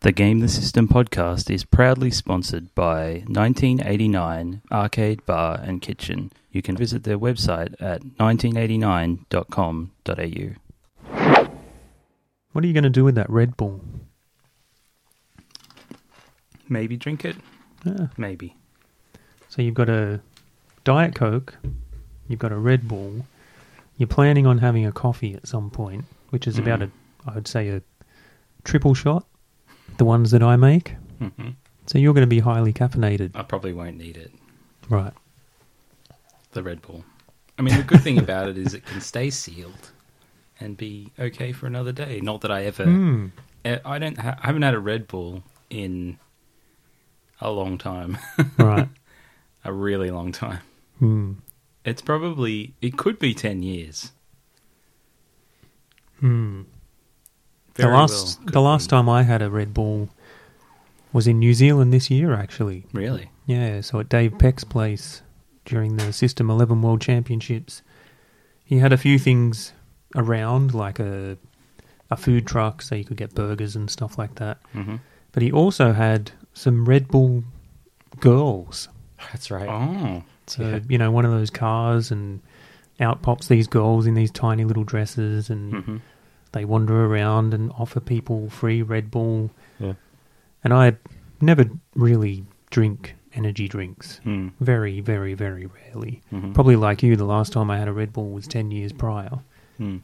The Game the System podcast is proudly sponsored by 1989 Arcade Bar and Kitchen. You can visit their website at 1989.com.au. What are you going to do with that Red Bull? Maybe drink it? Ah, Maybe. so you've got a Diet Coke, you've got a Red Bull, you're planning on having a coffee at some point, which is about a, Mhm. I would say, a triple shot, the ones that I make. Mm-hmm. So you're going to be highly caffeinated. I probably won't need it. Right. The Red Bull. I mean, the good thing about it is it can stay sealed and be okay for another day. Not that I ever. Hmm. I I don't. Ha- I haven't had a Red Bull in a long time. Right. a really long time. Hmm. It's probably. It could be ten years. Hmm. The Very last, well could the last be. time I had a Red Bull was in New Zealand this year, actually. Really? Yeah, so at Dave Peck's place during the System 11 World Championships, he had a few things around, like a, a food truck so you could get burgers and stuff like that. Mm-hmm. But he also had some Red Bull girls. That's right. Oh, So, Yeah. you know, one of those cars, and out pops these girls in these tiny little dresses, and hmm they wander around and offer people free Red Bull. Yeah. And I never really drink energy drinks. Mm. Very, very, very rarely. Mhm. Probably like you, the last time I had a Red Bull was 10 years prior. Mm.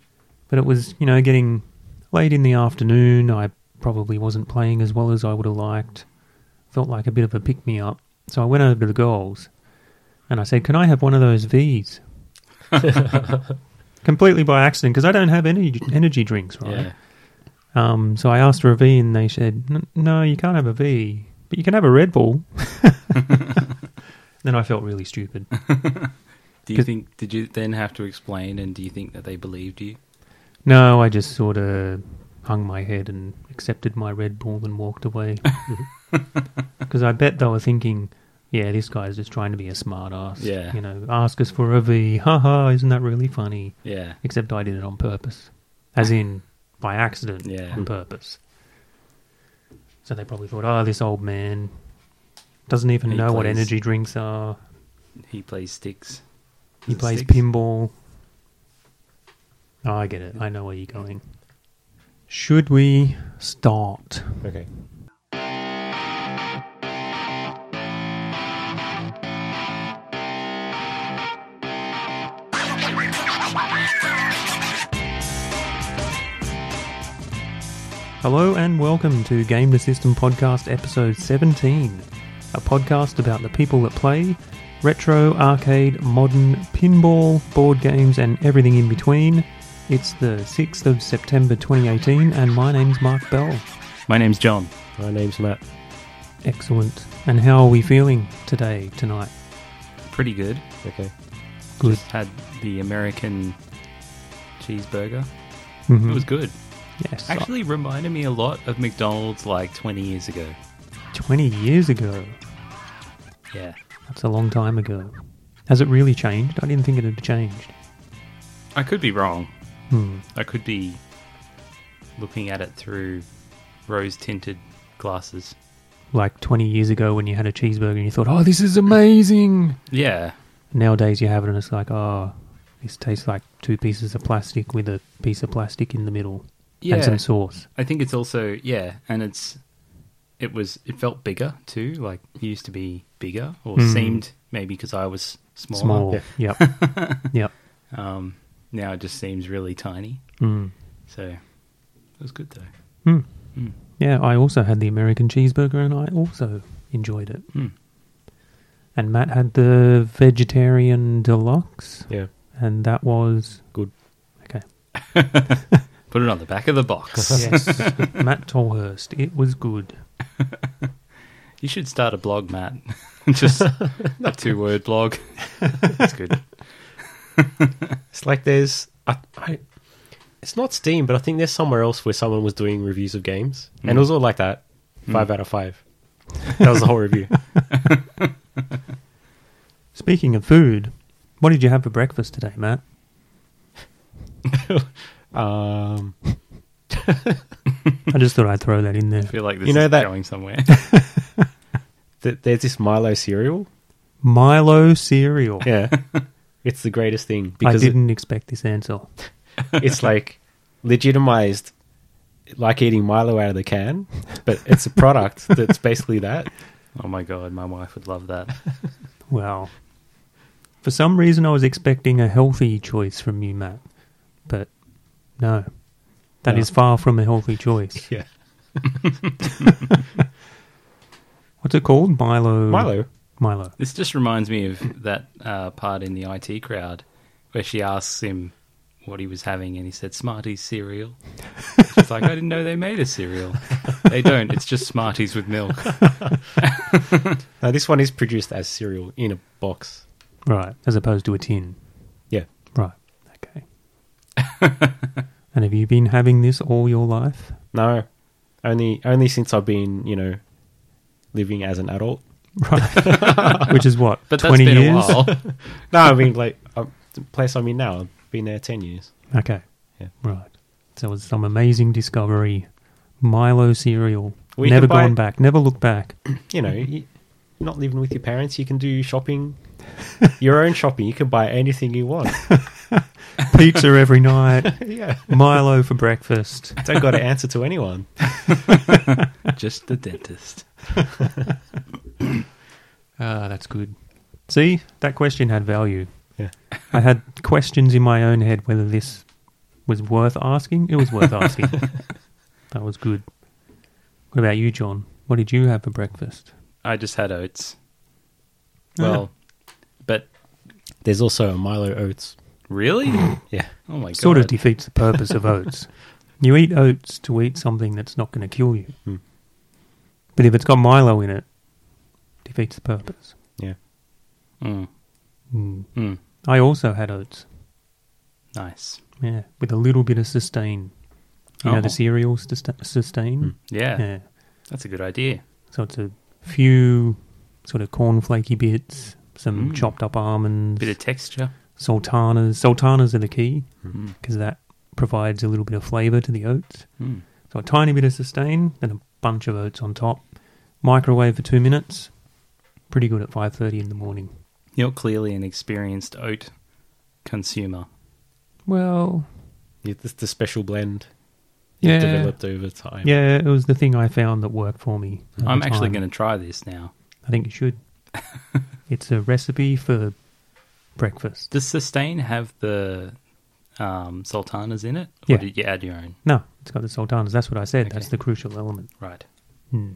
But it was, you know, getting late in the afternoon. I probably wasn't playing as well as I would have liked. Felt like a bit of a pick me up. So I went over to the girls and I said, Can I have one of those V's? Completely by accident because I don't have any energy drinks, right? Yeah. Um, so I asked for a V, and they said, "N- "No, you can't have a V, but you can have a Red Bull." then I felt really stupid. Do you Cause- think? Did you then have to explain? And do you think that they believed you? No, I just sort of hung my head and accepted my Red Bull and walked away. Because I bet they were thinking, "Yeah, this guy's just trying to be a smart ass." Yeah. you know, ask us for a V. Ha ha! Isn't that really funny? Yeah. Except I did it on purpose, as in by accident, Yeah. on purpose. So they probably thought, oh, this old man doesn't even He know what plays- energy drinks are. He plays sticks. He Is it plays sticks? pinball. Oh, I get it. I know where you're going. Should we start? okay. Hello and welcome to Game the System Podcast Episode 17, a podcast about the people that play retro, arcade, modern, pinball, board games, and everything in between. It's the 6th of September 2018, and my name's Mark Bell. My name's John. My name's Matt. Excellent. And how are we feeling today, tonight? Pretty good. Okay. Good. Just had the American cheeseburger. Mhm. It was good. yes. Actually, reminded me a lot of McDonald's like 20 years ago. 20 years ago. Yeah. That's a long time ago. Has it really changed? I didn't think it had changed. I could be wrong. Hmm. I could be looking at it through rose tinted glasses. Like 20 years ago when you had a cheeseburger and you thought, oh, this is amazing. Yeah. Nowadays you have it and it's like, oh, this tastes like two pieces of plastic with a piece of plastic in the middle Yeah. and some sauce. I think it's also, yeah, and it's, it was, it felt bigger too. Like, it used to be bigger or Hmm. Mm. seemed maybe because I was smaller. Small. Yep. yep. Um, now it just seems really tiny. Mm. So it was good though. Hmm. Mm. Yeah, I also had the American cheeseburger and I also enjoyed it. Mm. And Matt had the vegetarian deluxe, Yeah. and that was Good. Okay. Put it on the back of the box. Yes, Matt Tolhurst. It was good. You should start a blog, Matt. Just a two word blog. That's good. It's like there's. I, I, it's not Steam, but I think there's somewhere else where someone was doing reviews of games. And Mm. it was all like that. Five out of five. That was the whole review. Speaking of food, what did you have for breakfast today, Matt? Um, I just thought I'd throw that in I there. feel like this You know is that- going somewhere. Th- there's this Milo cereal. Milo cereal. Yeah, it's the greatest thing I because it- didn't expect this answer. it's like legitimized, like eating Milo out of the can, but it's a product that's basically that. Oh my god, my wife would love that. Wow. For some reason, I was expecting a healthy choice from you, Matt, but no, that is No. far from a healthy choice. Yeah, What's it called? Milo. Milo. Milo. This just reminds me of that uh, part in the IT crowd where she asks him what he was having, and he said Smarties cereal. She's like, I didn't know they made a cereal. They don't. It's just Smarties with milk. Now this one is produced as cereal in a box. Right, as opposed to a tin. Yeah, Right. Okay. and have you been having this all your life? no, only only since I've been you know living as an adult. Right. Which is what? But that's 20 been years? a while. No, I mean like uh, the place I'm in now. I've been there ten years. Okay. Yeah. Right. So it was some amazing discovery. Milo cereal. We never can buy- gone back. Never looked back. You know, you, you're not living with your parents. You can do shopping, your own shopping. You can buy anything you want. Pizza every night. yeah, Milo for breakfast. don't got to answer to anyone. just the dentist. Ah, that's good. See, that question had value. Yeah. I had questions in my own head whether this was worth asking. It was worth asking. that was good. What about you, John? What did you have for breakfast? I just had oats. Uh. Oh, yeah. Well, but There's also a Milo Oats. really? Yeah. Oh my god. sort of defeats the purpose of oats. You eat oats to eat something that's not going to kill you. Hmm. But if it's got Milo in it, defeats the purpose. Yeah. Mm, Mm. mm, I also had oats. nice. Yeah, with a little bit of sustain. You know Oh. Hmm. the cereals susta- sustain. Yeah, Yeah. that's a good idea. So it's a few sort of cornflaky bits, some Mm. chopped up almonds, Bit of texture. sultanas. Sultanas are the key Mm, because that provides a little bit of flavour to the oats. mm. So a tiny bit of sustain, then a bunch of oats on top. Microwave for two minutes. Pretty good at five thirty in the morning. You're clearly an experienced oat consumer. Well, Yeah, It's the special blend yeah, you've developed over time. yeah. It was the thing I found that worked for me. at I'm the actually time. going to try this now. I think you should. it's a recipe for breakfast. Does Sustain have the um, sultanas in it? Or Yeah. did you add your own? No, it's got the sultanas. That's what I said. That's Okay. the crucial element. Right. Hmm.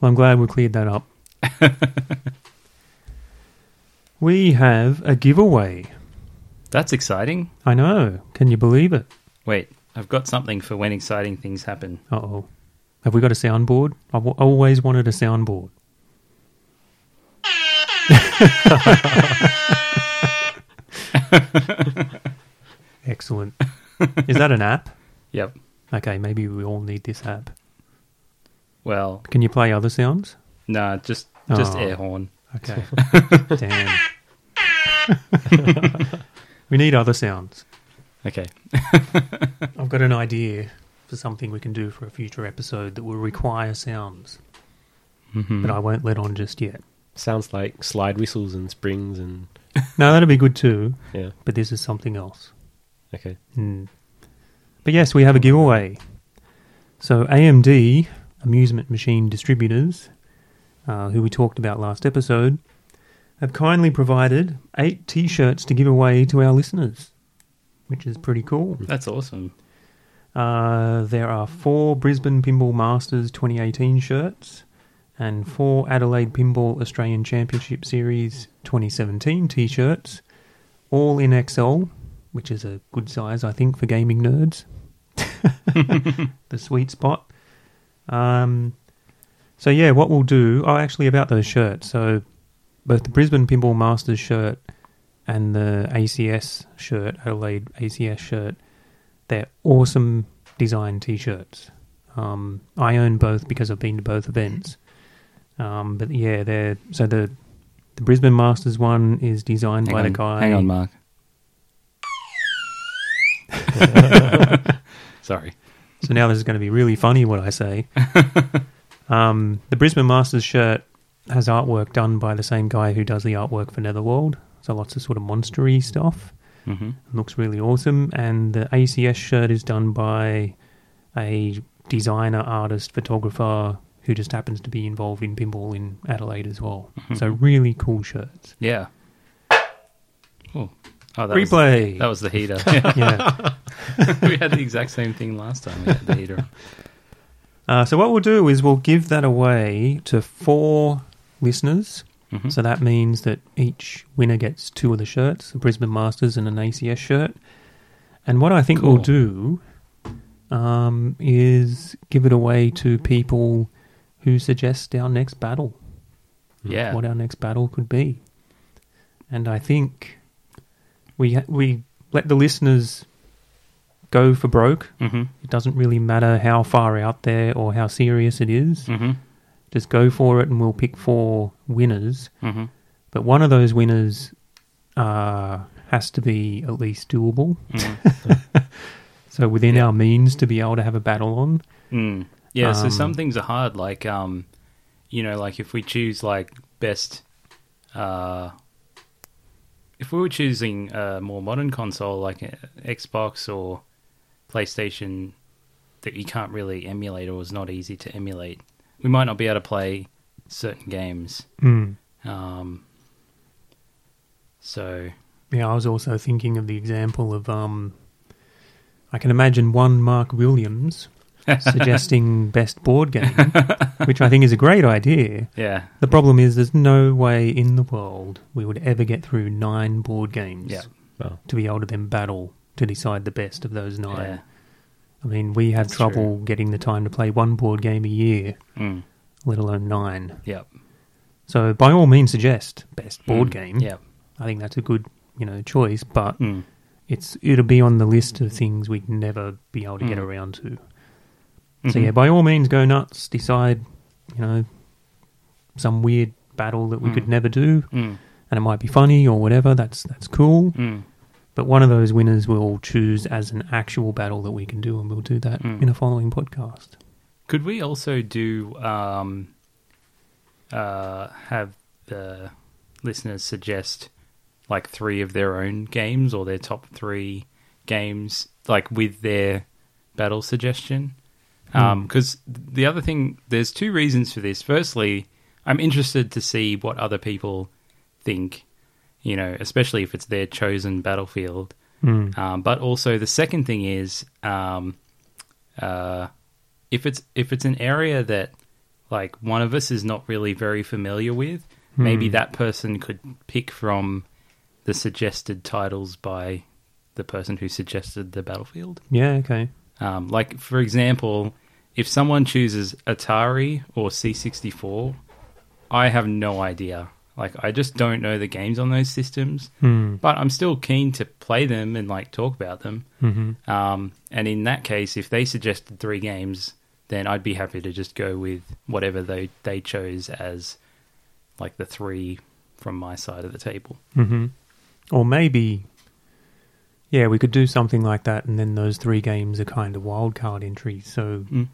Well, I'm glad we cleared that up. we have a giveaway. That's exciting. I know. Can you believe it? Wait, I've got something for when exciting things happen. Uh oh. Have we got a soundboard? I've w- always wanted a soundboard. Excellent. Is that an app? Yep. Okay, maybe we all need this app. Well, Can you play other sounds? nah, just just Oh. air horn. Okay. Damn. we need other sounds. Okay. I've got an idea for something we can do for a future episode that will require sounds, Mhm. but I won't let on just yet. Sounds like slide whistles and springs and No, that'd be good too, yeah. but this is something else. Okay. Hmm. But yes, we have a giveaway. So AMD Amusement Machine Distributors, uh, who we talked about last episode, have kindly provided eight T-shirts to give away to our listeners, which is pretty cool. That's awesome. Uh, there are four Brisbane Pinball Masters 2018 shirts and four Adelaide Pinball Australian Championship Series 2017 t shirts, all in XL, which is a good size, I think, for gaming nerds. the sweet spot. Um, so, yeah, what we'll do. Oh, actually, about those shirts. So, both the Brisbane Pinball Masters shirt and the ACS shirt, Adelaide ACS shirt, they're awesome design t-shirts. Um, I own both because I've been to both events. Um, but yeah, they're so the the Brisbane Masters one is designed Hang by on, the guy. hang on, Mark. Sorry. So now this is going to be really funny what I say. um, the Brisbane Masters shirt has artwork done by the same guy who does the artwork for Netherworld. So lots of sort of monstery stuff. hmm looks really awesome. And the ACS shirt is done by a designer, artist, photographer who just happens to be involved in pinball in Adelaide as well. Mm-hmm. So really cool shirts. Yeah. Oh, oh that was- Replay. that was the heater. Yeah. yeah. we had the exact same thing last time. We had the heater. on. Uh, so what we'll do is we'll give that away to four listeners. Mhm. So that means that each winner gets two of the shirts, a Brisbane Masters and an ACS shirt. And what I think Cool. we'll do um, is give it away to people who suggest our next battle, Yeah. what our next battle could be. And I think we we let the listeners go for broke. hmm It doesn't really matter how far out there or how serious it is. hmm Just go for it, and we'll pick four winners. hmm But one of those winners uh, has to be at least doable. Mm-hmm. So within our means to be able to have a battle on. Mm. Yeah, so Um, some things are hard. Like, um, you know, like if we choose like best, uh, if we were choosing a more modern console like uh, Xbox or PlayStation that you can't really emulate or is not easy to emulate, we might not be able to play certain games. Mm. Um, so, Yeah, I was also thinking of the example of um, I can imagine one Mark Williams suggesting best board game, which I think is a great idea. yeah, The problem is there's no way in the world we would ever get through nine board games Yeah. Well, to be able to then battle to decide the best of those nine. yeah. I mean, we have That's trouble getting the time to play one board game a year, Mm, let alone nine. yep. So, by all means, suggest best board Mm, game. Yep. I think that's a good, you know, choice. But Mm, it's it'll be on the list of things we'd never be able to get Mm. around to. So Mhm. yeah, by all means, go nuts. Decide, you know, some weird battle that we Mm. could never do, Mm, and it might be funny or whatever. That's that's cool. mm, But one of those winners we'll choose as an actual battle that we can do, and we'll do that Mm. in a following podcast. Could we also do um, uh, have the listeners suggest like three of their own games or their top three games, like with their battle suggestion? Mm. Because the other thing, there's two reasons for this. Firstly, I'm interested to see what other people think, you know, especially if it's their chosen battlefield. Mm. Um, but also the second thing is, um, uh, if it's if it's an area that like one of us is not really very familiar with, maybe Hmm. that person could pick from the suggested titles by the person who suggested the battlefield. Yeah. Okay. Um, like for example, if someone chooses Atari or C sixty four, I have no idea. Like I just don't know the games on those systems, Hmm. but I'm still keen to play them and like talk about them. hmm Um, and in that case, if they suggested three games, then I'd be happy to just go with whatever they, they chose as like the three from my side of the table. hmm Or maybe, yeah, we could do something like that, and then those three games are kind of wild card entries. So Mm.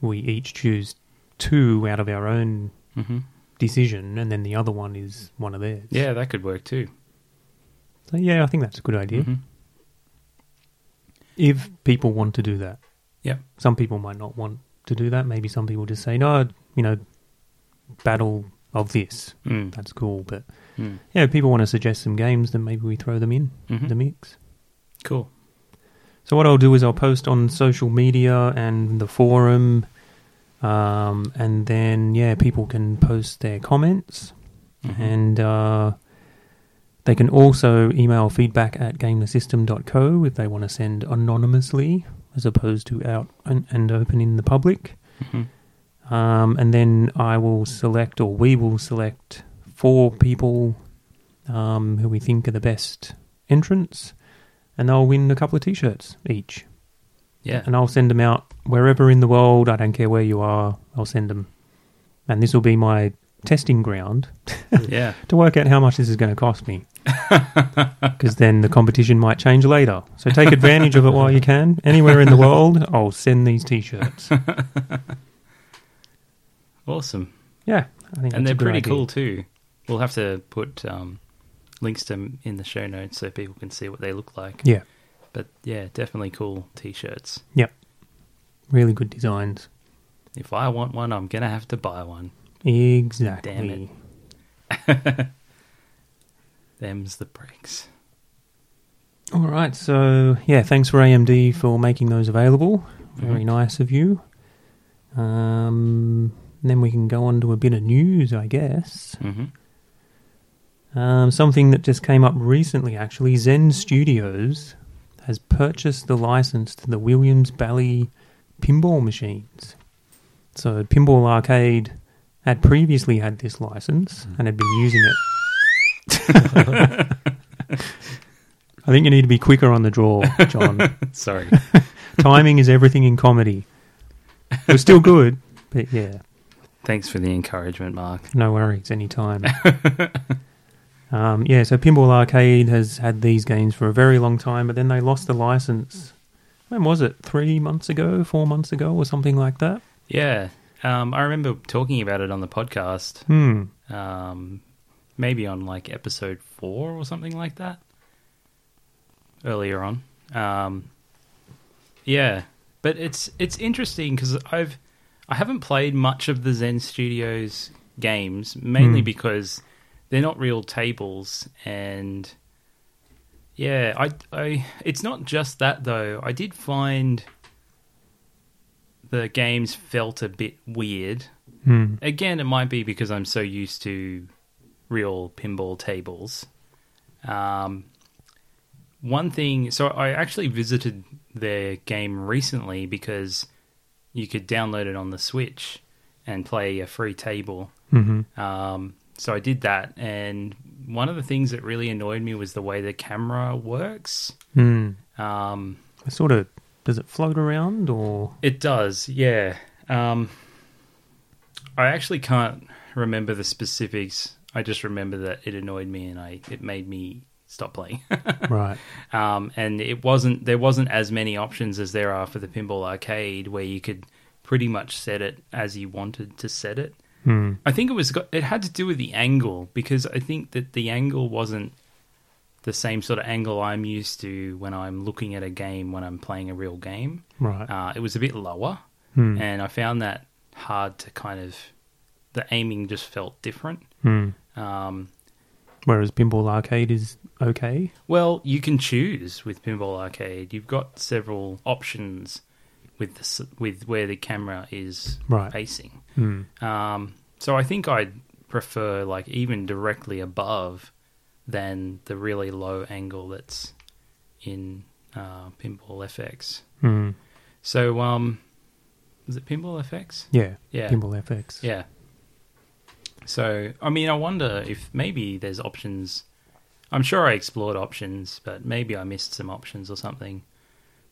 we each choose two out of our own hmm decision, and then the other one is one of theirs. Yeah, that could work too. So yeah, I think that's a good idea. Mhm. If people want to do that, Yeah. some people might not want to do that. Maybe some people just say, no, you know, battle of this. Mm. That's cool, but Mm. yeah, if people want to suggest some games, then maybe we throw them in Mhm. the mix. Cool. So what I'll do is I'll post on social media and the forum, um, and then yeah, people can post their comments, Mhm. and uh, they can also email feedback at gamethesystem.co if they want to send anonymously as opposed to out and, and open in the public. Mhm. Um, and then I will select, or we will select, four people um, who we think are the best entrants, and they'll win a couple of t-shirts each. Yeah. And I'll send them out wherever in the world. I don't care where you are. I'll send them, and this will be my testing ground Yeah. to work out how much this is going to cost me. because then the competition might change later. So take advantage of it while you can. Anywhere in the world, I'll send these T-shirts. Awesome. Yeah, I think and that's they're a good pretty idea. cool too. We'll have to put um, links to 'em in the show notes so people can see what they look like. Yeah, But yeah, definitely cool t-shirts. yep, really good designs. If I want one, I'm gonna have to buy one. Exactly. it. Them's the breaks. All right, so yeah, thanks for AMD for making those available. Very Mhm. nice of you. Um, then we can go on to a bit of news, I guess. hmm Um, something that just came up recently, actually, Zen Studios has purchased the license to the Williams Bally pinball machines. So, Pinball Arcade had previously had this license and had been using it. I think you need to be quicker on the draw, John. Sorry. Timing is everything in comedy. It was still good, but yeah. Thanks for the encouragement, Mark. No worries, anytime. um, yeah, so Pinball Arcade has had these games for a very long time, but then they lost the license. When was it? Three months ago, four months ago, or something like that? Yeah, um, I remember talking about it on the podcast. Hmm. um, maybe on like episode four or something like that earlier on. Um, yeah, but it's it's interesting because I've I haven't played much of the Zen Studios games mainly Hmm. because they're not real tables and yeah, I I it's not just that though. I did find the games felt a bit weird Hmm. again, it might be because I'm so used to real pinball tables. Um, one thing, so I actually visited their game recently because you could download it on the Switch and play a free table. hmm Um, so I did that, and one of the things that really annoyed me was the way the camera works. Hmm. Um, It Sort of. Does it float around or? It does, yeah. Um, I actually can't remember the specifics. I just remember that it annoyed me and I it made me stop playing. right. um, and it wasn't there wasn't as many options as there are for the pinball arcade where you could pretty much set it as you wanted to set it. Hmm. I think it was got, it had to do with the angle because I think that the angle wasn't the same sort of angle I'm used to when I'm looking at a game when I'm playing a real game. Right. Uh, it was a bit lower, Hmm. and I found that hard to kind of. The aiming just felt different. Hmm. Um, Whereas Pinball Arcade is okay. well, you can choose with Pinball Arcade. You've got several options with the, s- with where the camera is Right. facing. Hmm. Um, so I think I'd prefer like even directly above than the really low angle that's in uh, Pinball FX. Hmm. So um, was it Pinball FX? Yeah. Yeah. Pinball FX. Yeah. So, I mean, I wonder if maybe there's options. I'm sure I explored options, but maybe I missed some options or something.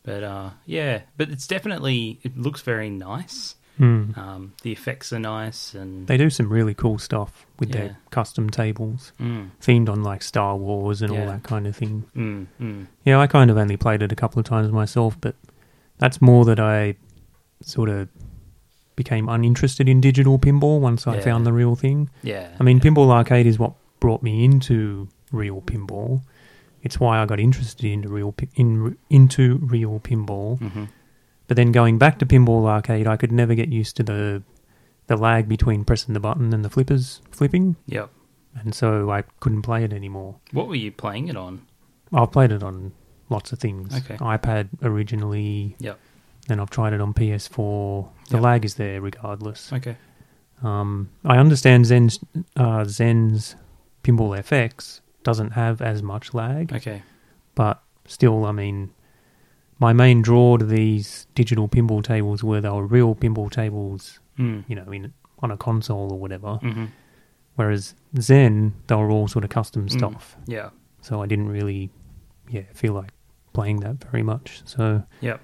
But uh, yeah, but it's definitely it looks very nice. Hmm. Um, the effects are nice, and They do some really cool stuff with Yeah. their custom tables. mm, themed on like Star Wars and Yeah. all that kind of thing. mm, mm, Yeah, I kind of only played it a couple of times myself, but that's more that I sort of became uninterested in digital pinball once I Yeah. found the real thing. yeah. I mean, Pinball Arcade is what brought me into real pinball. It's why I got interested into real pi- in into real pinball. Mhm. But then going back to Pinball Arcade, I could never get used to the the lag between pressing the button and the flippers flipping, Yep. and so I couldn't play it anymore. What were you playing it on? I've played it on lots of things. Okay. iPad originally, Yep. then I've tried it on PS4. The Yep. lag is there regardless. Okay. Um, I understand Zen's uh, Zen's Pinball FX doesn't have as much lag, Okay. but still, I mean, my main draw to these digital pinball tables were they were real pinball tables, Mm. you know, in on a console or whatever. hmm Whereas Zen, they were all sort of custom Mm. stuff. Yeah. So I didn't really, yeah, feel like playing that very much. So Yep.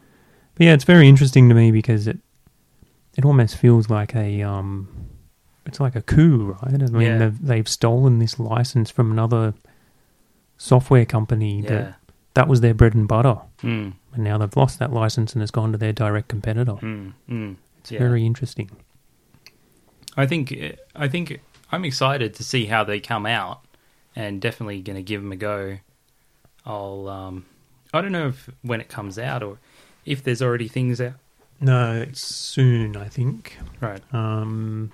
But yeah, it's very interesting to me because it it almost feels like a um, it's like a coup, right? I mean, Yeah. they've, they've stolen this license from another software company Yeah. that that was their bread and butter, Mm, and now they've lost that license and has gone to their direct competitor. mm, mm. It's Yeah. very interesting. I think I think I'm excited to see how they come out, and definitely going to give them a go. I'll um, I don't know if when it comes out or if there's already things out. No, it's soon, I think. Right. Um,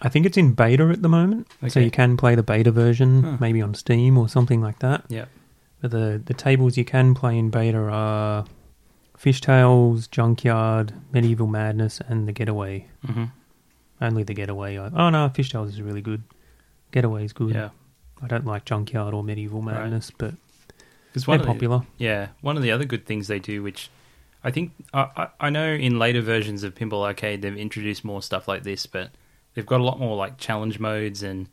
I think it's in beta at the moment, so Okay. you can play the beta version, Huh. maybe on Steam or something like that. Yeah. But the the tables you can play in beta are Fishtails, Junkyard, Medieval Madness, and the Getaway. hmm Only the Getaway. I, oh no, Fishtails is really good. Getaway is good. Yeah. I don't like Junkyard or Medieval Right. Madness, but Because they're one of the- popular. yeah, one of the other good things they do, which I think I, I, I know in later versions of Pinball Arcade they've introduced more stuff like this, but they've got a lot more like challenge modes and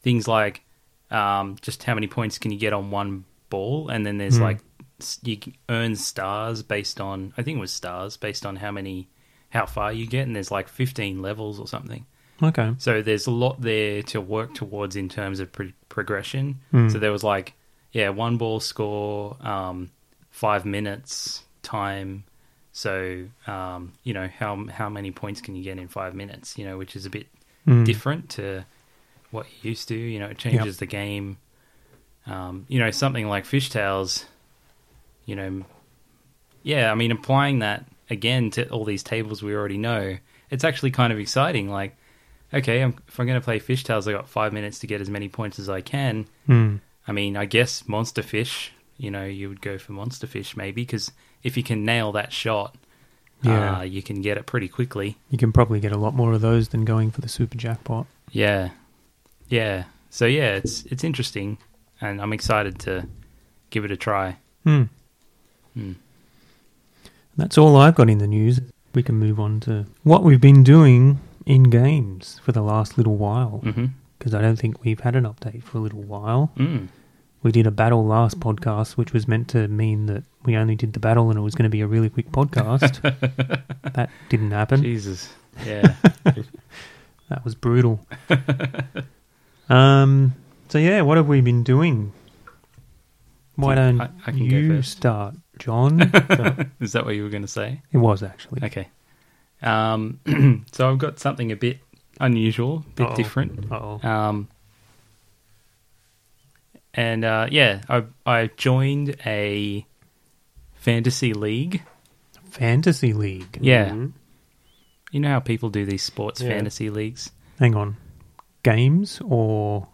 things like um, just how many points can you get on one ball, and then there's Mm. like s- you can earn stars based on I think it was stars based on how many how far you get, and there's like 15 levels or something. Okay. So there's a lot there to work towards in terms of pro- progression. Hmm. So there was like, yeah, one ball score, um, five minutes time. So um, you know how how many points can you get in five minutes? You know, which is a bit Mm. different to what you used to. You know, it changes the game. Um, you know, something like fishtails. You know, yeah. I mean, applying that again to all these tables we already know, it's actually kind of exciting. Like, okay, I'm, if I'm going to play fishtails, I got five minutes to get as many points as I can. Mm. I mean, I guess monster fish. You know, you would go for monster fish maybe because if you can nail that shot, Yeah. uh, you can get it pretty quickly. You can probably get a lot more of those than going for the super jackpot. Yeah, yeah. So yeah, it's it's interesting, and I'm excited to give it a try. Hmm. Mm. That's all I've got in the news. We can move on to what we've been doing in games for the last little while, hmm because I don't think we've had an update for a little while. Mm. We did a battle last podcast, which was meant to mean that we only did the battle and it was going to be a really quick podcast. that didn't happen. Jesus. Yeah. That was brutal. um, so, yeah, what have we been doing? Why don't I- I can go you first. start, John? Is that what you were going to say? it was actually. Okay. Um, so I've got something a bit unusual, a bit Uh-oh. different. Uh-oh. Um, and uh, yeah, I I joined a fantasy league. Fantasy League. Yeah, Mhm. you know how people do these sports Yeah. fantasy leagues. Hang on. Games or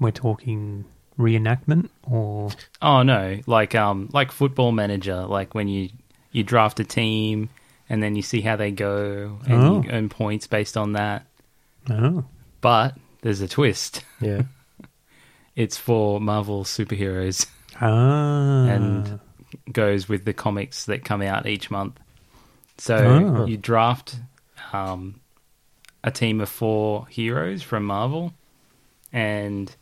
we're talking reenactment or Oh no, like um like football manager, like when you you draft a team and then you see how they go and Oh. you earn points based on that. oh, But there's a twist. Yeah. It's for Marvel superheroes ah and goes with the comics that come out each month. So Oh. you draft um, a team of four heroes from Marvel, and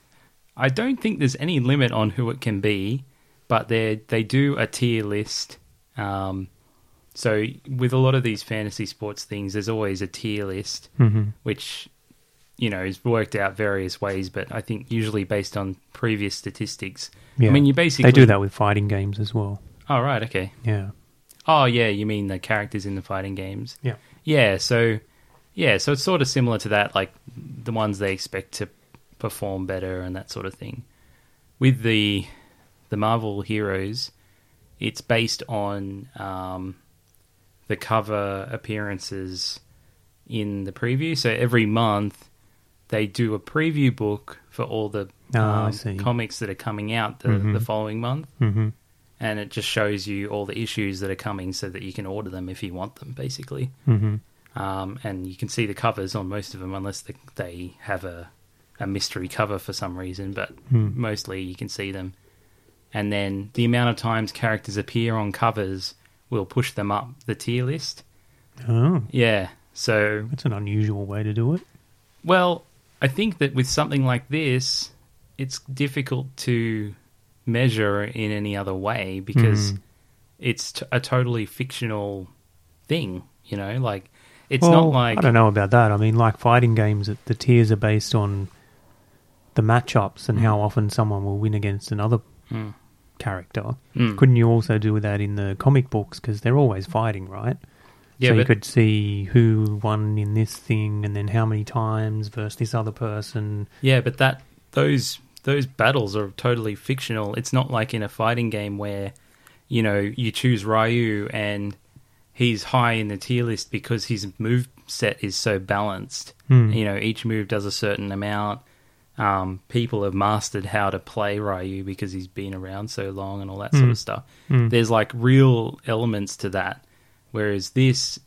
I don't think there's any limit on who it can be, but they they do a tier list. Um, so with a lot of these fantasy sports things, there's always a tier list Mhm. which you know is worked out various ways, but I think usually based on previous statistics. Yeah. I mean, you basically they do that with fighting games as well. Oh right, okay. Yeah. Oh yeah, you mean the characters in the fighting games? Yeah. Yeah, so yeah, so it's sort of similar to that, like the ones they expect to perform better and that sort of thing. With the the Marvel heroes, it's based on um, the cover appearances in the preview. So every month they do a preview book for all the Ah, I um, see. Mm-hmm. comics that are coming out the, the following month Mhm. and it just shows you all the issues that are coming so that you can order them if you want them basically Mhm. um, and you can see the covers on most of them unless they, they have a, a mystery cover for some reason but Hmm. mostly you can see them and then the amount of times characters appear on covers will push them up the tier list Oh, yeah so that's an unusual way to do it. well, I think that with something like this, it's difficult to measure in any other way because Mm. it's t- a totally fictional thing, you know? Like, it's well, not like. I don't know about that. I mean, like fighting games, it- the tiers are based on the matchups and how often someone will win against another Mm. character. Mm. Couldn't you also do that in the comic books because they're always fighting, right? Yeah, so you but- could see who won in this thing and then how many times versus this other person. Yeah, but that those those battles are totally fictional. It's not like in a fighting game where, you know, you choose Ryu and he's high in the tier list because his move set is so balanced. Hmm. You know, each move does a certain amount. Um, people have mastered how to play Ryu because he's been around so long and all that sort of stuff. Mm-hmm. There's like real elements to that. Whereas this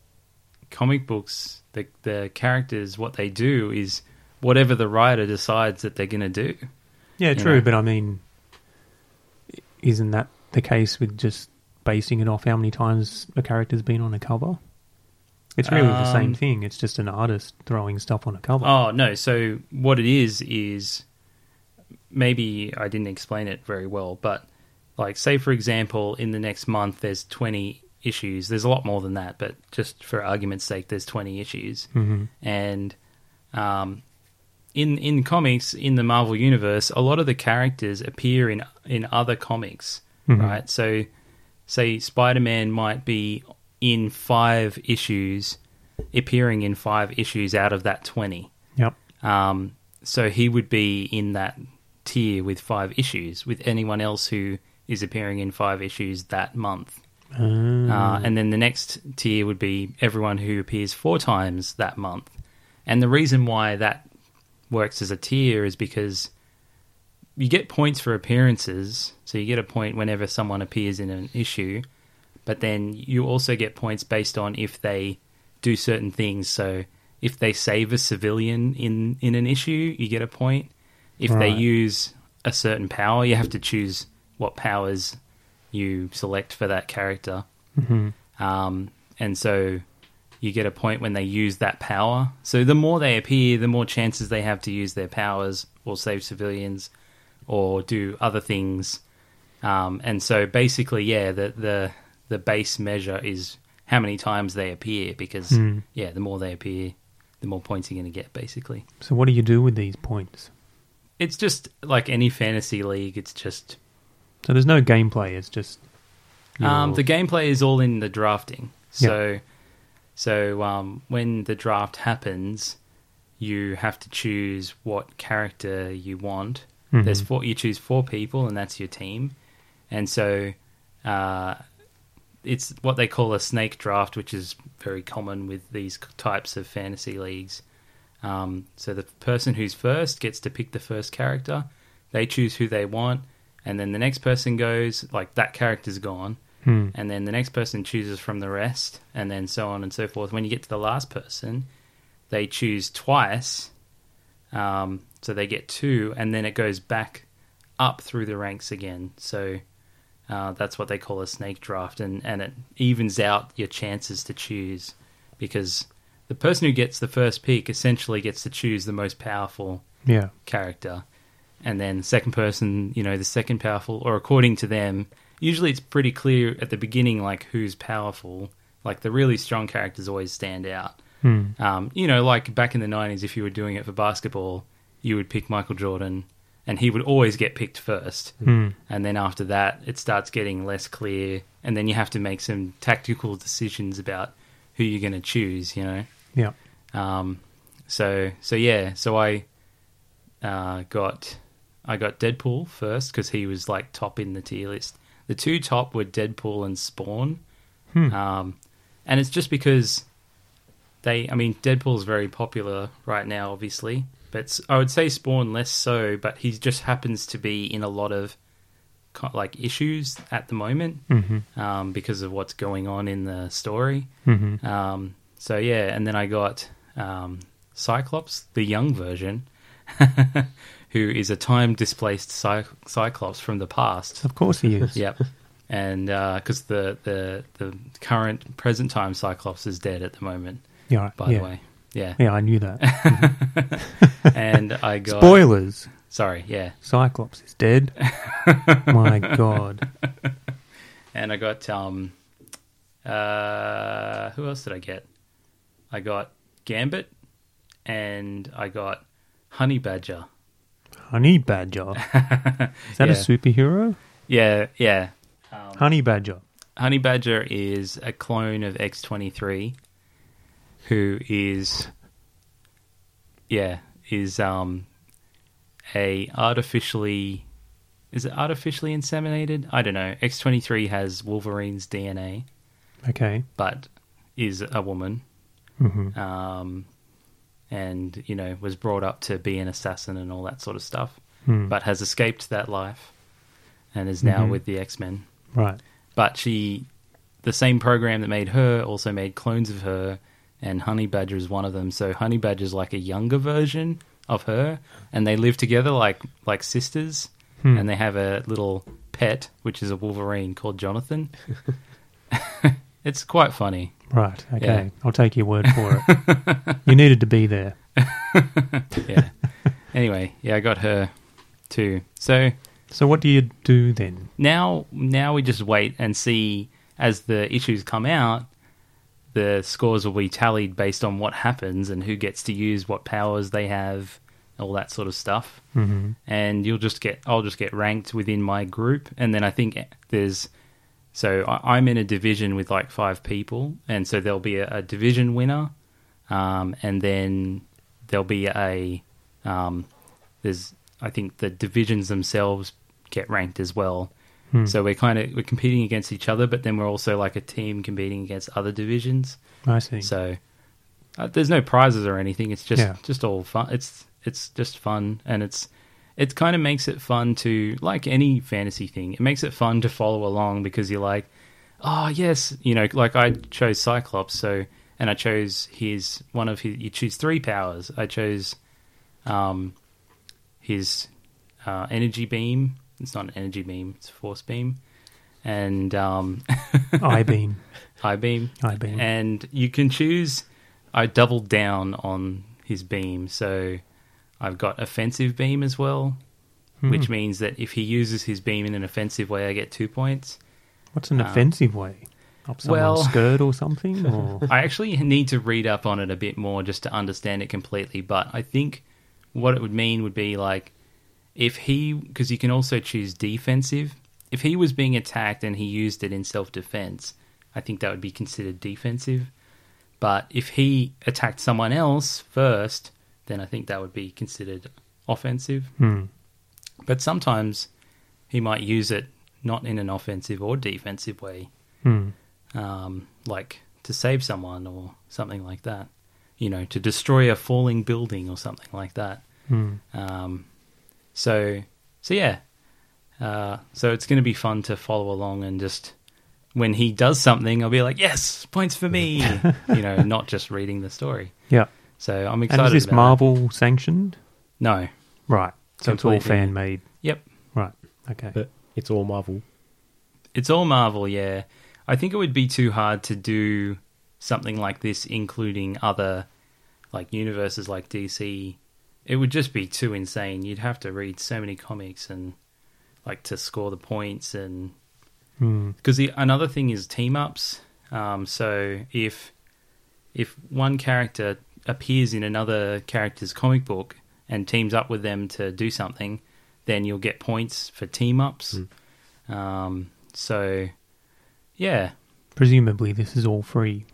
comic books, the the characters, what they do is whatever the writer decides that they're going to do. Yeah, You true, know. but I mean, isn't that the case with just basing it off how many times a character's been on a cover? It's really the Um, same thing. It's just an artist throwing stuff on a cover. Oh no! So what it is is maybe I didn't explain it very well, but like say for example, in the next month there's twenty issues. There's a lot more than that, but just for argument's sake, there's twenty issues, Mhm. and um, in in comics in the Marvel universe, a lot of the characters appear in in other comics, Mhm. right? So, say Spider Man might be in five issues, appearing in five issues out of that twenty. Yep. Um, so he would be in that tier with five issues with anyone else who is appearing in five issues that month. Mm. Uh, and then the next tier would be everyone who appears four times that month. And the reason why that works as a tier is because you get points for appearances. So you get a point whenever someone appears in an issue, but then you also get points based on if they do certain things. So if they save a civilian in, in an issue, you get a point. If they Right. use a certain power, you have to choose what powers you select for that character. hmm Um, and so you get a point when they use that power. So the more they appear, the more chances they have to use their powers or save civilians or do other things. Um, and so basically, yeah, the, the the base measure is how many times they appear because Hmm. yeah, the more they appear, the more points you're going to get basically. So what do you do with these points? It's just like any fantasy league, it's just So there's no gameplay. It's just Um, your- the gameplay is all in the drafting. So, so um, when the draft happens, you have to choose what character you want. Mhm. There's four. You choose four people, and that's your team. And so, uh, it's what they call a snake draft, which is very common with these c- types of fantasy leagues. Um, so the person who's first gets to pick the first character. They choose who they want, and then the next person goes. Like that character's gone, Hmm. and then the next person chooses from the rest, and then so on and so forth. When you get to the last person, they choose twice, um, so they get two, and then it goes back up through the ranks again. So uh, that's what they call a snake draft, and, and it evens out your chances to choose because the person who gets the first pick essentially gets to choose the most powerful yeah. character and then second person you know the second powerful or according to them usually it's pretty clear at the beginning like who's powerful like the really strong characters always stand out Hmm. um, you know like back in the 90s if you were doing it for basketball you would pick michael jordan and he would always get picked first Hmm. and then after that it starts getting less clear and then you have to make some tactical decisions about who you're going to choose you know Yeah. um, so so yeah, so I uh, got I got Deadpool first because he was like top in the tier list. The two top were Deadpool and Spawn, Hmm. um, and it's just because they. I mean, Deadpool's very popular right now, obviously, but s- I would say Spawn less so. But he just happens to be in a lot of co- like issues at the moment Mm-hmm. um, because of what's going on in the story. Mm-hmm. Um, so yeah, and then I got um, Cyclops, the young version, who is a time displaced Cy- Cyclops from the past. Of course he is. Yep, and because the, the the current present time Cyclops is dead at the moment. Yeah. right, By yeah. the way, yeah, Yeah, I knew that. and I got Spoilers. sorry, yeah, Cyclops is dead. My God. and I got um, uh, who else did I get? I got Gambit, and I got Honey Badger. Honey Badger. Is that a Yeah. Um, superhero? Yeah, yeah. Honey Badger. Honey Badger is a clone of X23 who is yeah, is um a artificially is it artificially inseminated? I don't know. X23 has Wolverine's DNA Okay. but is a woman hmm um and you know was brought up to be an assassin and all that sort of stuff Hmm. but has escaped that life and is now Mhm. with the X-Men Right. but she the same program that made her also made clones of her and honey badger is one of them so honey badger's like a younger version of her and they live together like like sisters Hmm. and they have a little pet which is a wolverine called jonathan it's quite funny Right. Okay. I'll take your word for it. you needed to be there. yeah anyway yeah i got her too so So what do you do then? now now we just wait and see as the issues come out the scores will be tallied based on what happens and who gets to use what powers they have all that sort of stuff Mm-hmm. and you'll just get i'll just get ranked within my group and then i think there's so I, i'm in a division with like five people and so there'll be a, a division winner um, and then there'll be a um, there's i think the divisions themselves get ranked as well Hmm. so we're kind of we're competing against each other but then we're also like a team competing against other divisions I see. so uh, there's no prizes or anything. It's just Yeah. just all fun. It's it's just fun, and it's it kind of makes it fun to like any fantasy thing. It makes it fun to follow along because you're like, oh yes, you know, like I chose Cyclops, so and I chose his one of his. You choose three powers. I chose um his uh, energy beam. It's not an energy beam. It's a force beam, and um, I beam. high beam. I beam. And you can choose. I doubled down on his beam, so I've got offensive beam as well, which means that if he uses his beam in an offensive way, I get two points. What's an um, offensive way? Up someone's well- skirt or something? Or I actually need to read up on it a bit more just to understand it completely, but I think what it would mean would be like if he, because you can also choose defensive, if he was being attacked and he used it in self defense, I think that would be considered defensive. But if he attacked someone else first, then I think that would be considered offensive. Hmm. But sometimes he might use it not in an offensive or defensive way Hmm. um, like to save someone or something like that. You know, to destroy a falling building or something like that. Hmm. Um, so, so yeah. Uh, so it's going to be fun to follow along and just when he does something, I'll be like, "Yes, points for me!" you know, not just reading the story. Yeah. So I'm And excited. is this about Marvel sanctioned? that. No. Right. So it's all Completely. fan made. Yep. Right. Okay. But it's all Marvel. It's all Marvel, yeah. I think it would be too hard to do something like this, including other like universes like DC. It would just be too insane. You'd have to read so many comics and like to score the points and Hmm. because the another thing is team ups. Um, so if if one character appears in another character's comic book and teams up with them to do something, then you'll get points for team ups. Um, so yeah, Presumably this is all free.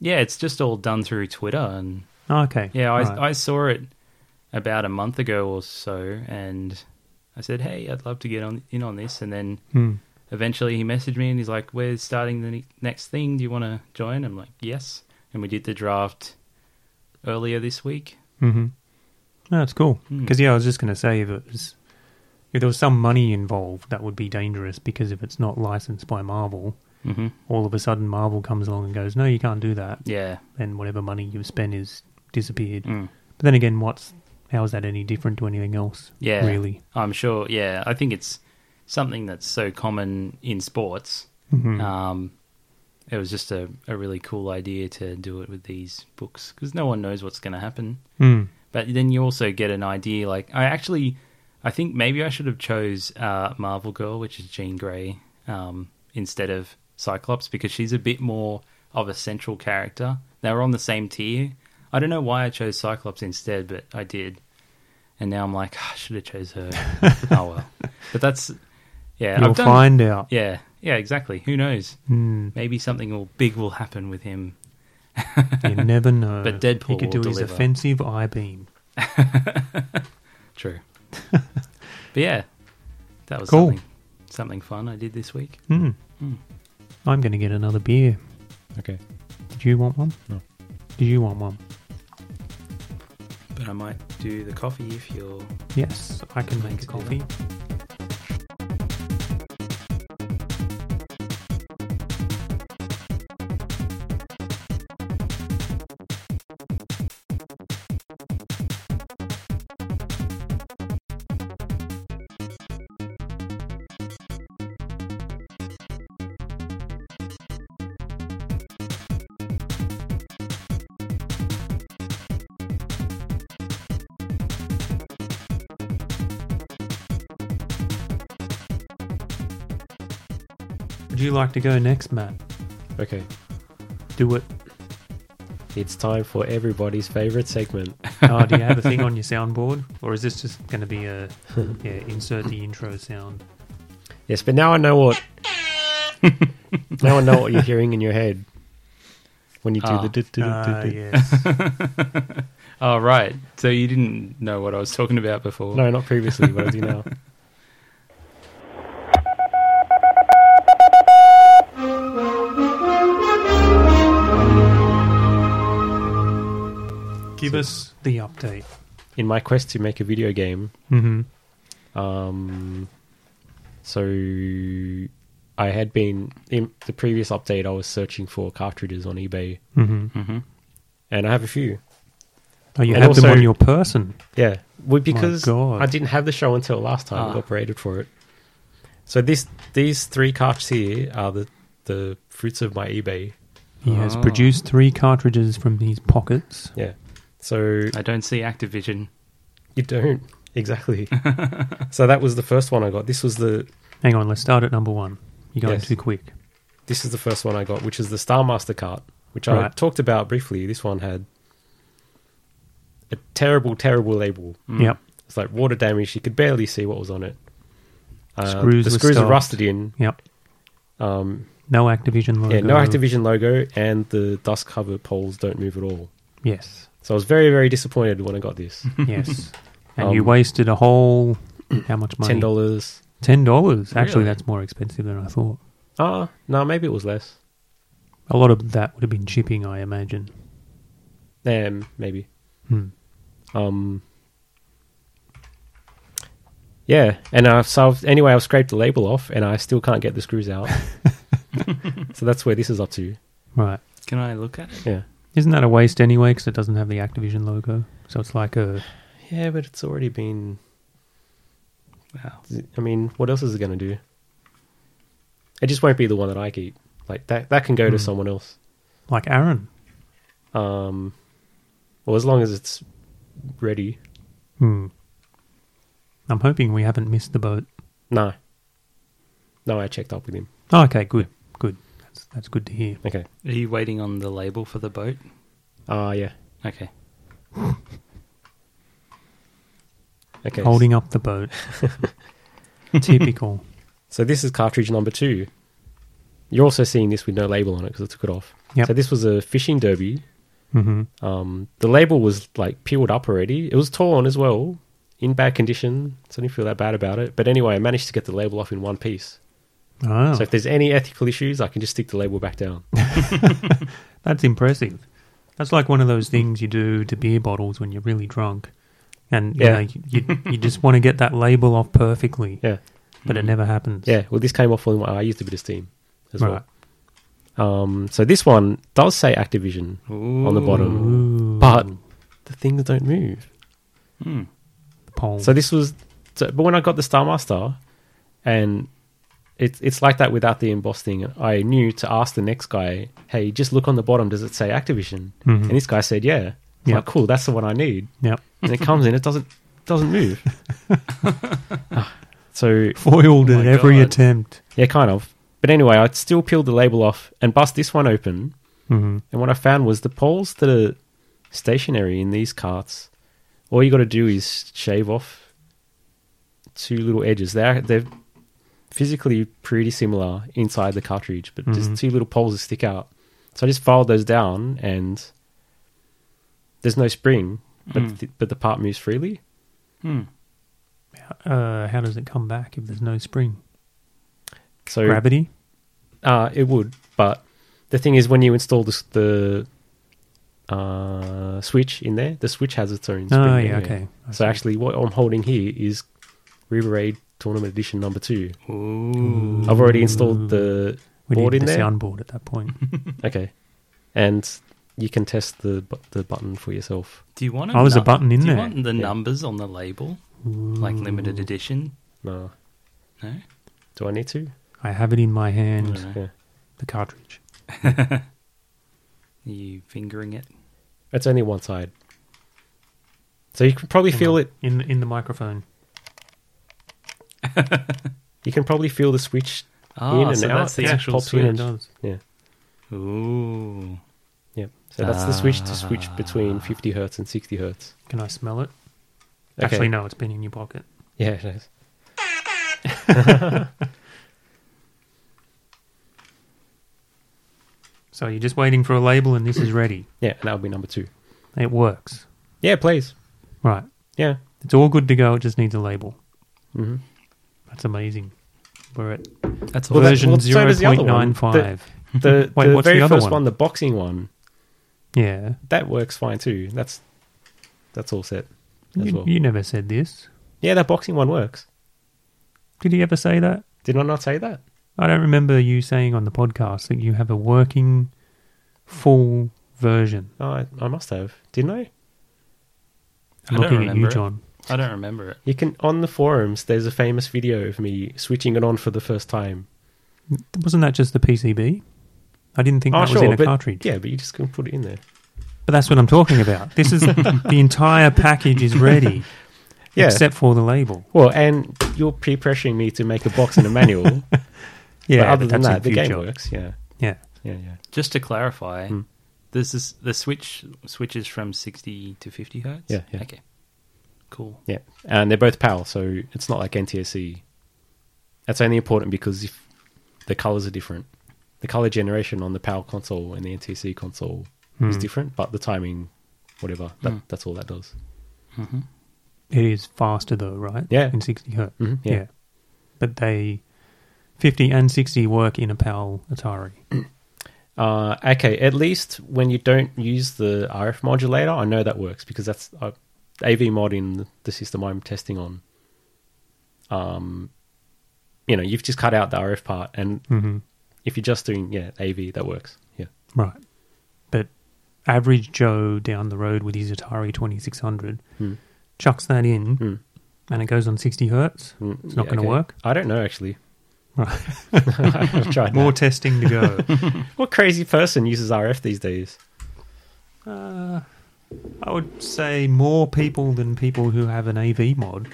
yeah, it's just all done through Twitter and Okay. yeah, I, Right. I saw it about a month ago or so, and I said, hey, I'd love to get on in on this, and then Hmm. eventually he messaged me and he's like, "We're starting the ne- next thing. Do you want to join?" I'm like, "Yes." And we did the draft earlier this week. Mm-hmm. That's cool. Hmm. Because yeah, I was just going to say if it was, if there was some money involved, that would be dangerous. Because if it's not licensed by Marvel, Mm-hmm. all of a sudden Marvel comes along and goes, "No, you can't do that." Yeah. Then whatever money you've spent is disappeared. Mm. But then again, what's how is that any different to anything else? Yeah. really. I'm sure. Yeah, I think it's something that's so common in sports. Mhm. Um, it was just a, a really cool idea to do it with these books because no one knows what's going to happen. Hmm. But then you also get an idea. Like I actually, I think maybe I should have chose uh, Marvel Girl, which is Jean Grey, um, instead of Cyclops because she's a bit more of a central character. They were on the same tier. I don't know why I chose Cyclops instead, but I did. and now I'm like, "Ah, I should have chose her. oh well, but that's yeah. You'll I've done, find out. Yeah, yeah, exactly. Who knows? Hmm. Maybe something will big will happen with him. You never know. But Deadpool he could do will his deliver. offensive eye beam. True. but yeah, that was Cool. something, something fun I did this week. Hmm. Hmm. I'm going to get another beer. Okay. Did you want one? No. Did you want one? But I might do the coffee if you're. Yes, I can Let's make a do coffee. Would you like to go next, Matt? Okay. Do it. It's time for everybody's favorite segment. Oh, do you have a thing on your soundboard? Or is this just going to be a. Yeah, insert the intro sound. Yes, but now I know what. now I know what you're hearing in your head when you do Ah. the. Du- du- du- Ah, du- du- yes. Oh right, so you didn't know what I was talking about before. No, not previously, but I do now. Give us the update. In my quest to make a video game, Mm-hmm. Um, so I had been in the previous update. I was searching for cartridges on eBay, Mm-hmm. hmm and I have a few. Oh, you And have them also- on your person. Yeah, well, because God. I didn't have the show until last time. Ah. I got paraded for it. So these these three carts here are the the fruits of my eBay. He has Ah. produced three cartridges from his pockets. Yeah. So I don't see Activision. you don't exactly. so that was the first one I got. This was the Hang on, let's start at number one. You're going Yes. too quick. this is the first one I got, which is the Star Master cart, which I Right. talked about briefly. This one had a terrible, terrible label. Yep. It's like water damage. You could barely see what was on it. Uh, Screws the were screws stuffed. are rusted in. Yep. Um, No Activision logo. yeah, no Activision logo, and the dust cover poles don't move at all. Yes. So I was very, very disappointed when I got this. Yes. and you Um, wasted a whole how much money? Ten dollars. Ten dollars. Actually, Really? that's more expensive than I thought. Ah, no, maybe it was less. A lot of that would have been shipping, I imagine. Um, maybe. Hmm. Um, yeah, and I've so I've, anyway, I've scraped the label off, and I still can't get the screws out. so that's where this is up to. Right. Can I look at it? Yeah, Isn't that a waste anyway? Because it doesn't have the Activision logo, so it's like a yeah, but it's already been. Wow. I mean, what else is it going to do? It just won't be the one that I keep. Like that, that can go to Hmm. someone else. like Aaron. Um, well, as long as it's ready. Hmm. I'm hoping we haven't missed the boat. No, no, I checked up with him. Oh, okay, good, good. That's that's good to hear. Okay. Are you waiting on the label for the boat? Ah, yeah. Okay. Okay. Holding up the boat. Typical. So this is cartridge number two. You're also seeing this with no label on it because I took it off. Yep. So this was a fishing derby. hmm Um, the label was like peeled up already. It was torn as well, in bad condition. So I didn't feel that bad about it. But anyway, I managed to get the label off in one piece. Oh, So if there's any ethical issues, I can just stick the label back down. that's impressive. That's like one of those things you do to beer bottles when you're really drunk, and you Yeah. know you you, you just want to get that label off perfectly, Yeah, but it never happens. yeah. Well, this came off when I used a bit of steam as right. well. Um, so this one does say Activision, Ooh. On the bottom. Ooh, but the things don't move. Hmm. the pole. So this was, so, but when I got the Star Master, and it's it's like that without the embossed thing. I knew to ask the next guy, hey, just look on the bottom. Does it say Activision? Mhm. And this guy said, yeah. I'm Yep. Like, cool. That's the one I need. yep. And it comes in. It doesn't doesn't move. Ah, so Foiled Oh at my every God. attempt. yeah, kind of. But anyway, I still peeled the label off and bust this one open. hmm Mm-hmm. And what I found was the poles that are stationary in these carts all you got to do is shave off two little edges. They're they're physically pretty similar inside the cartridge, but just Mhm. two little poles that stick out. So I just filed those down, and there's no spring, but Mm. th- but the part moves freely. Hmm. Uh, how does it come back if there's no spring? So Gravity? Uh, it would, but the thing is, when you install this, the uh, switch in there, the switch has its Oh, own. spring yeah, anyway. okay. I So see. actually, what I'm holding here is River Raid Tournament Edition number two. Ooh. I've already installed the we board need in the there. soundboard at that point. Okay, and you can test the bu- the button for yourself. Do you want? Oh, there's a button in do there. you want the Yeah. numbers on the label, like limited edition? No, No. do I need to? I have it in my hand, No. Yeah, the cartridge. Are you fingering it? it's only one side, so you can probably Hang feel on. it. in in the microphone. You can probably feel the switch. Oh, and so out, that's the yeah, actual pops in switch. and It does. Yeah. Ooh. Yep. So that's the switch to switch between 50 hertz and 60 hertz. Can I smell it? Okay. Actually, no, it's been in your pocket. Yeah, it is. So you're just waiting for a label, and this is ready. Yeah, and that would be number two. It works, Yeah, please. right? Yeah. It's all good to go. It just needs a label. Mm-hmm. That's amazing. We're at That's Well, all. that- version well, so zero does the other point one. nine five. The, Wait, the what's the very other first one? one? the boxing one, Yeah, that works fine too. That's that's all set as you, well. you never said this. Yeah, that boxing one works. Did he ever say that? Did I not say that? I don't remember you saying on the podcast that you have a working full version. Oh, I, I must have. Didn't I? I'm I don't looking at you, remember it. John. I don't remember it. You can on the forums. There's a famous video of me switching it on for the first time. Wasn't that just the PCB? I didn't think oh, that sure, was in a but cartridge. yeah, but you just can put it in there. But that's what I'm talking about. This is the entire package is ready, Yeah. except for the label. well, and you're pre-pressuring me to make a box and a manual. Yeah, but other but than that's that, in the game future. works. Yeah, Yeah, yeah, yeah. Just to clarify, Hmm. this is the switch switches from sixty to fifty hertz. Yeah, yeah. Okay. Cool. Yeah, and they're both PAL, so it's not like NTSC. That's only important because if the colors are different, the color generation on the PAL console and the NTSC console is Hmm. different, but the timing, whatever, that, Hmm. that's all that does. hmm it is faster though, right? Yeah. in 60 hertz. Mhm, yeah. but they 50 and 60 work in a PAL Atari. Uh, okay, at least when you don't use the RF modulator, I know that works because that's uh, AV mod in the system I'm testing on. Um, you know, you've just cut out the RF part, and Mm-hmm. if you're just doing yeah AV, that works. Yeah. Right, but average Joe down the road with his Atari 2600 Hmm. chucks that in, Hmm. and it goes on 60 hertz. Mm, It's not yeah, going to okay. work. I don't know actually. Right, I've tried more More testing to go. what crazy person uses RF these days? Uh, I would say more people than people who have an AV mod.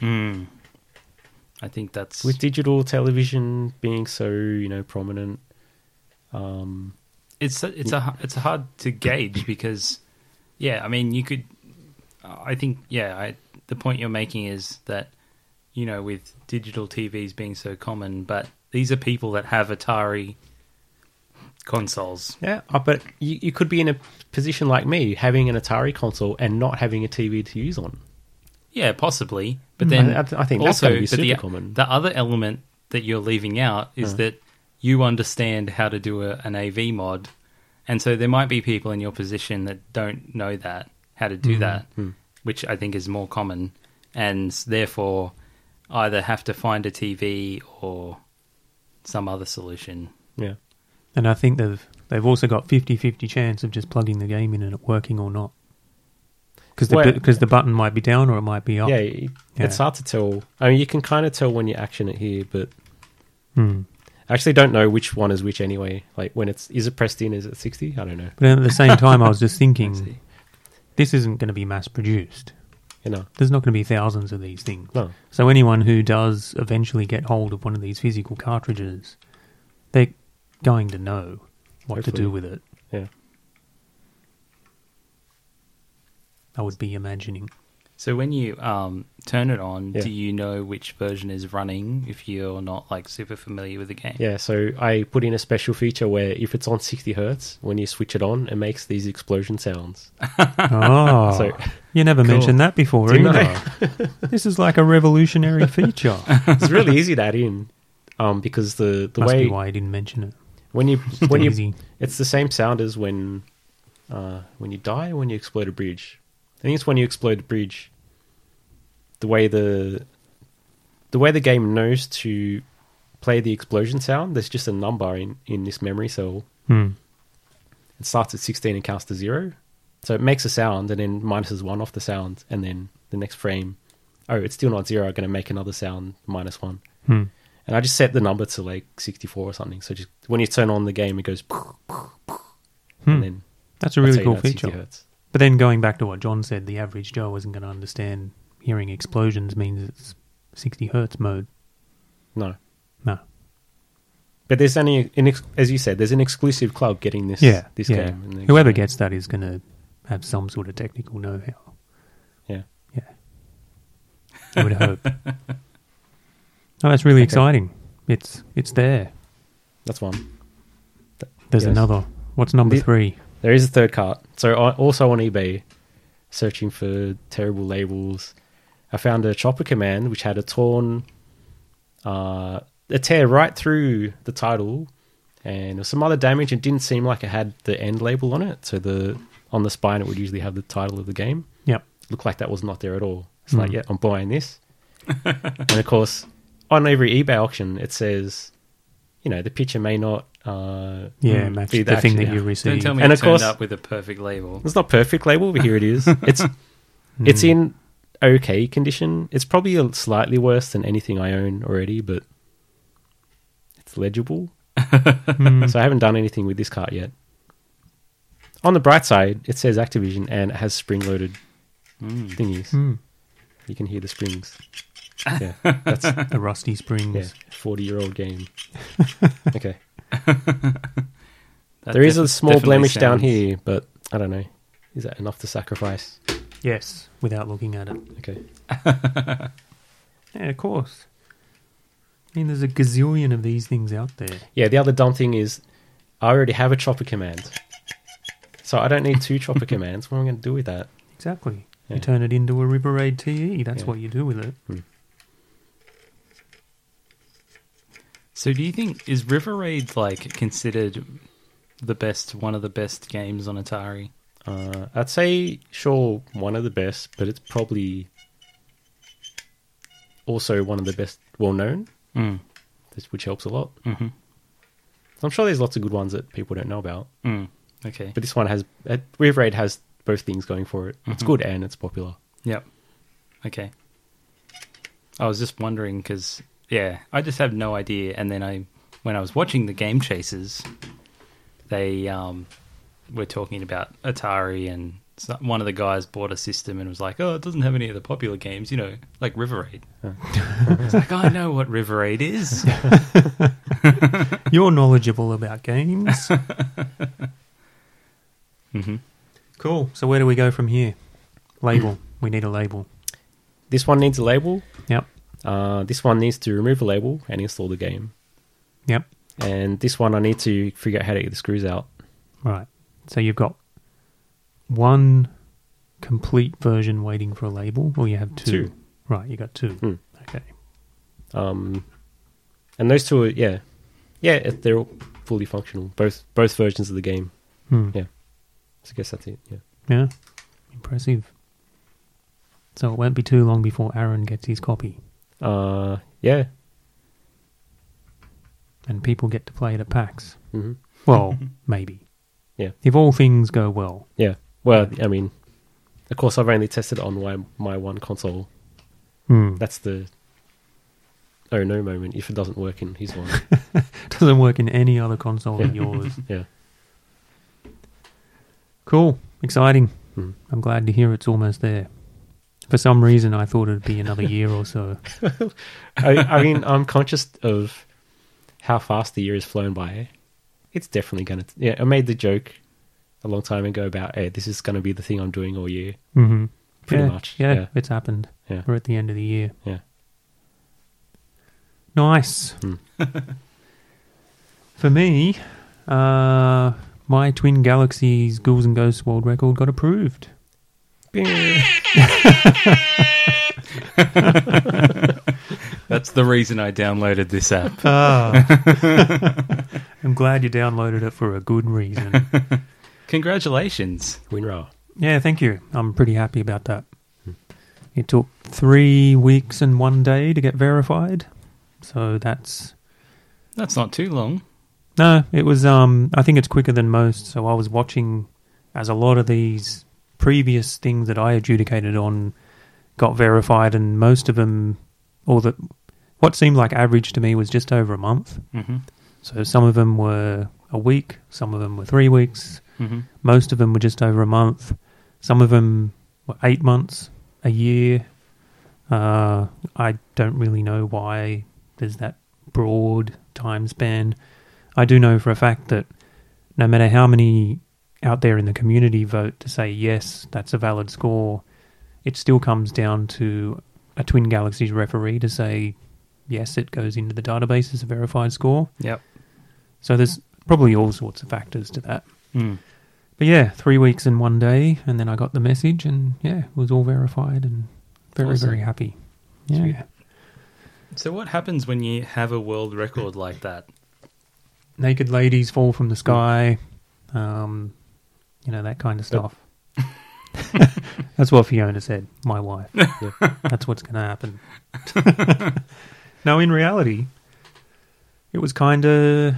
Mm. I think that's With digital television being so you know prominent, um, it's a, it's a it's hard to gauge because yeah i mean you could i think yeah I, the point you're making is that you know with digital tvs being so common but these are people that have atari consoles yeah. uh, But you, you could be in a position like me, having an Atari console and not having a TV to use on. yeah possibly but Mm. then I- I th- I think that's also gotta be but the, super common. the other element that you're leaving out is Huh. that you understand how to do a, an av mod and so there might be people in your position that don't know that how to Mm-hmm. do that Hmm. which I think is more common, and therefore either have to find a TV or some other solution. Yeah, And I think they've they've also got 50-50 chance of just plugging the game in and it working or not. Because the, Well- bu- 'cause the button might be down or it might be up. Oh. yeah, it- Yeah. It's hard to tell. I mean, you can kind of tell when you action it here, but Hmm. I actually don't know which one is which anyway. Like when it's is it pressed in? Is it sixty? I don't know. But then at the same time, I was just thinking, see. this isn't going to be mass produced. You know, There's not going to be thousands of these things. no. So anyone who does eventually get hold of one of these physical cartridges, they're going to know what to Hopefully. do with it. Yeah. I would be imagining. So when you um, turn it on, Yeah. do you know which version is running if you're not like super familiar with the game? Yeah, so I put in a special feature where if it's on 60 hertz, when you switch it on, it makes these explosion sounds. Oh, So- you never Cool. mentioned that before Didn't either. this is like a revolutionary feature. It's really easy to add in um, because the, the Must way be why you didn't mention it. when you when Too you easy. it's the same sound as when uh, when you die or when you explode a bridge. I think it's when you explode a bridge. The way the the way the game knows to play the explosion sound, there's just a number in, in this memory cell. Hmm. It starts at sixteen and counts to zero. So it makes a sound and then minuses one off the sound and then the next frame oh it's still not zero, I'm gonna make another sound minus one. Hmm. And I just set the number to like sixty four or something. So just when you turn on the game it goes Hmm. and then That's a that's really how you cool know it's 60 feature. hertz. But then going back to what John said, the average Joe isn't going to understand hearing explosions means it's 60 hertz mode. No, No. but there's only an ex- as you said, there's an exclusive club getting this. Yeah. this yeah. game. and they- Whoever gets that is going to have some sort of technical know how. yeah, Yeah. I would hope. Oh, that's really exciting. It's it's there. that's one. There's Yes. another. What's number The- three? There is a third cart. So I, also on eBay, searching for terrible labels, I found a chopper command which had a torn, uh, a tear right through the title, and there was some other damage. It didn't seem like it had the end label on it. So the on the spine it would usually have the title of the game. Yep. looked like that was not there at all. It's Hmm. like, yeah, I'm buying this. and of course, on every eBay auction, it says, you know, the picture may not uh, Yeah, Mm, match be the, the thing actual- that you yeah. receive. Don't tell me And it of turned course- up with a perfect label. it's not perfect label, but here it is. It's it's Mm. in okay condition. It's probably a slightly worse than anything I own already, but it's legible. Hmm. So I haven't done anything with this cart yet. On the bright side, it says Activision and it has spring-loaded Mm. thingies. Hmm. You can hear the springs. Yeah, that's The Rusty Springs. Yeah, forty-year-old game. okay, That there is defi- a small definitely blemish down sounds- here, but I don't know. Is that enough to sacrifice? Yes, without looking at it. Okay, Yeah, of course. I mean, there's a gazillion of these things out there. yeah. The other dumb thing is, I already have a chopper command, so I don't need two chopper commands. What am I going to do with that? Exactly. Yeah. You turn it into a River Raid TE. That's Yeah. what you do with it. So do you think is River Raid like considered the best one of the best games on Atari? Uh, I'd say sure one of the best, but it's probably also one of the best well-known, Mm. this- which helps a lot. hmm I'm sure there's lots of good ones that people don't know about, Mm. Okay. but this one has. Uh, River Raid has both things going for it. It's Mhm. good and it's popular. Yep. Okay. I was just wondering because yeah, I just have no idea. And then I, when I was watching the Game Chasers, they um, were talking about Atari, and so- one of the guys bought a system and was like, "Oh, it doesn't have any of the popular games, you know, like River Raid." I was like, "I know what River Raid is." You're knowledgeable about games. Mm-hmm. hmm cool. So where do we go from here? Label. we need a label. This one needs a label. Yep. Uh, this one needs to remove a label and install the game. Yep. And this one, I need to figure out how to get the screws out. Right. So you've got one complete version waiting for a label, or you have two. Two. Right. You got two. Hmm. Okay. Um, and those two are yeah, yeah, it- they're all fully functional. Both both versions of the game. Hmm. Yeah. So I guess that's it. Yeah. Yeah. Impressive. So it won't be too long before Aaron gets his copy Uh, yeah. and people get to play it at PAX. hmm Well, maybe. Yeah. If all things go well. Yeah. Well, I mean, of course, I've only tested it on my my one console. Hmm. That That's the oh no moment if it doesn't work in his one. doesn't work in any other console than Yeah. yours. yeah. Cool. Exciting. Mhm. I'm glad to hear it's almost there. For some reason, I thought it'd be another year or so. I, I mean, I'm conscious of how fast the year has flown by. It's definitely going to. Yeah, I made the joke a long time ago about, hey, this is going to be the thing I'm doing all year. Mm-hmm. Pretty yeah, much. Yeah, Yeah. it's happened. Yeah. We're at the end of the year. Yeah. Nice. Hmm. For me, uh, my Twin Galaxies Ghouls and Ghosts world record got approved. That's the reason I downloaded this app. I'm glad you downloaded it for a good reason. Congratulations. Winrar. yeah, thank you. I'm pretty happy about that. Hmm. It took three weeks and one day to get verified. So that's That's not too long. No, it was. Um, I think it's quicker than most. So I was watching as a lot of these previous things that I adjudicated on got verified, and most of them, or the what seemed like average to me was just over a month. Mm-hmm. So some of them were a week, some of them were three weeks, Mm-hmm. most of them were just over a month, some of them were eight months, a year. Uh, I don't really know why there's that broad time span. I do know for a fact that no matter how many out there in the community vote to say yes, that's a valid score, it still comes down to a Twin Galaxies referee to say yes, it goes into the database as a verified score. Yep. So there's probably all sorts of factors to that. Mm. But yeah, three weeks in one day, and then I got the message, and yeah, it was all verified and very, Awesome. very happy. Yeah. Sweet. So, what happens when you have a world record like that? Naked ladies fall from the sky, um, you know, that kind of stuff. That's what Fiona said, my wife. That's what's going to happen. now, in reality, it was kind of,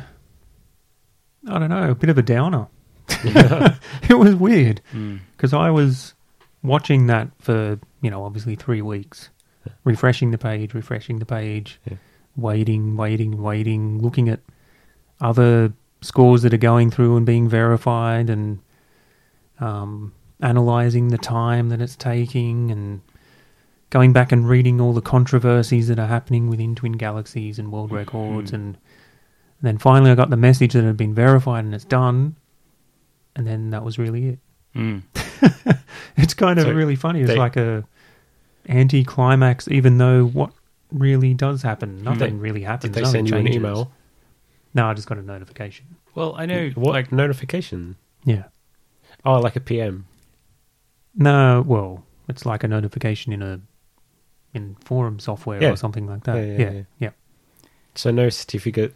I don't know, a bit of a downer. it was weird. Mm. because I was watching that for you know obviously three weeks, refreshing the page, refreshing the page, Yeah. waiting, waiting, waiting, looking at other scores that are going through and being verified, and um, analyzing the time that it's taking, and going back and reading all the controversies that are happening within Twin Galaxies and world records, and then finally I got the message that it had been verified and it's done, and then that was really it. Mm. It's kind of So really funny. It's they- like a anti-climax, even though what really does happen, nothing Mm. They- really happens. Did they nothing send you an changes. email? No, I just got a notification. Well, I know. What Like, notification? Yeah. Oh, like a PM. No, well, it's like a notification in a in forum software Yeah. or something like that. Yeah, Yeah, yeah, yeah. yeah. So no certificate.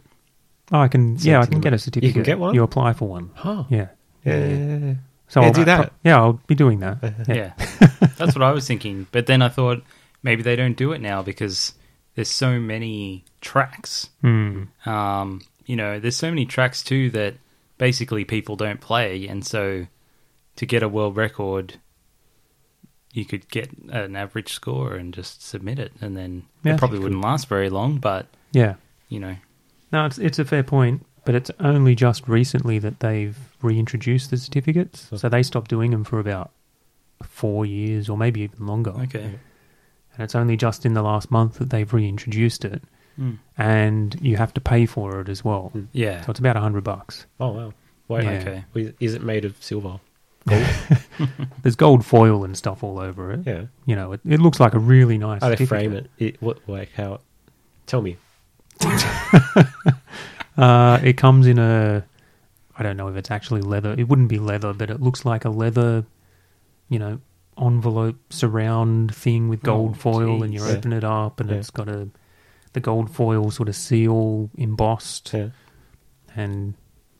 Oh, I can. Sent yeah, I to can them. get You a can certificate. get one? You apply for one. Huh. Yeah. Yeah. yeah, yeah. So Yeah, I'll, do that. Uh-huh. Yeah, I'll be doing that. Yeah. yeah. That's what I was thinking. But then I thought maybe they don't do it now because there's so many tracks. Hmm. Um, you know, there's so many tracks too that basically people don't play, and so to get a world record, you could get an average score and just submit it, and then Yeah. it probably wouldn't last very long. But Yeah. you know, No, it's it's a fair point, but it's only just recently that they've reintroduced the certificates. So they stopped doing them for about four years or maybe even longer. okay, And it's only just in the last month that they've reintroduced it, Hmm. Mm. and you have to pay for it as well. yeah, So it's about a hundred bucks. Oh wow. Why? Yeah. okay, we- Is it made of silver? There's gold foil and stuff all over it. Yeah. You know, it, it looks like a really nice. How they certificate. frame it? it? What? Like how? Tell me. Uh, it comes in a. I don't know if it's actually leather. It wouldn't be leather, but it looks like a leather, you know, envelope surround thing with gold Oh, foil, and you geez. Yeah. open it up, and Yeah. it's got a the gold foil sort of seal embossed, Yeah. and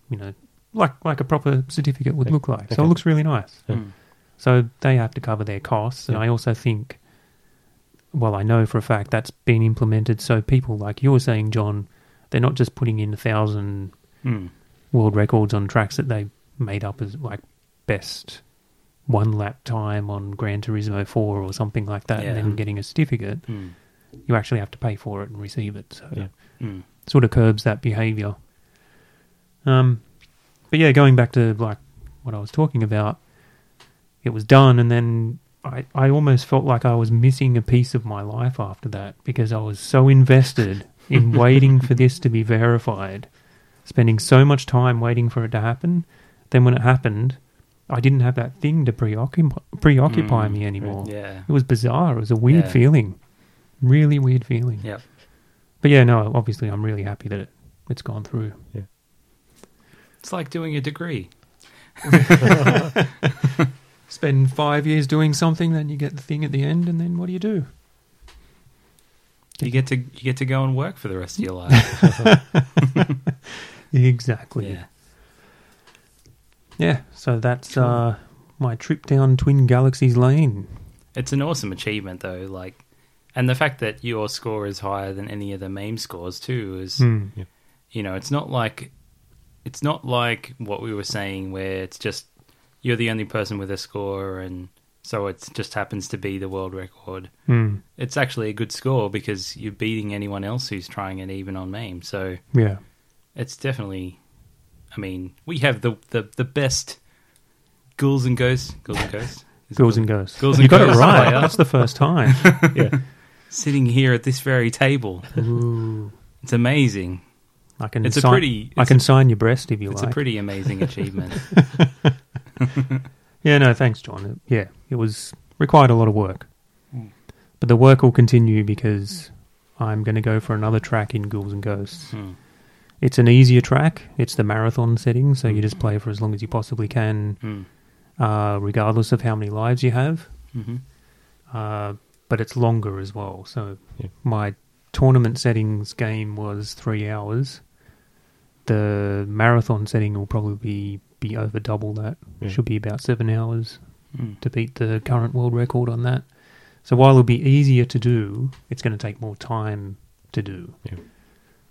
you know, like like a proper certificate would Okay. look like. So Okay. it looks really nice. Yeah. Mm. So they have to cover their costs, and Yeah. I also think, well, I know for a fact that's been implemented. So people like you were saying, John, they're not just putting in a thousand Mm. world records on tracks that they made up as like best one lap time on Gran Turismo 4 or something like that, and Yeah. then getting a certificate. Mm. You actually have to pay for it and receive it. So Yeah. Mm. sort of curbs that behavior. Um, but yeah, going back to like what I was talking about, it was done, and then I, I almost felt like I was missing a piece of my life after that because I was so invested in waiting for this to be verified, spending so much time waiting for it to happen. Then when it happened, I didn't have that thing to preoccupy, preoccupy me anymore. Mm, Yeah. It was bizarre. It was a weird Yeah. feeling. Really weird feeling. Yep. But yeah, no, obviously I'm really happy that it, it's gone through. It's like doing a degree. Spend five years doing something, then you get the thing at the end, and then what do you do? You get to you get to go and work for the rest of your life. Exactly. yeah. Yeah, so that's uh, my trip down Twin Galaxies Lane. It's an awesome achievement though, like and the fact that your score is higher than any of the meme scores too is Hmm. you know, it's not like it's not like what we were saying where it's just you're the only person with a score and so it just happens to be the world record. Mm. It's actually a good score because you're beating anyone else who's trying it even on MAME. So Yeah. it's definitely I mean, we have the the, the best ghouls and ghosts ghouls and ghosts. Is it Ghouls and Ghosts. Ghouls you and got it Ghosts right. player. That's the first time. yeah. sitting here at this very table. Ooh. It's amazing. I can It's a sign- pretty- I it's can a- sign your breast if you It's like. a pretty amazing achievement. Yeah, no, thanks, John. It- Yeah, it was required a lot of work, Hmm. but the work will continue because I'm going to go for another track in Ghouls and Ghosts. Hmm. It's an easier track. It's the marathon setting, so Mm. you just play for as long as you possibly can, Mm. uh, regardless of how many lives you have. hmm Uh, but it's longer as well. So Yeah. my tournament settings game was three hours. The marathon setting will probably be, be over double that. Yeah. Should be about seven hours Mm. to beat the current world record on that. So while it'll be easier to do, it's going to take more time to do. Yeah.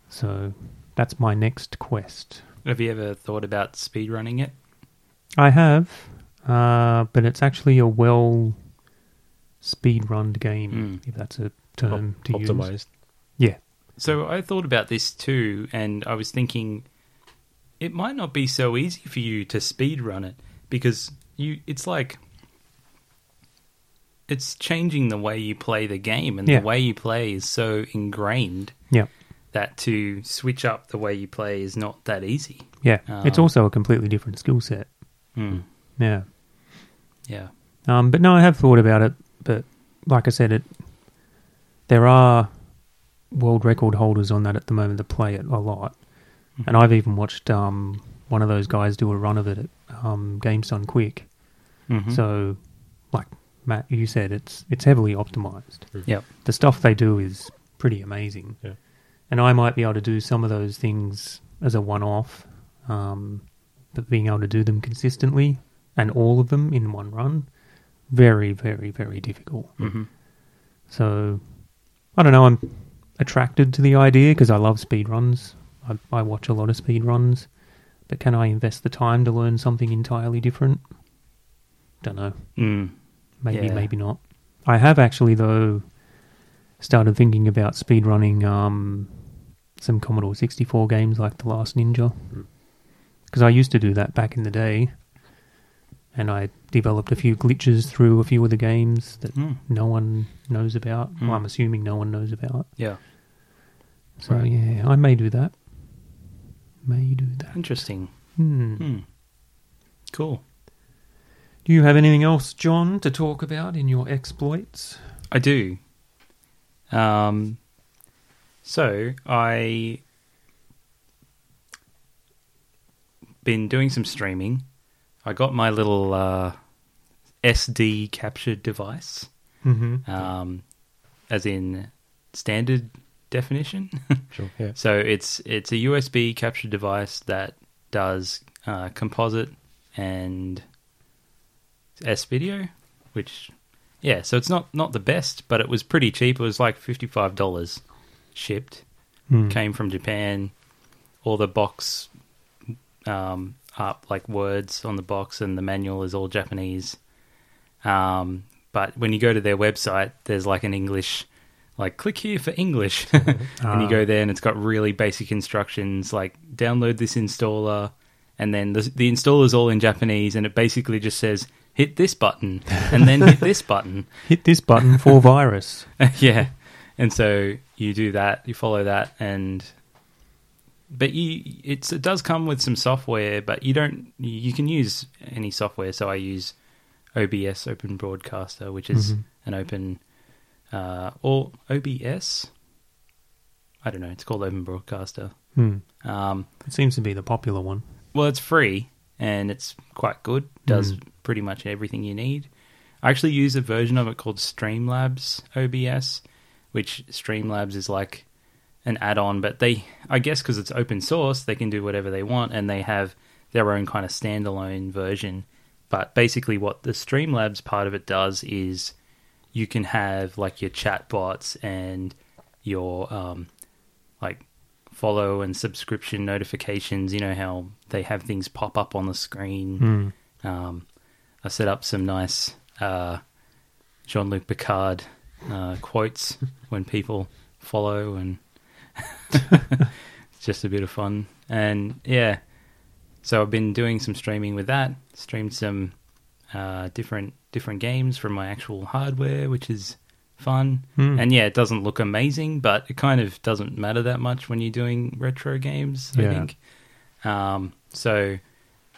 So that's my next quest. Have you ever thought about speedrunning it? I have, uh, but it's actually a well speedrunned game, Mm. if that's a Hmm. Op- term um, to use. optimized. Yeah. So I thought about this too, and I was thinking it might not be so easy for you to speed run it because you it's like it's changing the way you play the game, and Yeah. the way you play is so ingrained Yeah. that to switch up the way you play is not that easy. Yeah. Ah. it's Um, also a completely different skill set. Mm. Yeah. Yeah. Um, but no, I have thought about it. But like I said, it there are world record holders on that at the moment that play it a lot, Mm-hmm. and I've even watched um, one of those guys do a run of it at um, Games Done Quick. Mm-hmm. Mhm. Mm-hmm. So, like Matt, you said, it's it's heavily optimized. Yep. The stuff they do is pretty amazing, Hmm. Yeah. and I might be able to do some of those things as a one-off, um, but being able to do them consistently and all of them in one run, very, very, very difficult. Mm-hmm. So, I don't know. I'm attracted to the idea because I love speedruns. I, I watch a lot of speedruns. But can I invest the time to learn something entirely different? Don't know. Mm. Maybe, Yeah. maybe not. I have actually, though, started thinking about speedrunning um, some Commodore 64 games like The Last Ninja. Because I used to do that back in the day. And I developed a few glitches through a few of the games that Mm. no one knows about. Mm. Well, I'm assuming no one knows about. Yeah. So Right. yeah, I may do that. May do that. Interesting. Hmm. Hmm. Cool. Do you have anything else, John, to talk about in your exploits? I do. Um, so I been doing some streaming. I got my little uh, SD capture device, Mm-hmm. um, as in standard definition. Sure. Yeah. So it's it's a USB capture device that does uh, composite and S video, which yeah, so it's not not the best, but it was pretty cheap. It was like fifty five dollars shipped. Hmm. Came from Japan. All the box um, up like words on the box and the manual is all Japanese. Um, but when you go to their website, there's like an English, like click here for English, and Ah. you go there and it's got really basic instructions like download this installer, and then the, the installer's all in Japanese, and it basically just says hit this button and then hit this button, Hit this button for virus. yeah, and so you do that, you follow that, and but you, it's it does come with some software, but you don't you can use any software. So I use OBS Open Broadcaster, which is Mhm. an open uh, or OBS. I don't know. It's called Open Broadcaster. Hmm. Um, It seems to be the popular one. well, it's free and it's quite good. Does pretty much everything you need. I actually use a version of it called Streamlabs OBS, which Streamlabs is like an add-on, but they, I guess, because it's open source, they can do whatever they want, and they have their own kind of standalone version. But basically, what the Streamlabs part of it does is you can have like your chatbots and your um, like follow and subscription notifications. You know how they have things pop up on the screen. Mm. Um, I set up some nice uh, Jean Luc Picard uh, quotes when people follow, and it's just a bit of fun. And yeah, so I've been doing some streaming with that. Streamed some uh, different different games from my actual hardware, which is fun. Hmm. And yeah, it doesn't look amazing, but it kind of doesn't matter that much when you're doing retro games. I Yeah. think. Um, so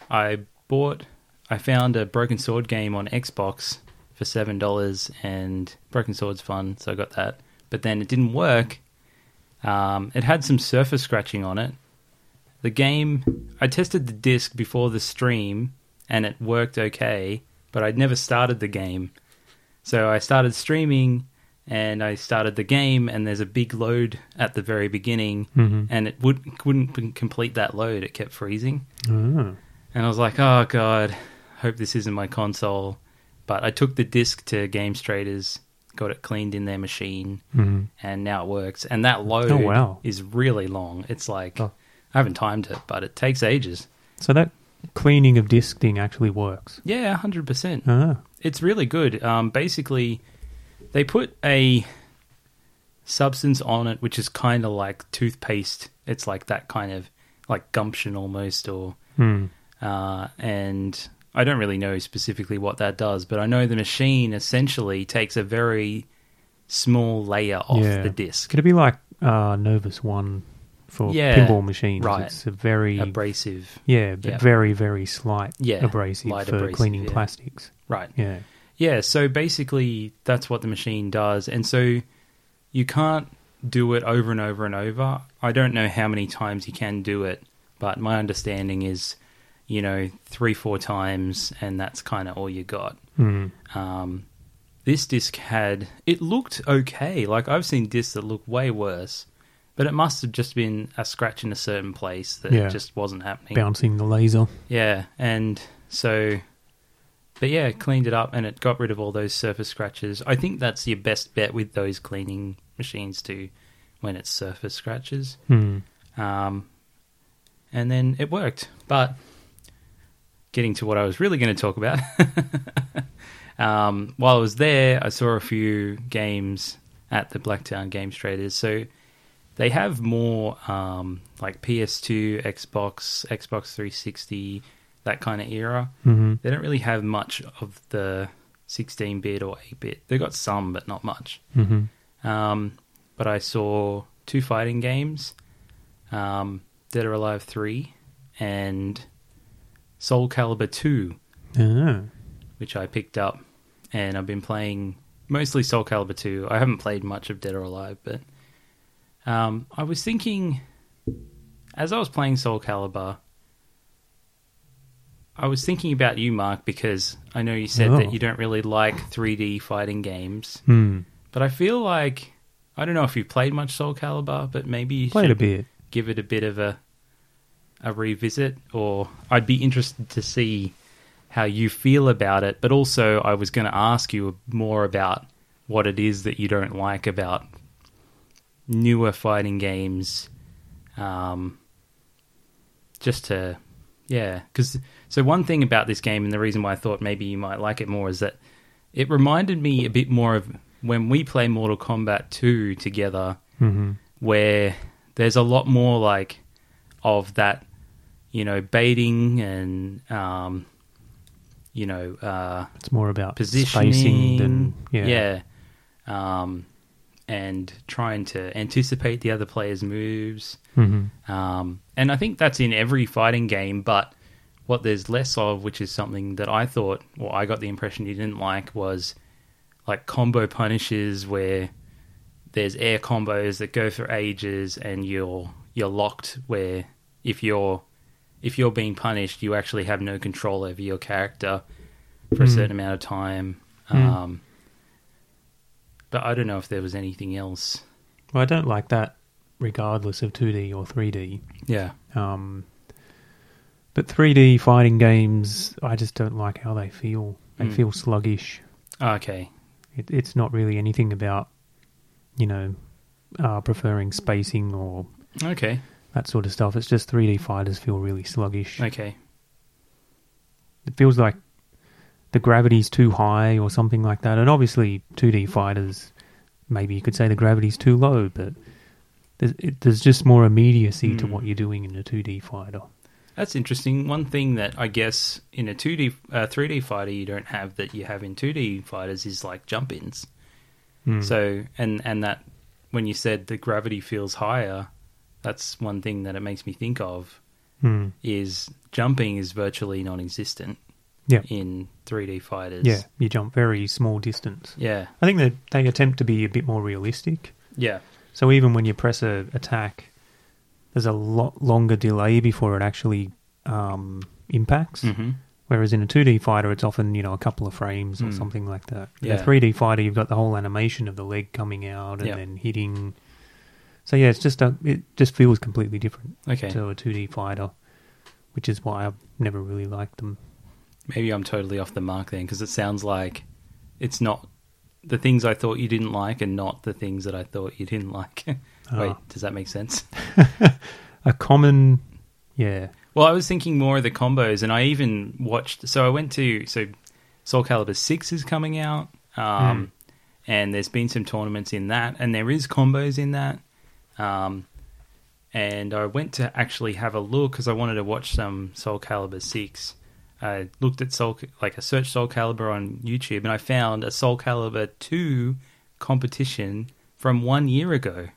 I bought, I found a Broken Sword game on Xbox for seven dollars, and Broken Sword's fun, so I got that. But then it didn't work. Um, it had some surface scratching on it. The game, I tested the disc before the stream, and it worked okay, but I'd never started the game. So I started streaming and I started the game, and there's a big load at the very beginning, Mhm. and it would, couldn't p- complete that load. It kept freezing. Ah. And I was like, oh, God, hope this isn't my console. But I took the disc to Games Traders, got it cleaned in their machine, Mhm. and now it works. And that load Oh, wow. is really long. It's like, Oh. I haven't timed it, but it takes ages. So that cleaning of disk thing actually works. Yeah, 100%. Ah. it's really good. Um, basically, they put a substance on it which is kind of like toothpaste. It's like that kind of like gumption almost, or Hmm. uh, and I don't really know specifically what that does, but I know the machine essentially takes a very small layer off Yeah. the disc, Could it be like uh, Novus One for Yeah, pinball machines? right. It's a very abrasive, yeah, b- yeah. very very slight Yeah, abrasive light for abrasive, cleaning yeah. plastics. right? Yeah. Yeah, so basically that's what the machine does. And so you can't do it over and over and over. I don't know how many times you can do it, but my understanding is, you know, three, four times, and that's kind of all you got. Hmm. Um, this disc had, it looked okay. Like I've seen discs that look way worse, but it must have just been a scratch in a certain place that Yeah. just wasn't happening. Bouncing the laser. Yeah, and so, but yeah, cleaned it up and it got rid of all those surface scratches. I think that's your best bet with those cleaning machines too, when it's surface scratches. Hmm. Um, and then it worked. But getting to what I was really going to talk about, um, while I was there, I saw a few games at the Blacktown Games Traders. So they have more um, like PS2, Xbox, Xbox 360, that kind of era. hmm They don't really have much of the 16 bit or 8 bit. They've got some, but not much hmm um, but I saw two fighting games, um, Dead or Alive three, and Soul Calibur two, Ah. which I picked up, and I've been playing mostly Soul Calibur two. I haven't played much of Dead or Alive, but um, I was thinking as I was playing Soul Calibur. I was thinking about you, Mark, because I know you said Oh. that you don't really like 3D fighting games. Hmm. But I feel like I don't know if you've played much Soul Calibur, but maybe you Played a should bit. give it a bit of a a revisit. Or I'd be interested to see how you feel about it. But also, I was going to ask you more about what it is that you don't like about newer fighting games. Um, just to yeah, because so one thing about this game and the reason why I thought maybe you might like it more is that it reminded me a bit more of when we play Mortal Kombat 2 together, hmm where there's a lot more like of that, you know, baiting and, um, you know, uh, It's more about positioning spacing than yeah. yeah. Um, and trying to anticipate the other player's moves. hmm Um, and I think that's in every fighting game, but what there's less of, which is something that I thought, or I got the impression you didn't like, was like combo punishes where there's air combos that go for ages and you're you're locked where if you're if you're being punished you actually have no control over your character for a Mm. certain amount of time. Um, but I don't know if there was anything else. Well, I don't like that, regardless of 2D or 3D. Yeah. Um, but 3D fighting games, I just don't like how they feel. They Mm. feel sluggish. Okay. It, it's not really anything about, you know, uh, preferring spacing or Okay. that sort of stuff. It's just 3D fighters feel really sluggish. Okay. it feels like the gravity's too high or something like that. And obviously, 2D fighters, maybe you could say the gravity's too low, but there's, it, there's just more immediacy to Hmm. what you're doing in a 2D fighter. That's interesting. One thing that I guess in a 2D, uh, 3D fighter you don't have that you have in 2D fighters is like jump ins. Mm. So, and, and that when you said the gravity feels higher, that's one thing that it makes me think of Hmm. is jumping is virtually non existent yeah, in 3D fighters. yeah, you jump very small distance. Yeah. I think that they attempt to be a bit more realistic. Yeah. So even when you press a attack, there's a lot longer delay before it actually um, impacts. hmm Whereas in a 2D fighter, it's often, you know, a couple of frames or Mm. something like that. In Yeah. a 3D fighter, you've got the whole animation of the leg coming out and Yep. then hitting. So yeah, it's just a, it just feels completely different Okay. to a 2D fighter, which is why I've never really liked them. Maybe I'm totally off the mark then because it sounds like it's not the things I thought you didn't like and not the things that I thought you didn't like. Wait, Ah. does that make sense? A common, yeah, Well, I was thinking more of the combos, and I even watched. So I went to so Soul Calibur Six is coming out, um, and there's been some tournaments in that, and there is combos in that. Um, and I went to actually have a look because I wanted to watch some Soul Calibur Six. I looked at Soul like I searched Soul Calibur on YouTube, and I found a Soul Calibur Two competition from one year ago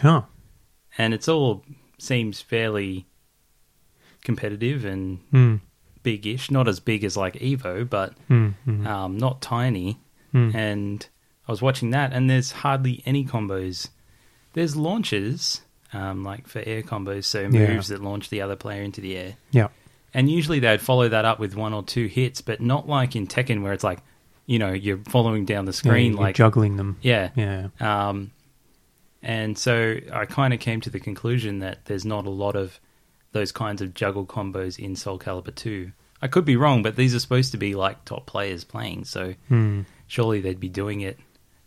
huh? and it's all seems fairly competitive and Hmm. big-ish. Not as big as like Evo, but Hmm. Hmm. um, not tiny. Hmm. And I was watching that, and there's hardly any combos. There's launches, um, like for air combos, so Yeah. moves that launch the other player into the air. Yeah. And usually they'd follow that up with one or two hits, but not like in Tekken where it's like, you know, you're following down the Yeah, screen, you're like juggling them. yeah, Yeah. um, and so I kind of came to the conclusion that there's not a lot of those kinds of juggle combos in Soul Calibur 2. I could be wrong, but these are supposed to be like top players playing, so Hmm. surely they'd be doing it.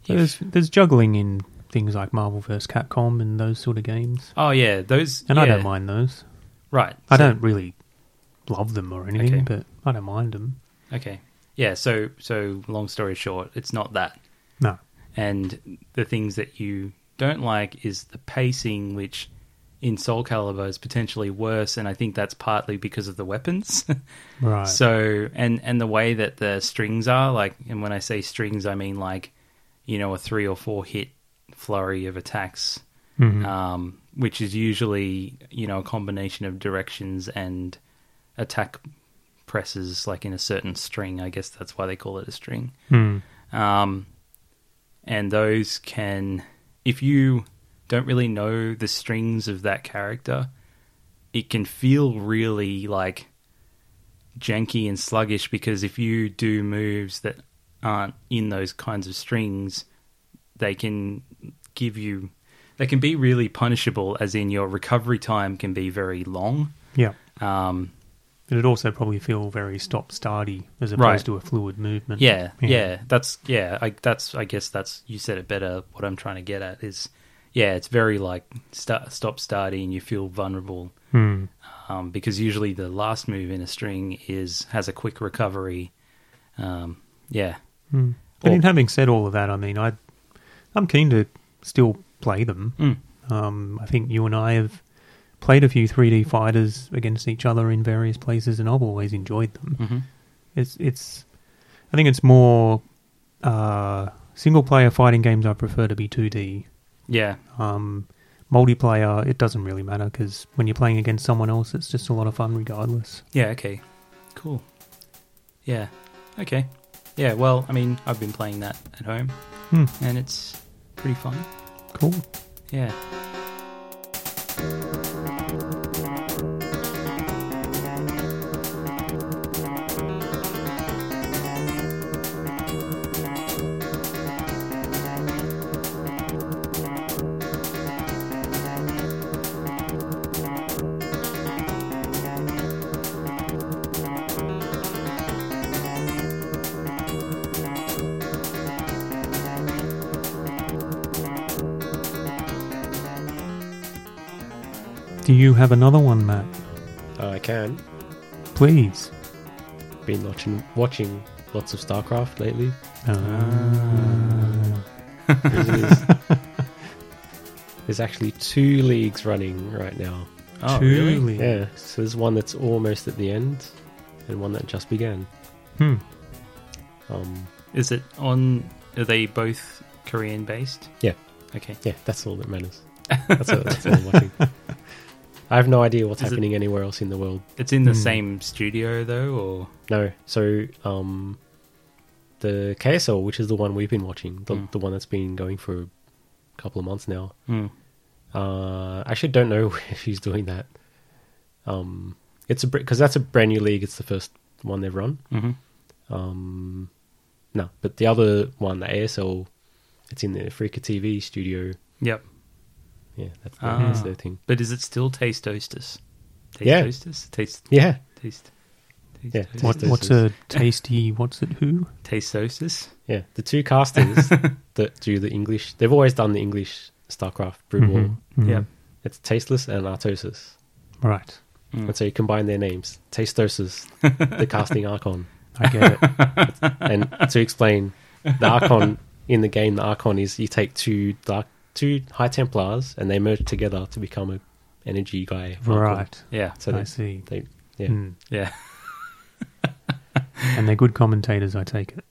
if- There's there's juggling in things like Marvel vs. Capcom and those sort of games, oh, yeah, those. and I yeah, don't mind those. Right. I so- don't really love them or anything, Okay. but I don't mind them. Okay. Yeah, so, so long story short, it's not that. No. and the things that you don't like is the pacing, which in Soul Calibur is potentially worse, and I think that's partly because of the weapons. Right. so and and the way that the strings are like, and when I say strings, I mean like you know a three or four hit flurry of attacks, Mhm. um, which is usually you know a combination of directions and attack presses, like in a certain string. I guess that's why they call it a string Hmm. um, and those can if you don't really know the strings of that character it can feel really like janky and sluggish because if you do moves that aren't in those kinds of strings they can give you they can be really punishable as in your recovery time can be very long Yeah. um, But it also probably feel very stop starty as opposed Right. to a fluid movement. Yeah, yeah, That's yeah. I, that's I guess that's you said it better. What I'm trying to get at is, yeah, it's very like sta stop starting. and You feel vulnerable Hmm. um, because usually the last move in a string is has a quick recovery. Um, yeah, Hmm. But Or- in having said all of that, I mean, I, I'm keen to still play them. Mm. Um, I think you and I have played a few 3D fighters against each other in various places, and I've always mm-hmm. enjoyed them. Mhm. It's it's. I think it's more uh, Single player fighting games, I prefer to be 2D. Yeah. Um, multiplayer, it doesn't really matter because when you're playing against someone else, it's just a lot of fun regardless. Yeah, okay. Cool. Yeah. Okay. Yeah, well, I mean, I've been playing that at home Hmm, and it's pretty fun. cool. Yeah. Do you have another one, Matt? Uh, I can. Please. Been watching watching lots of StarCraft lately. Ah. There's, there's actually two leagues running right now. Oh, Two really? leagues. Yeah, so there's one that's almost at the end, and one that just began. Hmm. Um, Is it on? Are they both Korean based? Yeah. Okay. yeah, that's all that matters. That's all, that's all I'm watching. I have no idea what's Is it- happening anywhere else in the world. It's in the Hmm. same studio though, or No, so um, the KSL, which is the one we've been watching, the, Mm. the one that's been going for a couple of months now. Hmm. Uh, I actually don't know if he's doing that. Um, it's a because that's a brand new league. It's the first one they've run. Mhm. Um, no, but the other one, the ASL, it's in the Africa TV studio. Yep. Yeah, that's, the, Ah. that's their thing. But is it still Taste Hostess? Taste Yeah. Hostess? Taste Yeah, Taste Taste Yeah, Hostess? What, Taste what's a tasty? What's it? Who? Taste Hostess? yeah. The two casters that do the English, they've always done the English StarCraft Mm-hmm. Brood War. Mhm. Yep. It's Tasteless and Artosis. Right. Mm. And so you combine their names, Tastosis, the casting Archon. I get it. And to explain, the Archon in the game, the Archon is you take two dark, two High Templars and they merge together to become a energy guy. Archon. right. Yeah. So I they, see. they yeah. Hmm. Yeah. And they're good commentators, I take it.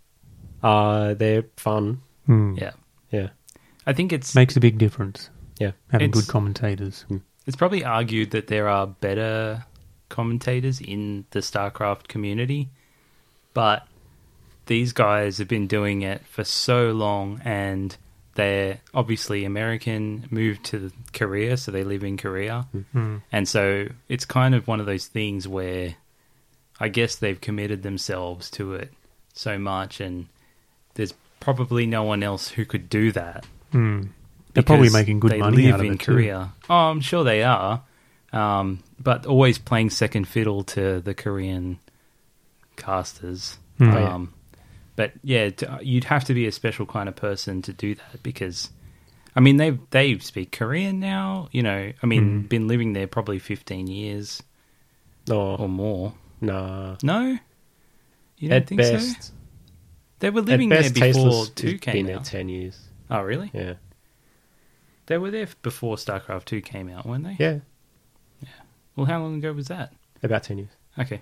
Uh, they're fun. Hmm. Yeah. Yeah. I think it's Makes a big difference Yeah. having It's- good commentators. Hmm. it's probably argued that there are better commentators in the StarCraft community, but these guys have been doing it for so long and they're obviously American, moved to Korea, so they live in Korea. Hmm. And so it's kind of one of those things where I guess they've committed themselves to it so much, and there's probably no one else who could do that. Hmm. They're probably because making good they money live out of in it, too. Korea. Oh, I'm sure they are, um, but always playing second fiddle to the Korean casters. Hmm. Oh, yeah. Um, But yeah, to, you'd have to be a special kind of person to do that because, I mean, they they speak Korean now. You know, I mean, Hmm. been living there probably 15 years or No, more. nah. No, you don't at think so? best, They were at living there best, before Tasteless two has came been there out. ten years. oh, really? Yeah, They were there before StarCraft two came out, weren't they? yeah, Well, how long ago was that? about ten years. Okay.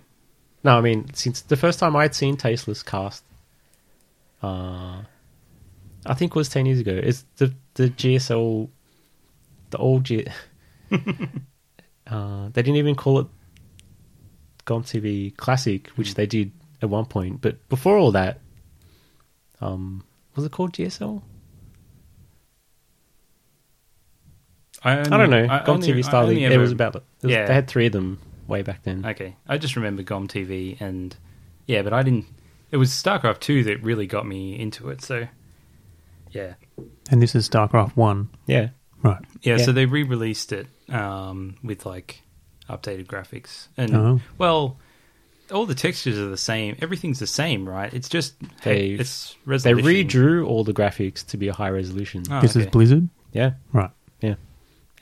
No, I mean, since the first time I'd seen Tasteless cast, uh, I think was ten years ago. It's the the GSL, the old G. uh, they didn't even call it GOM TV Classic, Hmm. which they did at one point. But before all that, um, was it called GSL? I, only, I don't know. GOM only- TV Star only League. ever- There was about there was- Yeah. they had three of them way back then. Okay, I just remember GOM TV and yeah, but I didn't. It was StarCraft two that really got me into it. So yeah, And this is StarCraft 1. Yeah, Right. yeah. Yeah. So they re-released it um, with like updated graphics and Uh-huh. Oh. well, all the textures are the same. Everything's the same, right? It's just They- it's they resolution. redrew all the graphics to be a high resolution. Oh, this is okay. Blizzard. Yeah. Right. Yeah,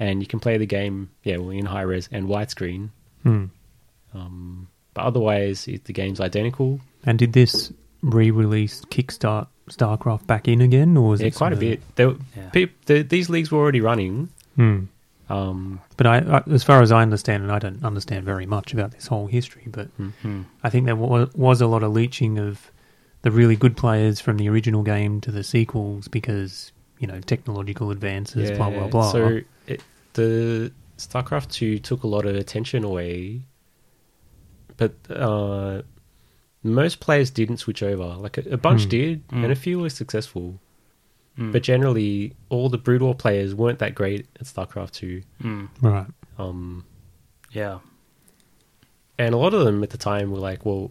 and you can play the game yeah well, in high res and widescreen. Hmm. Um, but otherwise, it, the game's identical. And did this re-release kickstart StarCraft back in again, or was Yeah, it quite a sort of- bit. There, Yeah. peop, the, these leagues were already running. Hmm. Um, But I, I, as far as I understand, and I don't understand very much about this whole history, but Hmm. I think there wa- was a lot of leeching of the really good players from the original game to the sequels because you know technological advances, blah blah blah. So it, the StarCraft two took a lot of attention away, but uh, most players didn't switch over. Like a, a bunch Hmm. did, Hmm. and a few were successful. Mm. But generally, all the Brood War players weren't that great at StarCraft two. Mm. right, Um, Yeah. and a lot of them at the time were like, "Well,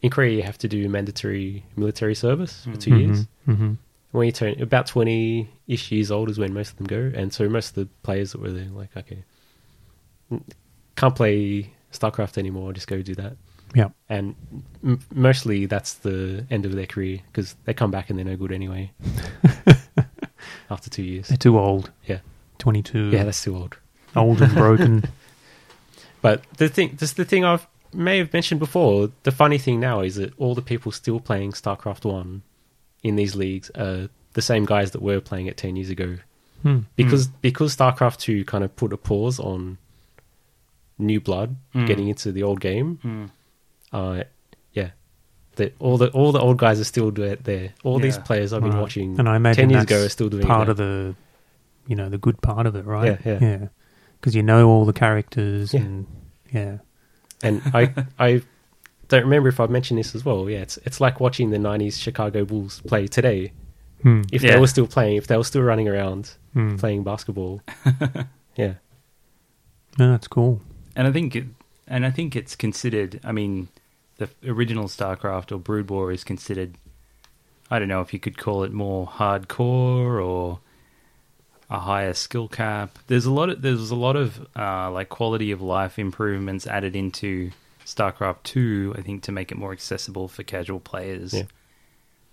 in Korea you have to do mandatory military service for 2 years." hmm when you turn about 20 ish years old is when most of them go and so most of the players that were there like okay can't play starcraft anymore just go do that yeah, and m- mostly that's the end of their career because they come back and they're no good anyway after two years they're too old. yeah Twenty two, yeah that's too old old and broken. but the thing this the thing i've may have mentioned before the funny thing now is that all the people still playing starcraft 1 in these leagues are the same guys that were playing it 10 years ago Hmm. because because StarCraft two kind of put a pause on new blood Hmm. Mm. getting into the old game. Mm. Uh, yeah, that all the all the old guys are still do- there. All these Yeah. players I've been Right. watching and I imagine ten years that's ago are still doing part that. of the, you know, the good part of it, right? Yeah, yeah. Because you know all the characters Yeah. and yeah, and I I don't remember if I've mentioned this as well. Yeah, it's it's like watching the '90s Chicago Bulls play today. Hmm. If Yeah. Mm. they were still playing, if they were still running around Hmm. playing basketball, yeah, No, that's cool. and I think it, and I think it's considered. I mean, the original StarCraft or Brood War is considered. I don't know if you could call it more hardcore or a higher skill cap. There's a lot of there's a lot of uh, like quality of life improvements added into StarCraft Two. I think to make it more accessible for casual players, Yeah.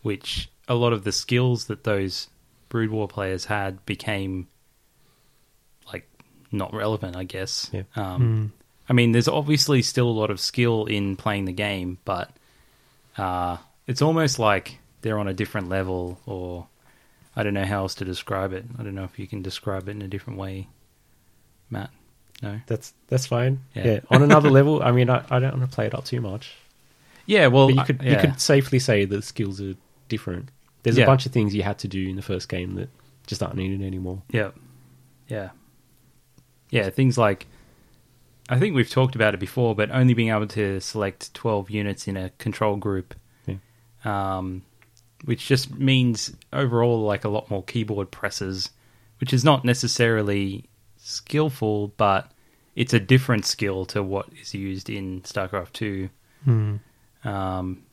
which a lot of the skills that those Brood War players had became like not relevant, I guess. Yeah. Um, Hmm, I mean, there's obviously still a lot of skill in playing the game, but uh, it's almost like they're on a different level, or I don't know how else to describe it. I don't know if you can describe it in a different way, Matt. No. that's that's fine. Yeah. Yeah, on another level. I mean, I, I don't want to play it up too much. Yeah. Well, But you I- could you yeah. could safely say that skills are different. There's Yeah. a bunch of things you had to do in the first game that just aren't needed anymore. Yeah. Yeah. Yeah, things like I think we've talked about it before, but only being able to select 12 units in a control group. Yeah. Um which just means overall like a lot more keyboard presses, which is not necessarily skillful, but it's a different skill to what is used in StarCraft 2. Hmm. Um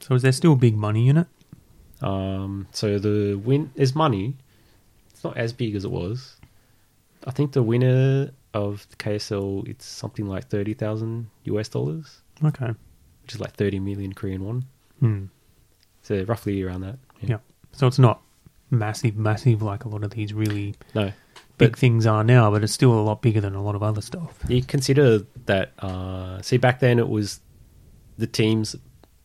So is there still big money in it? Um, so the win is money. It's not as big as it was. I think the winner of the KSL it's something like thirty thousand US dollars, Okay. which is like thirty million Korean won. Hmm. So roughly around that. Yeah. So it's not massive, massive like a lot of these really No. big But- things are now, but it's still a lot bigger than a lot of other stuff. You consider that. Uh, see, back then it was the teams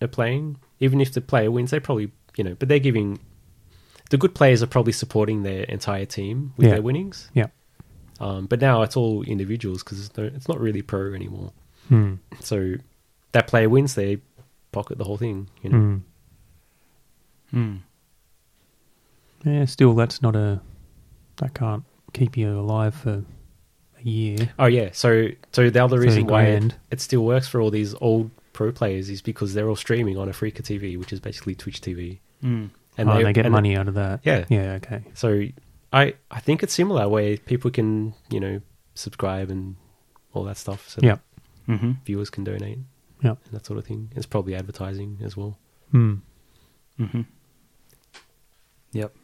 are playing. Even if the player wins, they probably you know, but they're giving the good players are probably supporting their entire team with Yeah. their winnings. Yeah. Um, but now it's all individuals because it's, no, it's not really pro anymore. Hmm. So that player wins, they pocket the whole thing. You know, Hmm. hmm. Yeah. Still, that's not a that can't keep you alive for a year. Oh yeah, so so the other 30 reason why grand. it, it still works for all these old pro players is because they're all streaming on Africa TV, which is basically Twitch TV, Hmm. And, oh, they, and they get and- money out of that. Yeah. Yeah. Okay. So I I think it's similar where people can you know subscribe and all that stuff. So that Yeah. Mhm. viewers can donate and Yeah. that sort of thing. It's probably advertising as well. Hmm. Mhm. Yep.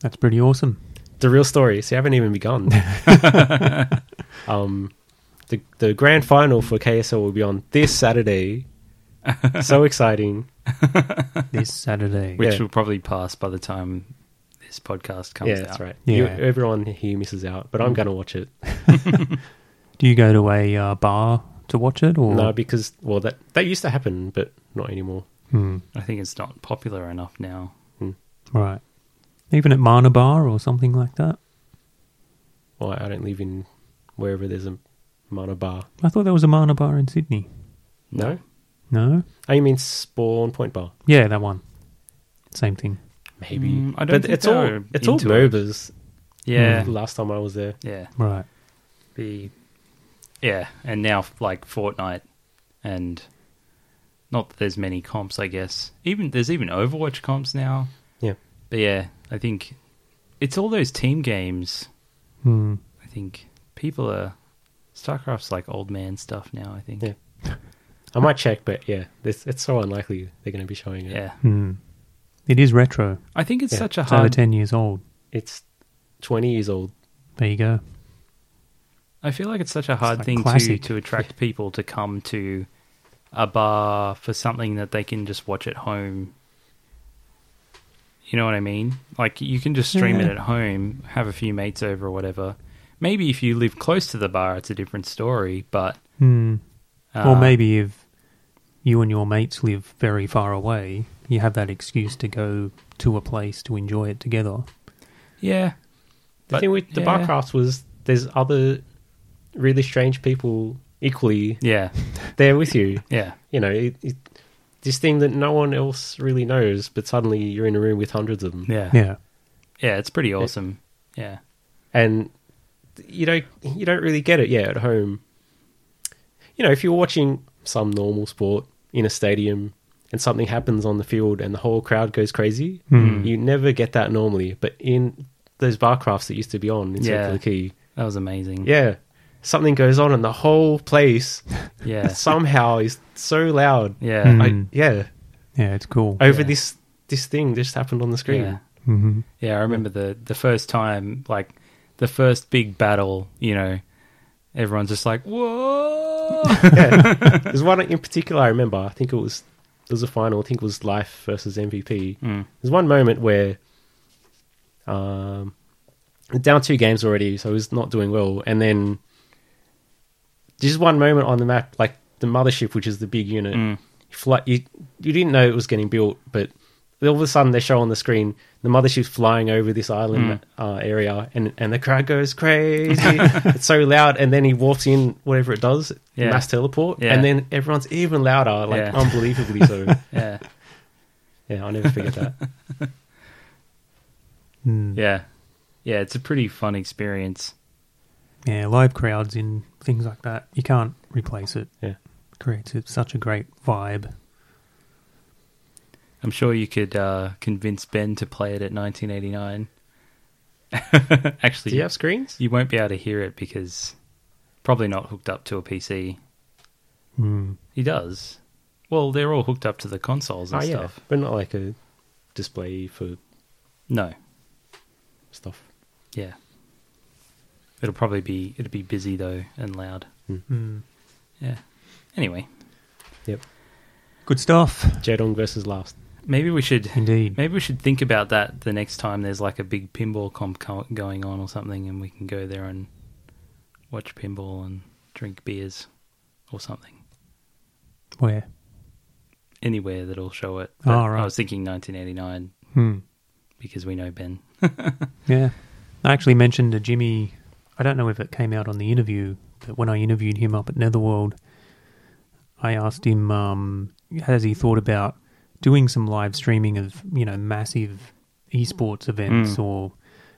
That's pretty awesome. The real story. See, I haven't even begun. um, the the grand final for KSL will be on this Saturday. so exciting! This Saturday. Which Yeah. will probably pass by the time this podcast comes yeah, out. that's right. Yeah. You, everyone here misses out, but I'm going to watch it. Do you go to a uh, bar to watch it, or No, because well, that that used to happen, but not anymore. Hmm. Hmm. I think it's not popular enough now. Right. Even at Mana Bar or something like that. Well, I don't live in wherever there's a mono bar. I thought there was a Mana Bar in Sydney. No, No? Oh, you mean spawn point bar? Yeah, that one. Same thing. Maybe. Mm, I don't but think it's all they're it's all into it. MOBAs. Yeah, Last time I was there, yeah, Right. be yeah, and now like Fortnite, and not that there's many comps, I guess. Even there's even Overwatch comps now. Yeah. but yeah, I think it's all those team games. Hmm. I think people are StarCraft's like old man stuff now. I think Yeah. I might check, but yeah, this, it's so unlikely they're going to be showing it. yeah. Hmm. It is retro. I think it's Yeah. such a It's over hard 10 years old. It's twenty years old. There you go. I feel like it's such a hard like thing classic. to to attract people to come to a bar for something that they can just watch at home. You know what I mean? Like you can just stream it Yeah. at home, have a few mates over or whatever. Maybe if you live close to the bar, it's a different story. But Hmm. uh, or maybe if you and your mates live very far away, you have that excuse to go to a place to enjoy it together. yeah, The But- thing with the yeah. Barcraft was there's other really strange people equally yeah, there with you. yeah, You know, it, it, this thing that no one else really knows, but suddenly you're in a room with hundreds of them, yeah, Yeah. yeah. It's pretty awesome. Yeah, and you don't you don't really get it. Yeah, at home, you know, if you're watching some normal sport in a stadium and something happens on the field and the whole crowd goes crazy, Hmm. you never get that normally. But in those Barcrafts that used to be on in Yeah. Circular Key, that was amazing. yeah, something goes on and the whole place yeah, somehow is so loud. yeah. Mm. I, yeah, Yeah, it's cool. over Yeah. this this thing just happened on the screen. Yeah. hmm Yeah, I remember the the first time, like the first big battle. You know, everyone's just like, "Whoa!" Yeah. There's one in particular I remember. I think it was it was a final. I think it was Life versus MVP. Mm. There's one moment where um down two games already, so he's not doing well, and then just one moment on the map, like the mothership, which is the big unit. Mm. Fly, you you didn't know it was getting built, but all of a sudden they show on the screen the mothership's flying over this Mm. island uh, area, and and the crowd goes crazy. it's so loud, and then he walks in whatever it does, Yeah. mass teleport, Yeah. and then everyone's even louder, like Yeah. unbelievably so. yeah, yeah, I'll never forget that. yeah, yeah. It's a pretty fun experience. Yeah, live crowds in things like that, you can't replace it. Yeah. Creates it- such a great vibe. I'm sure you could uh, convince Ben to play it at 1989. Do Actually, you have screens? you won't be able to hear it because probably not hooked up to a PC. Mm. He does. Well, they're all hooked up to the consoles Oh, and stuff. but not like a display for No, stuff. yeah. It'll probably be it'll be busy though and loud. Mm. Yeah. Anyway, Yep. Good stuff. Jedong versus last. maybe we should Indeed. maybe we should think about that the next time there's like a big pinball comp co- going on or something, and we can go there and watch pinball and drink beers or something Where? anywhere that'll show it. Oh, But right. I was thinking 1989 Hmm. because we know Ben. Yeah. I actually mentioned to Jimmy, I don't know if it came out on the interview, but when I interviewed him up at Netherworld, I asked him, um, has he thought about doing some live streaming of, you know, massive esports events Mm. or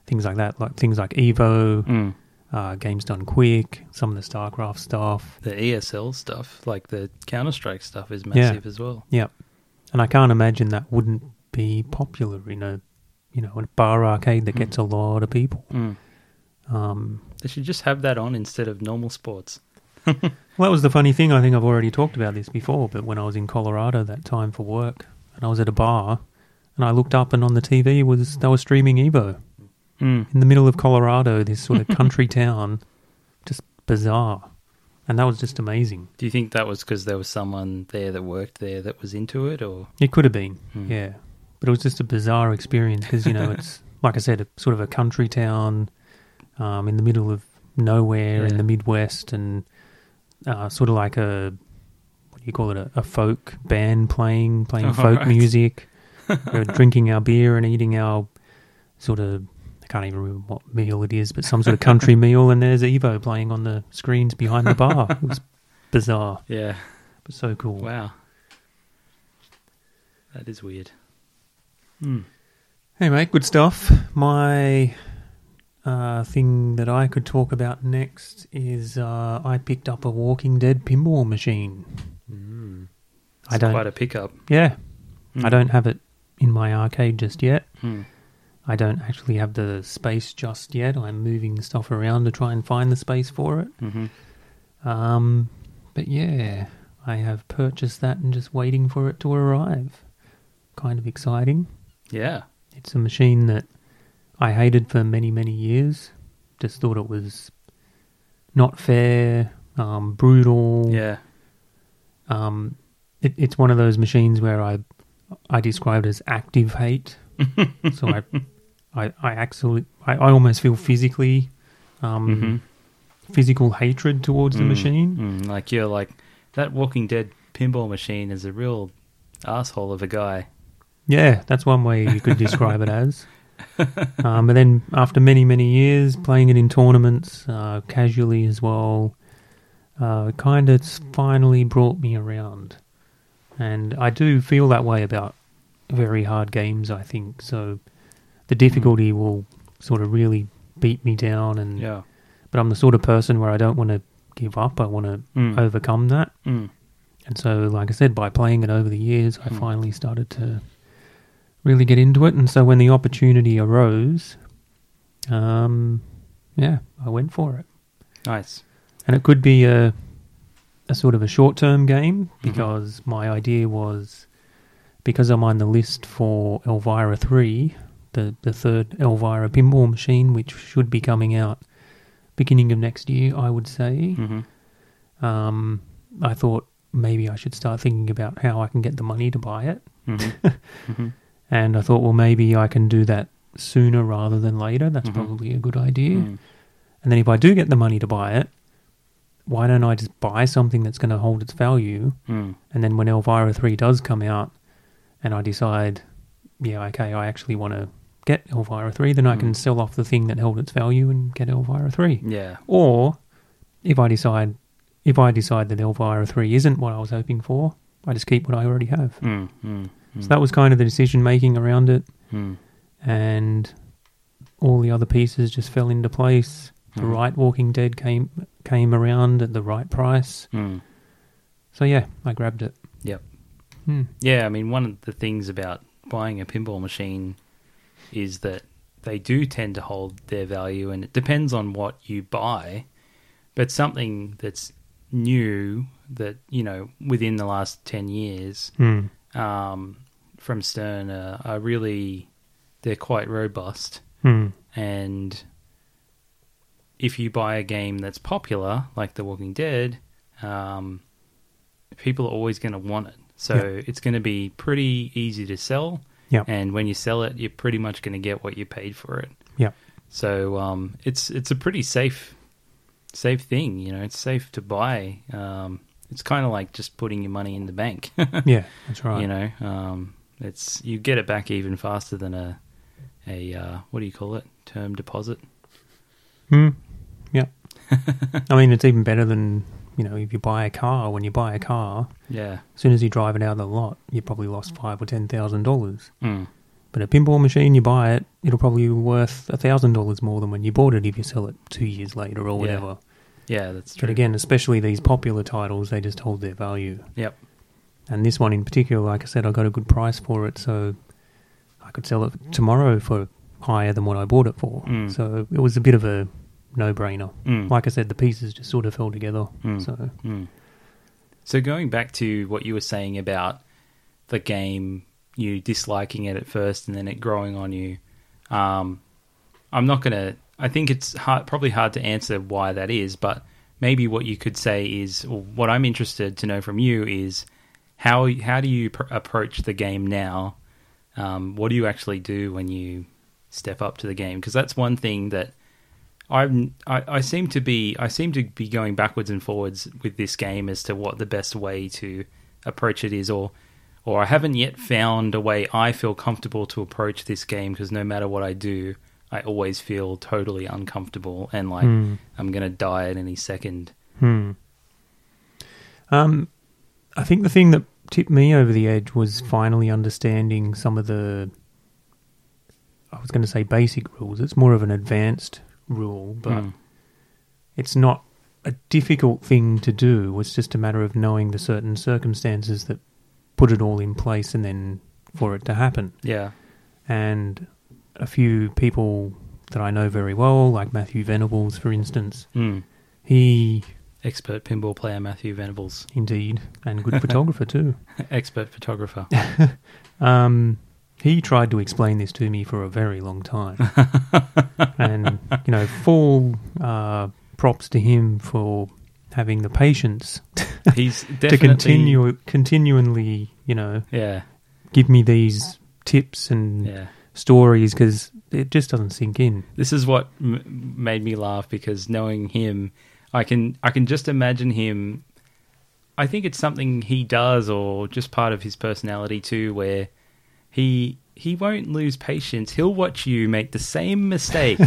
things like that, like things like Evo, Mm. uh, Games Done Quick, some of the StarCraft stuff. The ESL stuff, like the Counter Strike stuff, is massive as well. Yep. And I can't imagine that wouldn't be popular in a, you know, a bar arcade that gets a lot of people. Mm. Um, They should just have that on instead of normal sports. Well, that was the funny thing. I think I've already talked about this before, but when I was in Colorado that time for work, and I was at a bar, and I looked up, and on the TV was they were streaming Evo Mm. in the middle of Colorado, this sort of country town, just bizarre, and that was just amazing. Do you think that was because there was someone there that worked there that was into it, or It could have been, Mm. yeah, but it was just a bizarre experience because you know it's like I said, a, sort of a country town um, in the middle of nowhere in Yeah. the Midwest, and uh, sort of like a what do you call it, a, a folk band playing playing Oh, folk right. music. we were drinking our beer and eating our sort of I can't even remember what meal it is, but some sort of country meal. And there's Evo playing on the screens behind the bar. It was bizarre, yeah? but so cool. Wow. That is weird. Hey, mate, good stuff. My uh, thing that I could talk about next is uh, I picked up a Walking Dead pinball machine. Mm. It's I don't. quite a pickup. yeah, I Mm. don't have it in my arcade just yet. Hmm. I don't actually have the space just yet. I'm moving stuff around to try and find the space for it. Mhm. Um, but yeah, I have purchased that and just waiting for it to arrive. Kind of exciting. Yeah. It's a machine that I hated for many, many years. Just thought it was not fair, um, brutal. Yeah. Um, it, it's one of those machines where I I described as active hate. so I I I actually I, I almost feel physically um, physical hatred towards the Mm-hmm. Mm. machine. Mm, like you're like that Walking Dead pinball machine is a real asshole of a guy. Yeah, that's one way you could describe it as. Um, but then, after many, many years playing it in tournaments, uh, casually as well, uh, kind of finally brought me around. And I do feel that way about very hard games, I think. So the difficulty will sort of really beat me down. And Yeah. But I'm the sort of person where I don't want to give up, I want to Mm. overcome that. Mm. And so, like I said, by playing it over the years, I Mm. finally started to really get into it. And so, when the opportunity arose, um, yeah, I went for it. Nice. And it could be a, a sort of a short term game because my idea was because I'm on the list for Elvira 3, the, the third Elvira pinball machine, which should be coming out beginning of next year, I would say hmm um, I thought maybe I should start thinking about how I can get the money to buy it. hmm And I thought, well, maybe I can do that sooner rather than later. That's Mhm. probably a good idea. Mm. And then if I do get the money to buy it, why don't I just buy something that's going to hold its value? Mm. And then when Elvira 3 does come out and I decide, yeah, okay, I actually want to get Elvira 3, then I can Mm. sell off the thing that held its value and get Elvira 3 Yeah. or if I decide if I decide that Elvira three isn't what I was hoping for, I just keep what I already have. Mm. Mm. Mm. So that was kind of the decision making around it, Mm. and all the other pieces just fell into place. The Mhm. right Walking Dead came came around at the right price, Mm. so yeah, I grabbed it. Yep. Hmm. Yeah, I mean, one of the things about buying a pinball machine is that they do tend to hold their value, and it depends on what you buy. But something that's new that, you know, within the last 10 years Hmm. um, from Stern are, are really, they're quite robust. Hmm. And if you buy a game that's popular, like The Walking Dead, um, people are always going to want it. So it's going to be pretty easy to sell. Yeah. And when you sell it, you're pretty much going to get what you paid for it. Yeah. So um, it's it's a pretty safe safe thing, you know. It's safe to buy. Um, it's kind of like just putting your money in the bank. Yeah, that's right. You know, um, it's you get it back even faster than a a uh, what do you call it? Term deposit. Hmm. Yeah. I mean, it's even better than you know if you buy a car. When you buy a car, Yeah. As soon as you drive it out of the lot, you probably lost five or ten thousand dollars. Mm. But a pinball machine, you buy it, it'll probably be worth a thousand dollars more than when you bought it if you sell it two years later or Yeah, whatever. Yeah, that's true. But again, especially these popular titles, they just hold their value. Yep. And this one in particular, like I said, I got a good price for it, so I could sell it tomorrow for higher than what I bought it for. Mm. So it was a bit of a no-brainer. Mm. Like I said, the pieces just sort of fell together. Mm. So Mm. So going back to what you were saying about the game, you disliking it at first and then it growing on you. Um, I'm not gonna. I think it's hard, probably hard to answer why that is, but maybe what you could say is, or what I'm interested to know from you is how how do you pr- approach the game now? Um, what do you actually do when you step up to the game? Because that's one thing that I'm, I, I seem to be I seem to be going backwards and forwards with this game as to what the best way to approach it is, or or I haven't yet found a way I feel comfortable to approach this game because no matter what I do, I always feel totally uncomfortable and like Hmm. I'm gonna die at any second. Hmm. Um, I think the thing that tipped me over the edge was finally understanding some of the. I was going to say basic rules. It's more of an advanced rule, but Mm. it's not a difficult thing to do. It's just a matter of knowing the certain circumstances that put it all in place and then for it to happen. Yeah. And a few people that I know very well, like Matthew Venables, for instance, Mm. he Expert pinball player Matthew Venables, indeed, and good photographer too. expert photographer. Um, he tried to explain this to me for a very long time, and you know, full uh, props to him for having the patience He's definitely to continue continually, you know, Yeah, give me these tips and yeah. stories because it just doesn't sink in. This is what m- made me laugh because knowing him, I can I can just imagine him. I think it's something he does, or just part of his personality too, where he he won't lose patience. He'll watch you make the same mistake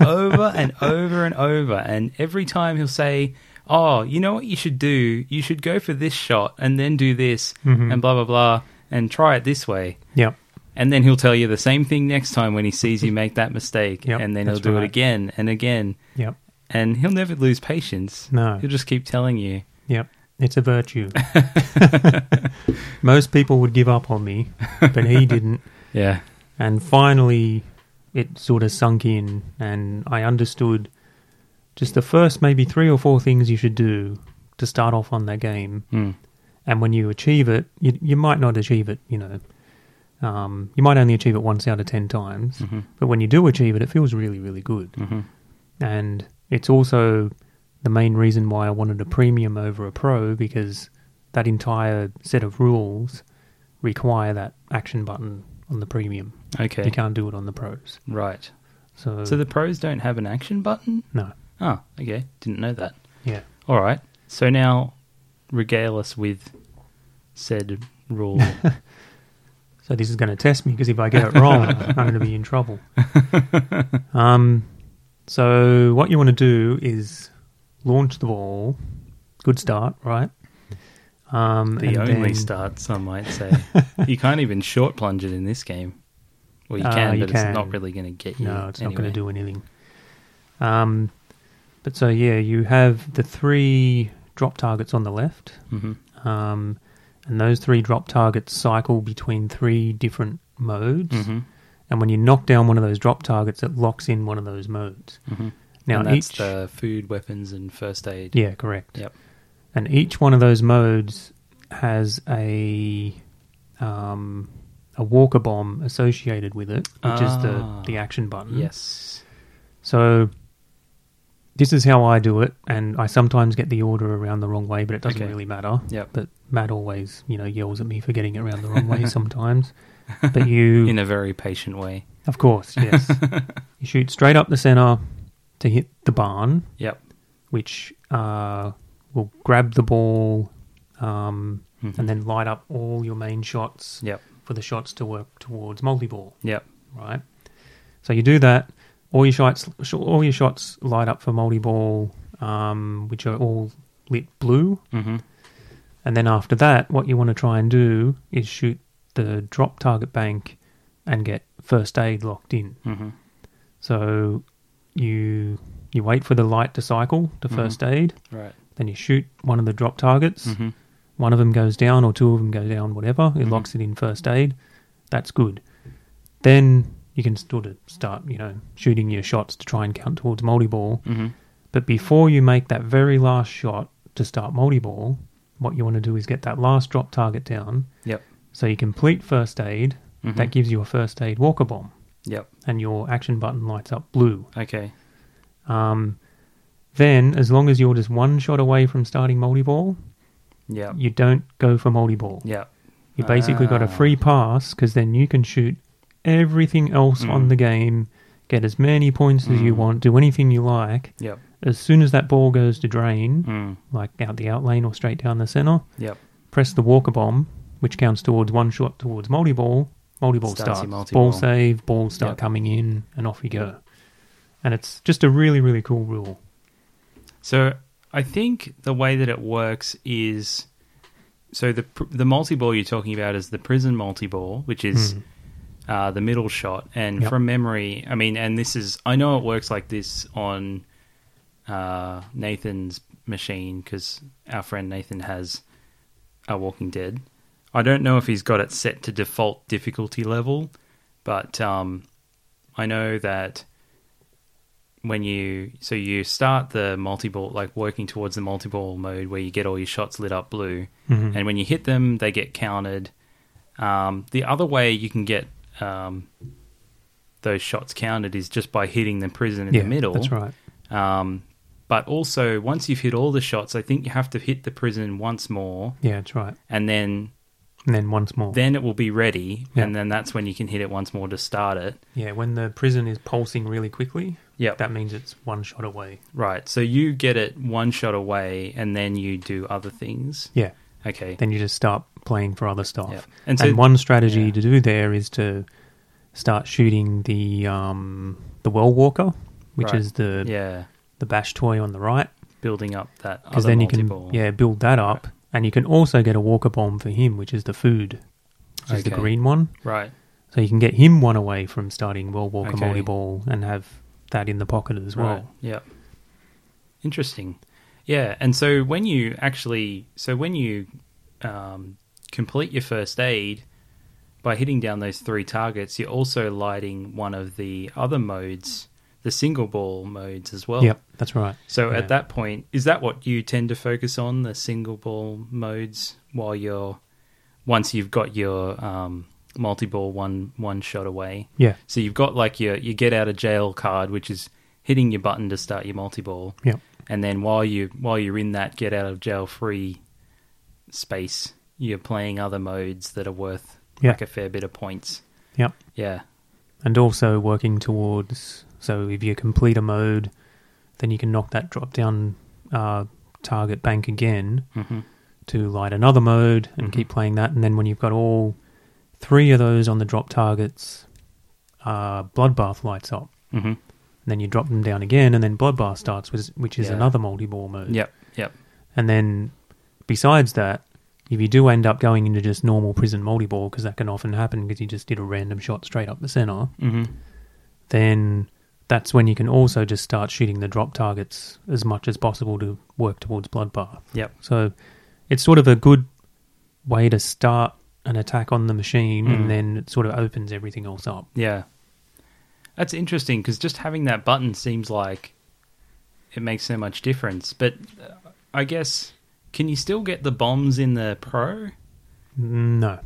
over and over and over, and every time he'll say, "Oh, you know what you should do? You should go for this shot, and then do this, Mhm. and blah blah blah, and try it this way." Yeah, And then he'll tell you the same thing next time when he sees you make that mistake. Yep, and then he'll that's do right. it again and again. yeah, And he'll never lose patience. No. He'll just keep telling you. yeah. It's a virtue. Most people would give up on me, but he didn't. Yeah. And finally, it sort of sunk in, and I understood just the first maybe three or four things you should do to start off on that game. Mm. And when you achieve it, you, you might not achieve it, you know. Um, you might only achieve it once out of 10 times, Mhm. but when you do achieve it, it feels really, really good. Mhm. And it's also the main reason why I wanted a premium over a pro because that entire set of rules require that action button on the premium. Okay. You can't do it on the pros. Right. So, So the pros don't have an action button? no, Oh, okay. Didn't know that. yeah, All right. So now regale us with said rule. So this is going to test me because if I get it wrong, I'm going to be in trouble. um, so what you want to do is launch the ball. Good start, right? Um, the and only then- start, some might say. you can't even short plunge it in this game. Well, you Uh, can, you but can. it's not really going to get you. No, it's not going anyway. to do anything. Um, but so yeah, you have the three drop targets on the left, Mhm. um, and those three drop targets cycle between three different modes. Mhm. And when you knock down one of those drop targets, it locks in one of those modes. Mhm. Now and that's each, the food, weapons, and first aid. yeah, correct. Yep. And each one of those modes has a um, a walker bomb associated with it, which is Ah. the the action button. Yes. So this is how I do it, and I sometimes get the order around the wrong way, but it doesn't Okay. really matter. Yep. But Matt always, you know, yells at me for getting it around the wrong way sometimes. But you, In a very patient way. of course, yes, you shoot straight up the center to hit the barn, Yep. which uh, will grab the ball um, and then light up all your main shots Mm-hmm. Yep. for the shots to work towards multi ball, Yep. right? So you do that. All your shots, sh- all your shots light up for multi ball, um, which are all lit blue. hmm And then after that, what you want to try and do is shoot the drop target bank and get first aid locked in. hmm So you you wait for the light to cycle to 1st aid, Right. then you shoot one of the drop targets. hmm One of them goes down, or two of them go down, whatever. It Mhm. locks it in first aid. That's good. Then you can sort of start, you know, shooting your shots to try and count towards multi ball. hmm But before you make that very last shot to start multi ball, what you want to do is get that last drop target down. Yep. So you complete first aid. Mhm. That gives you a first aid walker bomb, Yep. and your action button lights up blue. Okay. Um, then, as long as you're just one shot away from starting multi ball, Yep. you don't go for multi ball. Yep. You basically got a Ah. free pass because then you can shoot everything else on Mm. the game, get as many points as you Mm. want, do anything you like. Yep. As soon as that ball goes to drain, Mm. like out the out lane or straight down the center, Yep. press the walker bomb, which counts towards one shot towards multi ball. Multi ball Starts your starts. multi-ball. Ball save, balls start Yep. coming in, and off you go. And it's just a really, really cool rule. So I think the way that it works is so the pr- the multi ball you're talking about is the prison multi ball, which is uh, the middle shot. And Yep. from memory, I mean, and this is I know it works like this on uh, Nathan's machine because our friend Nathan has a Walking Dead. I don't know if he's got it set to default difficulty level, but um, I know that when you so you start the multi ball like working towards the multi ball mode where you get all your shots lit up blue, Mhm. and when you hit them, they get counted. Um, the other way you can get um, those shots counted is just by hitting the prison in yeah, the middle. That's right. Um, but also, once you've hit all the shots, I think you have to hit the prison once more, Yeah, that's right. and then And then once more. then it will be ready, Yeah. and then that's when you can hit it once more to start it. yeah, when the prison is pulsing really quickly, Yep. that means it's one shot away. Right. So you get it one shot away, and then you do other things. Yeah. Okay. Then you just start playing for other stuff. Yep. And, And so- one strategy yeah. to do there is to start shooting the um, the well walker, which Right. is the Yeah. the bash toy on the right, Building up that because other then you can Oh, multi-ball. yeah build that up, and you can also get a walker bomb for him, which is the food, which is the Okay. green one. Right. So you can get him one away from starting well walker Okay. multi ball and have that in the pocket as well. Right. Yeah. Interesting. Yeah. And so when you actually, so when you um, complete your first aid by hitting down those three targets, you're also lighting one of the other modes, the single ball modes as well. Yep, that's right. So Yeah. at that point, is that what you tend to focus on, the single ball modes, while you're once you've got your um, multi ball one one shot away? Yeah. So you've got like your your get out of jail card, which is hitting your button to start your multi ball, Yep. and then while you while you're in that get out of jail free space, you're playing other modes that are worth Yeah. like a fair bit of points. Yep. Yeah. and also working towards so if you complete a mode then you can knock that drop down uh, target bank again hmm to light another mode and Mhm. keep playing that and then when you've got all three of those on the drop targets uh, bloodbath lights up hmm and then you drop them down again and then bloodbath starts which, which is Yeah. another multi-ball mode Yep. Yep. and then besides that if you do end up going into just normal prison multi-ball because that can often happen because you just did a random shot straight up the center hmm then that's when you can also just start shooting the drop targets as much as possible to work towards Bloodbath. Yep. So it's sort of a good way to start an attack on the machine Mm. and then it sort of opens everything else up. Yeah. That's interesting because just having that button seems like it makes so much difference. But uh, I guess, can you still get the bombs in the Pro? No,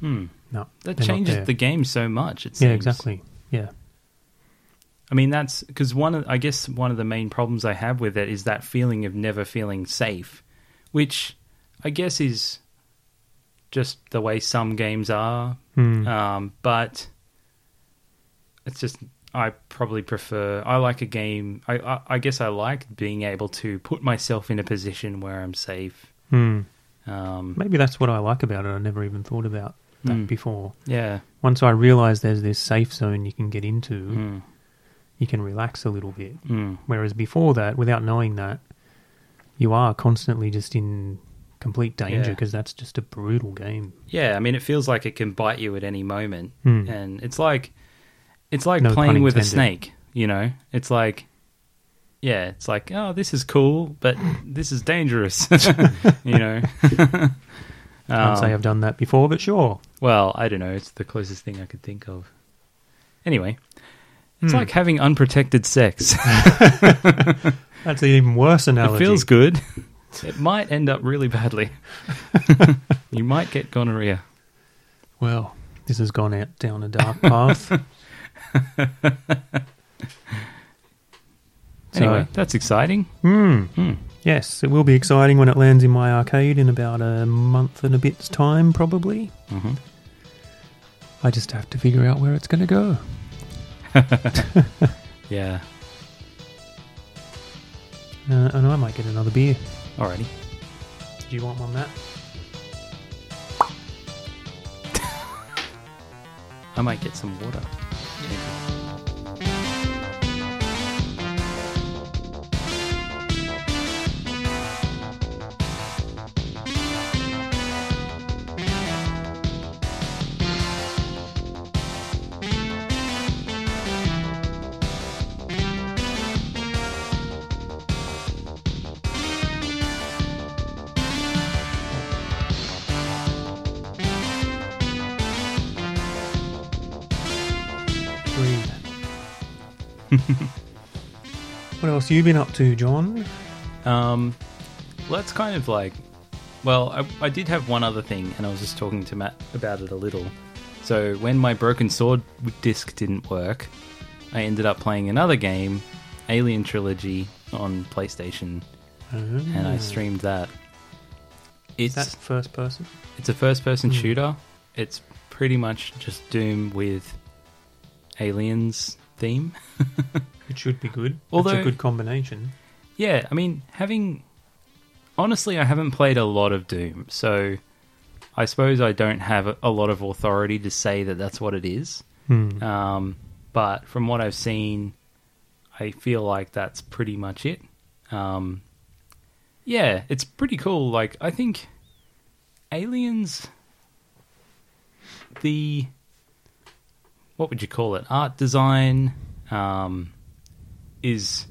Hmm. no. That they're not changes there. the game so much. It Yeah, seems. exactly. Yeah. I mean, that's because one of, I guess, one of the main problems I have with it is that feeling of never feeling safe, which I guess is just the way some games are. Hmm. Um, but it's just I probably prefer. I like a game. I, I I guess I like being able to put myself in a position where I'm safe. Hmm. Um, Maybe that's what I like about it. I never even thought about that Mm. before. yeah. Once I realized there's this safe zone you can get into, Mm, you can relax a little bit. mm, Whereas before that, without knowing that, you are constantly just in complete danger Yeah. because that's just a brutal game. yeah. I mean, it feels like it can bite you at any moment, Hmm. and it's like it's like No pun playing with a intended. snake. You know, it's like. Yeah, it's like, oh, this is cool, but this is dangerous. you know, Can't Um, say I've done that before, but sure. Well, I don't know. It's the closest thing I could think of. Anyway, it's Hmm. like having unprotected sex. That's an even worse analogy. it feels good. It might end up really badly. you might get gonorrhea. Well, this has gone out down a dark path. Anyway, So- that's exciting. Hmm. Hmm. Yes, it will be exciting when it lands in my arcade in about a month and a bit's time, probably. hmm I just have to figure out where it's going to go. Yeah. Uh, and I might get another beer. Alrighty. Do you want one, Matt? I might get some water. What else you been up to, John? Um, well, that's kind of like, well, I, I did have one other thing, and I was just talking to Matt about it a little. So when my broken sword disc didn't work, I ended up playing another game, Alien Trilogy, on PlayStation, and I streamed that. It's That's Hmm. first person. it's a first-person shooter. It's pretty much just Doom with aliens theme. It should be good. it's Although- a good combination. Yeah, I mean, having honestly, I haven't played a lot of Doom, so I suppose I don't have a- a lot of authority to say that that's what it is. Hmm. Um, but from what I've seen, I feel like that's pretty much it. Um, yeah, it's pretty cool. Like, I think Aliens, the what would you call it? Art design um, is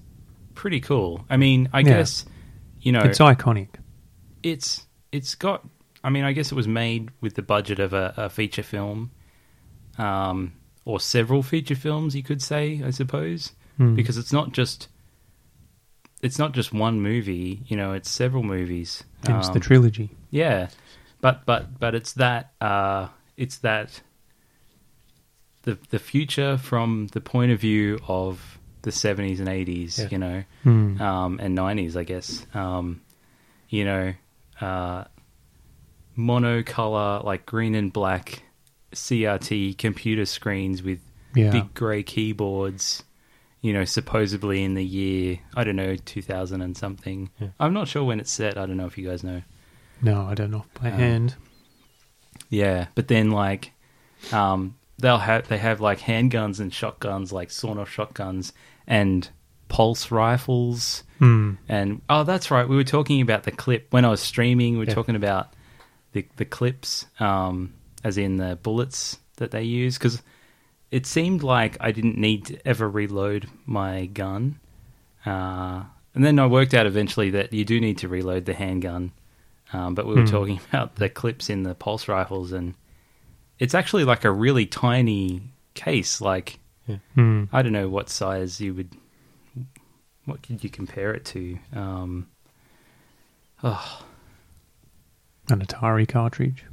pretty cool. I mean, I Yeah. guess you know It's iconic. it's it's got. I mean, I guess it was made with the budget of a, a feature film, um, or several feature films, you could say, I suppose, Hmm. because it's not just it's not just one movie. You know, it's several movies. Hence the Um, trilogy. yeah, but but but it's that uh, it's that the the future from the point of view of the seventies and eighties, Yeah. you know, Hmm. um, and nineties, I guess. Um, you know, uh, monocolor like green and black CRT computer screens with Yeah. big grey keyboards. You know, supposedly in the year I don't know two thousand and something. Yeah. I'm not sure when it's set. I don't know if you guys know. No, I don't know by Um, hand. Yeah, but then like, um, they'll have they have like handguns and shotguns, like sawn off shotguns and pulse rifles. Hmm. And oh, that's right, we were talking about the clip when I was streaming. We were Yeah. talking about the the clips, um, as in the bullets that they use, because it seemed like I didn't need to ever reload my gun. Uh, and then I worked out eventually that you do need to reload the handgun. Um, but we were talking about the clips in the pulse rifles, and it's actually like a really tiny case. Like Hmm. I don't know what size you would. What could you compare it to? Um, An Atari cartridge.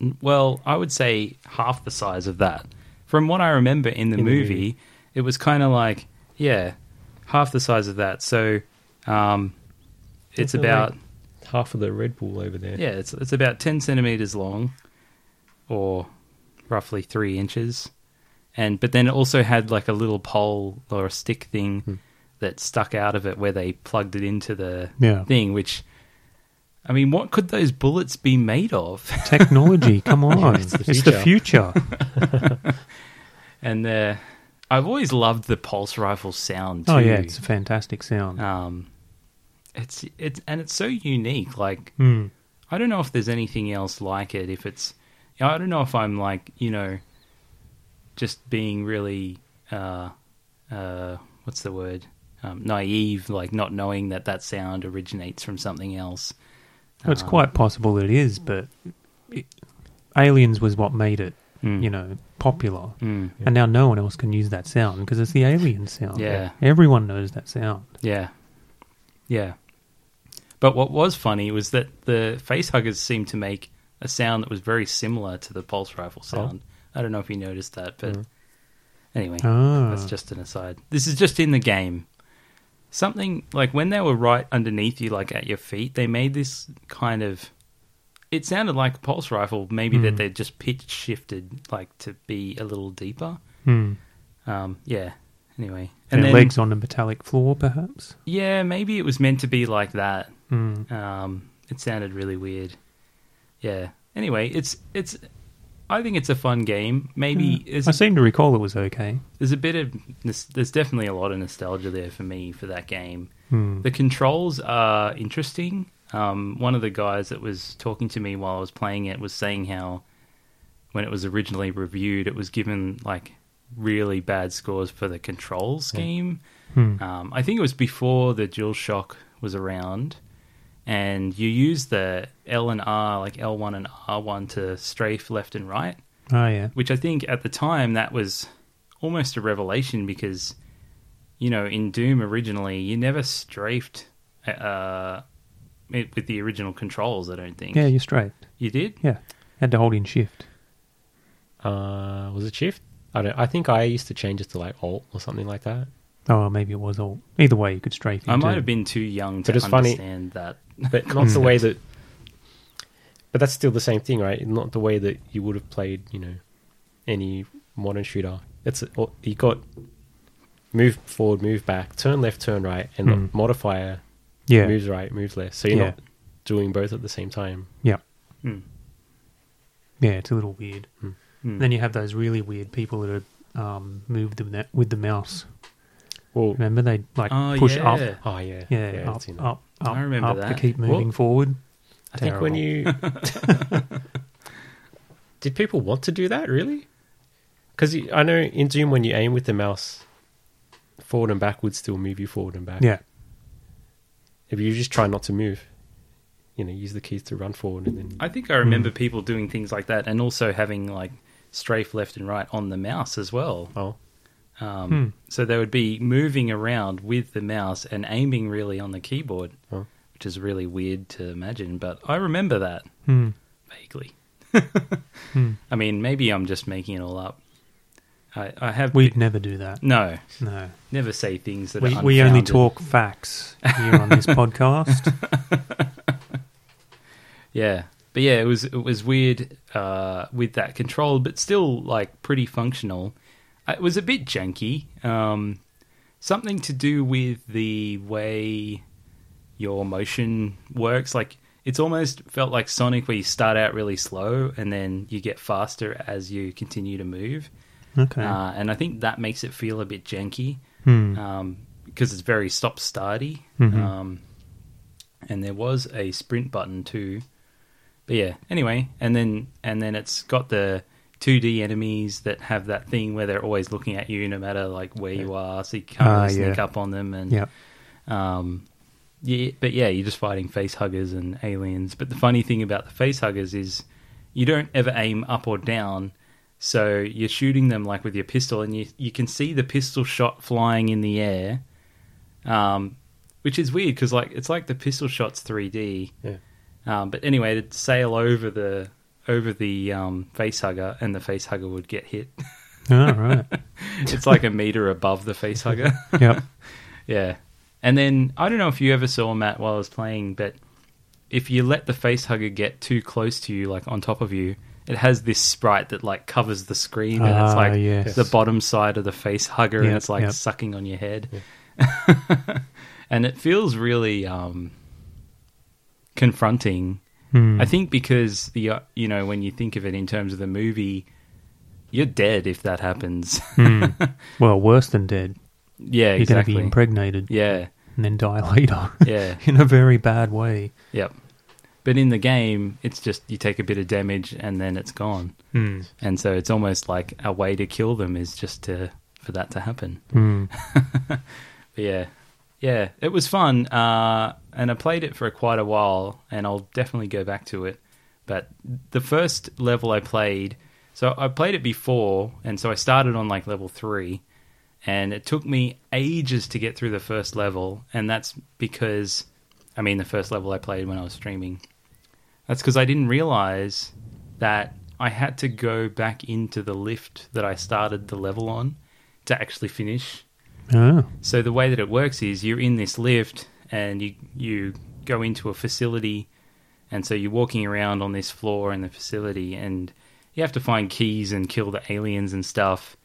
n- well, I would say half the size of that. From what I remember in the, In the movie, movie. it was kind of like, yeah, half the size of that. So um, it's Something about like- Half of the Red Bull over there. yeah, it's it's about ten centimeters long, or roughly three inches, and but then it also had like a little pole or a stick thing Hmm. that stuck out of it where they plugged it into the Yeah. thing. Which, I mean, what could those bullets be made of? Technology, come on. it's the It's the future. and uh, I've always loved the pulse rifle sound. Too. oh, yeah, it's a fantastic sound. um, it's it's and it's so unique. Like Hmm. I don't know if there's anything else like it. If it's, I don't know if I'm like you know, just being really, uh, uh, what's the word, um, naive, like not knowing that that sound originates from something else. Well, it's quite possible it is, but it, Aliens was what made it, Mm. you know, popular. Mm. And now no one else can use that sound because it's the alien sound. Yeah. Everyone knows that sound. Yeah, yeah. But what was funny was that the face huggers seemed to make a sound that was very similar to the pulse rifle Oh. sound. I don't know if you noticed that, but anyway. Mm. Ah. That's just an aside. This is just in the game. Something like when they were right underneath you, like at your feet, they made this kind of. It sounded like a pulse rifle, maybe that Hmm. they just pitch shifted, like to be a little deeper. Hmm. Um, yeah. Anyway, And legs on a metallic floor, perhaps. yeah, maybe it was meant to be like that. Hmm. Um, it sounded really weird. Yeah. Anyway, it's it's. I think it's a fun game. Maybe Yeah. is Hmm. I seem to recall it was okay. there's a bit of there's, there's definitely a lot of nostalgia there for me for that game. Hmm. The controls are interesting. Um, one of the guys that was talking to me while I was playing it was saying how when it was originally reviewed, it was given like really bad scores for the control scheme. Hmm. Um, I think it was before the DualShock was around, and you use the L and R, like L1 and R1, to strafe left and right Oh, yeah. which I think at the time that was almost a revelation because you know, in Doom originally, you never strafed uh, it, with the original controls. I don't think. Yeah, you're straight. you did. Yeah. Had to hold in shift. Uh, was it shift? I don't. I think I used to change it to like alt or something like that. Oh, well, maybe it was all. Either way, you could strafe I into- might have been too young to But it's funny- understand that. but not the way that. But that's still the same thing, right? Not the way that you would have played, you know, any modern shooter. It's or you got move forward, move back, turn left, turn right, and Mm. the modifier Yeah. moves right, moves left. So you're Yeah. not doing both at the same time. Yeah. Hmm. Yeah, it's a little weird. Hmm. Then you have those really weird people that are, um, move the, ne- with the mouse. Well, Remember, they like Oh, push up. yeah. oh yeah, Yeah, I've up, seen that. up, up, I remember up that. to keep moving Well- forward. I think when you did people want to do that really? Because I know in Doom when you aim with the mouse, forward and back would still move you forward and back. Yeah. if you just try not to move, you know, use the keys to run forward and then. I think I Hmm. remember people doing things like that, and also having like strafe left and right on the mouse as well. Oh, Um, So they would be moving around with the mouse and aiming really on the keyboard, Huh. which is really weird to imagine. But I remember that Hmm. vaguely. Hmm. I mean, maybe I'm just making it all up. I, I have We'd never do that. no, No. never say things that We, are we only unfounded. talk facts here on this podcast. Yeah, but yeah, it was it was weird uh, with that control, but still like pretty functional. Uh, It was a bit janky. Um, something to do with the way your motion works. Like it's almost felt like Sonic, where you start out really slow and then you get faster as you continue to move. Okay. Uh, and I think that makes it feel a bit janky Hmm. um, because it's very stop starty. Mhm. Um, and there was a sprint button too, but yeah. Anyway, and then and then it's got the 2D enemies that have that thing where they're always looking at you, no matter like where you are, so you can't Ah, really sneak yeah. up on them. And yeah. um, yeah, but yeah, you're just fighting face huggers and aliens. But the funny thing about the face huggers is you don't ever aim up or down, so you're shooting them like with your pistol, and you you can see the pistol shot flying in the air, um, which is weird because like it's like the pistol shot's 3D. Yeah. Um, but anyway, to sail over the over the um, face hugger, and the face hugger would get hit. All right. it's like a meter above the face hugger. Yep. Yeah. And then I don't know if you ever saw Matt while I was playing, but if you let the face hugger get too close to you, like on top of you, it has this sprite that like covers the screen and it's Ah, like yes. the bottom side of the face hugger and Yep, it's like yep. sucking on your head. and it feels really um, confronting. Hmm. I think because the uh, you know when you think of it in terms of the movie, you're dead if that happens. Hmm. Well, worse than dead. yeah, You're exactly. going to be impregnated yeah, and then die later yeah. in a very bad way. Yep. But in the game, it's just you take a bit of damage and then it's gone. Hmm. And so it's almost like a way to kill them is just to for that to happen. Hmm. But yeah. Yeah, it was fun. Uh, and I played it for quite a while and I'll definitely go back to it. But the first level I played, so I played it before and so I started on like level 3 and it took me ages to get through the first level and that's because I mean the first level I played when I was streaming. That's because I didn't realize that I had to go back into the lift that I started the level on to actually finish. Oh. So the way that it works is you're in this lift and you you go into a facility and so you're walking around on this floor in the facility and you have to find keys and kill the aliens and stuff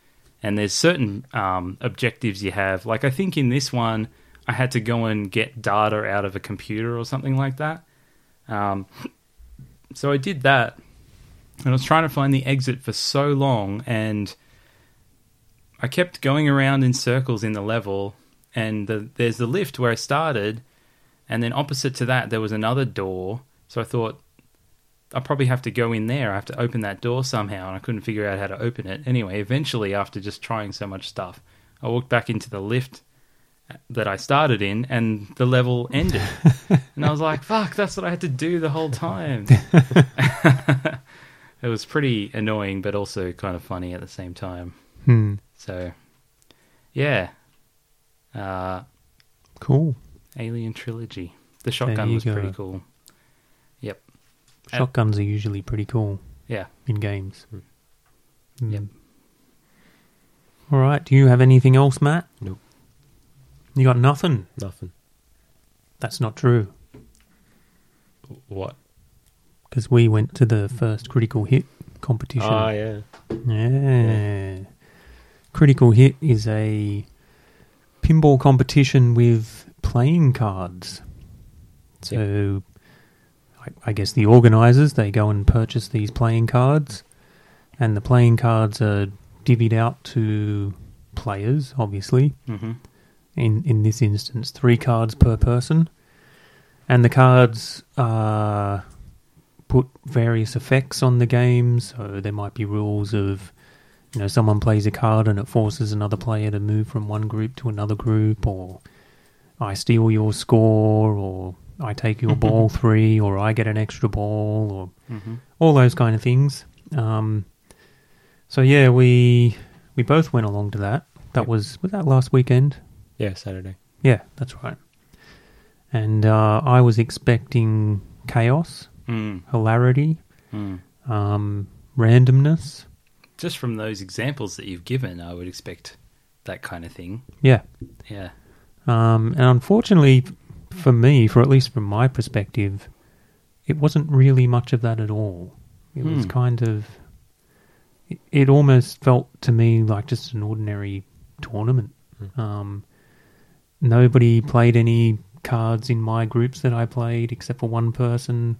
and there's certain um, objectives you have like i think in this one i had to go and get data out of a computer or something like that um, so i did that and i was trying to find the exit for so long and I kept going around in circles in the level, and the, there's the lift where I started, and then opposite to that there was another door. So I thought I probably have to go in there. I have to open that door somehow, and I couldn't figure out how to open it. Anyway, eventually, after just trying so much stuff, I walked back into the lift that I started in, and the level ended. and I was like, "Fuck, that's what I had to do the whole time." it was pretty annoying, but also kind of funny at the same time. Hmm. So, yeah. Uh, Cool. Alien Trilogy. The There shotgun you was go. pretty cool. Yep. And- Shotguns are usually pretty cool Yeah. in games. Yep. Mm. All right. Do you have anything else, Matt? Nope. You got nothing. Nothing. That's not true What? because we went to the first critical hit competition. Ah, yeah. Yeah. Critical Hit is a pinball competition with playing cards. So I, I guess the organizers they go and purchase these playing cards and the playing cards are divvied out to players obviously Mm-hmm. in in this instance three cards per person and the cards uh, put various effects on the game so there might be rules of you know someone plays a card and it forces another player to move from one group to another group or i steal your score or i take your ball three or i get an extra ball or Mm-hmm. all those kind of things. Um, so yeah, we we both went along to that. That Yep. was was that last weekend. Yeah, Saturday. Yeah, that's right. And uh, I was expecting chaos, Mm. hilarity, Mm. um, randomness. Just from those examples that you've given, I would expect that kind of thing. Yeah, Yeah. um, and unfortunately f- for me, for at least from my perspective, it wasn't really much of that at all. It was Hmm. kind of. it- It almost felt to me like just an ordinary tournament. Um, nobody played any cards in my groups that I played except for one person.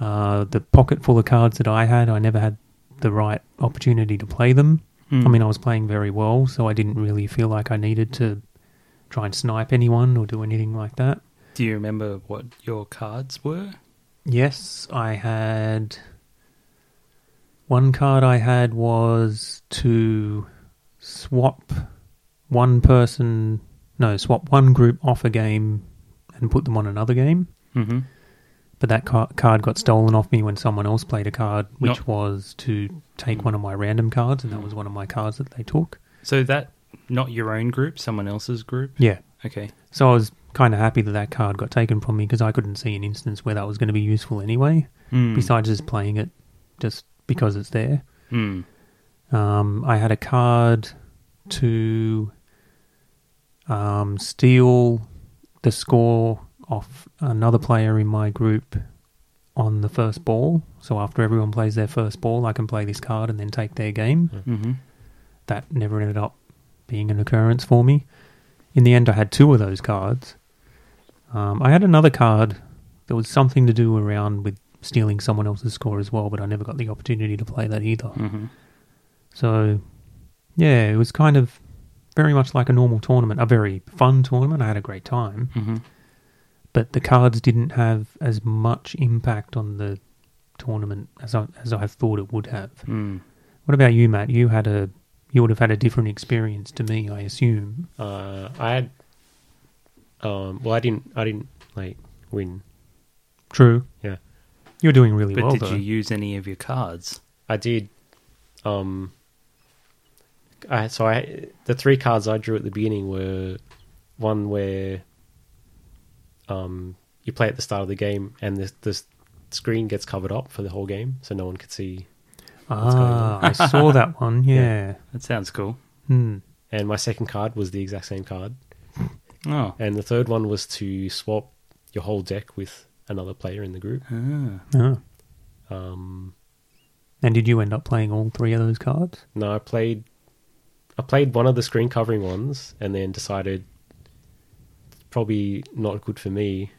Uh, the pocket full of cards that I had, I never had the right opportunity to play them. Mm. I mean, I was playing very well, so I didn't really feel like I needed to try and snipe anyone or do anything like that. do you remember what your cards were? Yes, I had. One card I had was to swap one person, no, swap one group off a game and put them on another game. Mm-hmm. But that car- card got stolen off me when someone else played a card, which No. was to take one of my random cards, and that was one of my cards that they took. So that not your own group, someone else's group. Yeah. Okay. So I was kind of happy that that card got taken from me because I couldn't see an instance where that was going to be useful anyway, Mm. besides just playing it just because it's there. Mm. Um, I had a card to um, steal the score off another player in my group on the first ball. So after everyone plays their first ball, I can play this card and then take their game. Hmm. Mm-hmm. That never ended up being an occurrence for me. In the end, I had two of those cards. Um, I had another card that was something to do around with stealing someone else's score as well, but I never got the opportunity to play that either. Mm-hmm. So, yeah, it was kind of very much like a normal tournament, a very fun tournament. I had a great time, Mm-hmm. but the cards didn't have as much impact on the tournament as I as I thought it would have. Mm. What about you, Matt? You had a you would have had a different experience to me, I assume. Uh, I had. Um, well, I didn't. I didn't like win. True. Yeah, You're doing really But well, did though. you use any of your cards? I did. Um, I so I the three cards I drew at the beginning were one where um you play at the start of the game and the the screen gets covered up for the whole game, so no one could see. ah, I saw that one. Yeah. That sounds cool. Hmm. And my second card was the exact same card, Oh. and the third one was to swap your whole deck with another player in the group. Ah. Ah. Um, And did you end up playing all three of those cards? No, I played. I played one of the screen covering ones, and then decided it's probably not good for me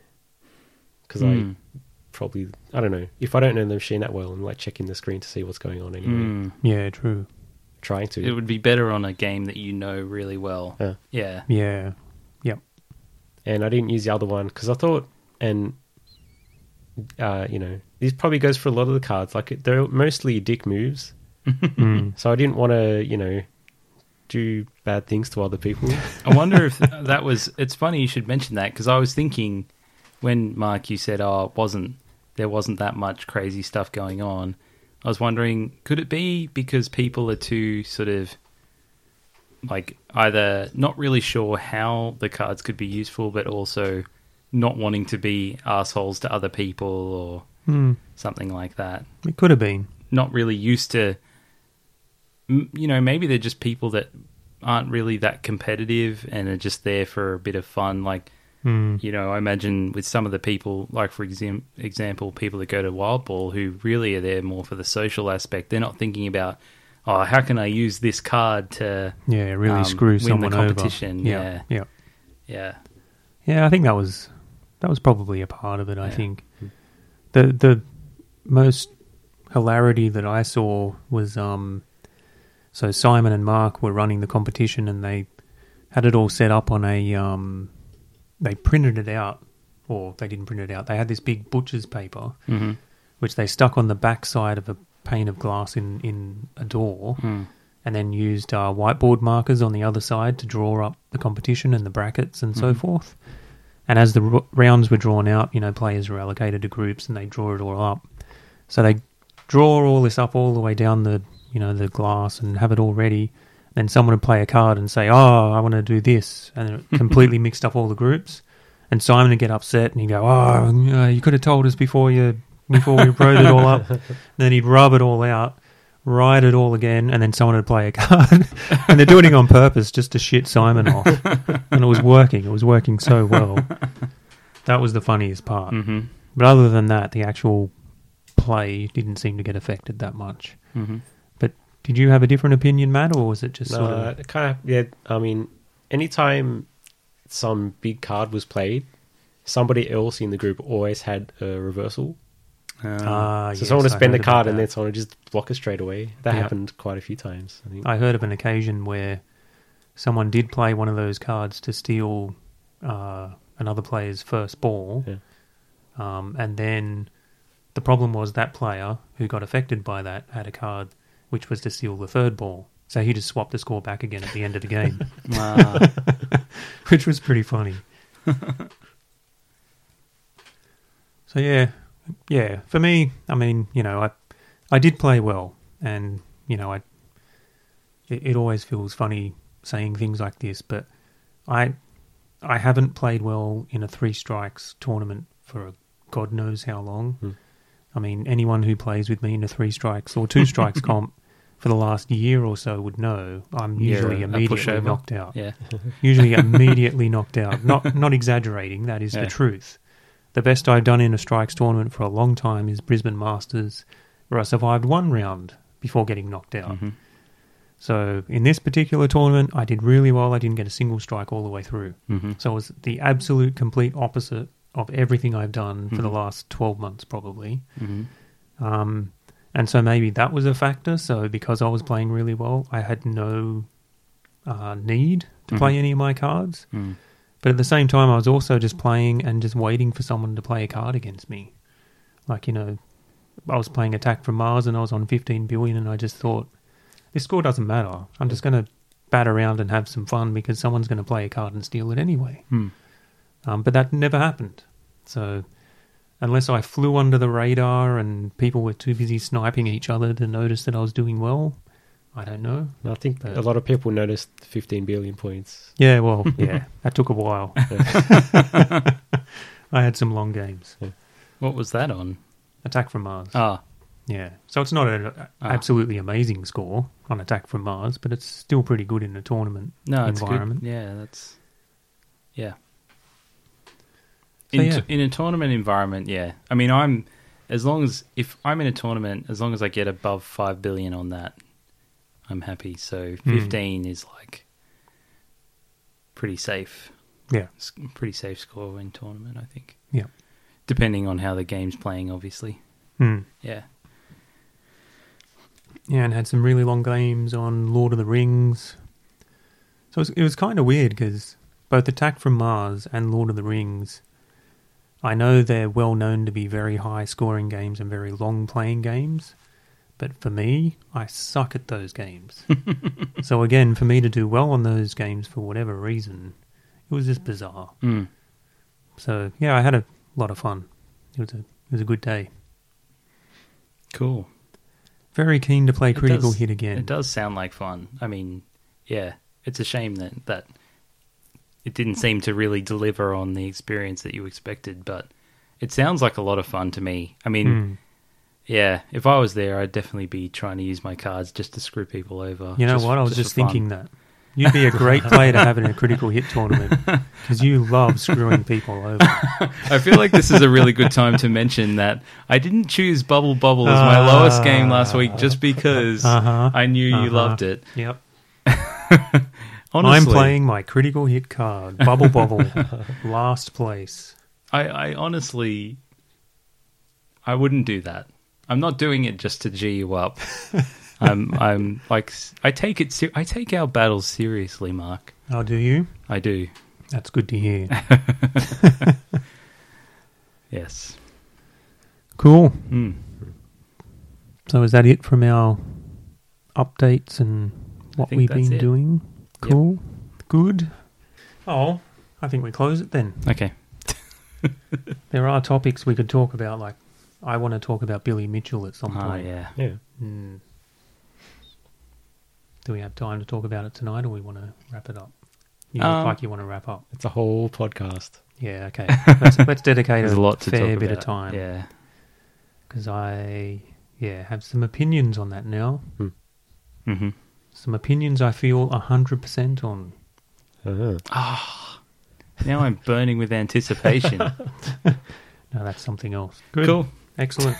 because Mm. I probably I don't know if I don't know the machine that well. I'm like checking the screen to see what's going on anyway. Mm. Yeah, true. Trying It to. would be better on a game that you know really well. Yeah. Yeah. Yeah. Yep. and I didn't use the other one because I thought, and uh, you know, this probably goes for a lot of the cards. Like they're mostly dick moves, Hmm. so I didn't want to, you know, do bad things to other people. I wonder if that was. It's funny you should mention that because I was thinking when Mark you said, "Oh, it wasn't there wasn't that much crazy stuff going on." I was wondering, could it be because people are too sort of like either not really sure how the cards could be useful, but also not wanting to be assholes to other people or Hmm. something like that. It could have been. Not really used to, m- you know, maybe they're just people that aren't really that competitive and are just there for a bit of fun. Like, Hmm. you know, I imagine with some of the people, like for exam- example, people that go to Wild Ball who really are there more for the social aspect, they're not thinking about, oh, how can I use this card to, Yeah, really Um, screw win the someone competition, over. yeah, yeah, yeah, yeah. I think that was that was probably a part of it. I think the the most hilarity that I saw was um, so Simon and Mark were running the competition and they had it all set up on a um, they printed it out or they didn't print it out. They had this big butcher's paper mm-hmm. which they stuck on the backside of a pane of glass in in a door. and then used uh, whiteboard markers on the other side to draw up the competition and the brackets and so forth. And as the r- rounds were drawn out, you know, players were allocated to groups and they draw it all up. So they draw all this up all the way down the, you know, the glass and have it all ready. Then someone would play a card and say, "Oh, I want to do this," and it completely mixed up all the groups. And Simon would get upset and he'd go, "Oh, you, know, you could have told us before you before we wrote it all up." then he'd rub it all out, write it all again, and then someone would play a card. and they're doing it on purpose just to shit Simon off. and it was working. It was working so well. That was the funniest part. hmm But other than that, the actual play didn't seem to get affected that much. hmm Did you have a different opinion, Matt, or was it just No, sort of it kind of yeah. I mean, anytime some big card was played, somebody else in the group always had a reversal. Uh, ah? so yes, someone would I spend a heard about card and that. then someone would just block it straight away. That Yeah. happened quite a few times. I think. I heard of an occasion where someone did play one of those cards to steal uh, another player's first ball, Yeah. um, and then the problem was that player who got affected by that had a card which was to steal the third ball, so he just swapped the score back again at the end of the game, Wow. which was pretty funny. so yeah, yeah. For me, I mean, you know, I I did play well, and you know, I it, it always feels funny saying things like this, but I I haven't played well in a three strikes tournament for God knows how long. Hmm. I mean, anyone who plays with me in a three strikes or two strikes comp for the last year or so would know I'm You're usually a- a immediately pushover. knocked out. yeah. Usually immediately knocked out. Not not exaggerating, that is Yeah. the truth. The best I've done in a strikes tournament for a long time is Brisbane Masters, where I survived one round before getting knocked out. hmm So in this particular tournament, I did really well. I didn't get a single strike all the way through. hmm So it was the absolute complete opposite of everything I've done for the Mhm. last 12 months, probably. hmm Um, and so maybe that was a factor. So because I was playing really well, I had no uh, need to Mhm. play any of my cards. Mm. But at the same time, I was also just playing and just waiting for someone to play a card against me. Like, you know, I was playing Attack from Mars and I was on 15 billion, and I just thought, this score doesn't matter. I'm just going to bat around and have some fun because someone's going to play a card and steal it anyway. Mm. Um, but that never happened. So, unless I flew under the radar and people were too busy sniping each other to notice that I was doing well, I don't know. And I think But- a lot of people noticed 15 billion points. Yeah, well, yeah, that took a while. Yeah. I had some long games. What was that on? Attack from Mars. Ah, Yeah. So it's not an a- Ah. absolutely amazing score on Attack from Mars, but it's still pretty good in a tournament no, it's environment. good. Yeah, that's yeah. So, In, yeah. in a tournament environment, yeah. I mean, I'm as long as if I'm in a tournament, as long as I get above five billion on that, I'm happy. So Hmm. fifteen is like pretty safe. Yeah. It's a pretty safe score in tournament, I think. Yeah. Depending on how the game's playing, obviously. Hmm. Yeah. Yeah, and had some really long games on Lord of the Rings. So it was, it was kind of weird because both Attack from Mars and Lord of the Rings, I know they're well known to be very high scoring games and very long playing games, but for me, I suck at those games. so again, for me to do well on those games for whatever reason, it was just bizarre. Mm. So yeah, I had a lot of fun. It was a it was a good day. Cool. Very keen to play It Critical does- Hit again. It does sound like fun. I mean, yeah, it's a shame that that it didn't seem to really deliver on the experience that you expected. But it sounds like a lot of fun to me. I mean, Hmm. yeah, if I was there, I'd definitely be trying to use my cards just to screw people over. You know what? I was just, for fun. thinking that. You'd be a great player to have in a critical hit tournament because you love screwing people over. I feel like this is a really good time to mention that I didn't choose Bubble Bubble as my lowest game last week just because Uh-huh. I knew you Uh-huh. loved it. Yep. I'm Honestly, playing my critical hit card, Bubble Bobble, last place. I, I honestly, I wouldn't do that. I'm not doing it just to g you up. I'm, I'm like, I take it. Ser- I take our battles seriously, Mark. Oh, do you? I do. That's good to hear. Yes. Cool. Mm. So is that it from our updates and what think we've that's been it. doing? Yep. Cool. Good. Oh, I think we close it then. Okay. There are topics we could talk about, like I want to talk about Billy Mitchell at some Oh point. yeah. Yeah. Hmm. Do we have time to talk about it tonight, or we want to wrap it up? You look Um, like you want to wrap up. It's a whole podcast. Yeah, okay. let's, let's dedicate There's a, a lot to fair talk bit about. of time. Yeah. because I yeah have some opinions on that now. Mm-hmm. Some opinions I feel hundred percent on. Uh-huh. Now I'm burning with anticipation. No, that's something else. Cool. Excellent.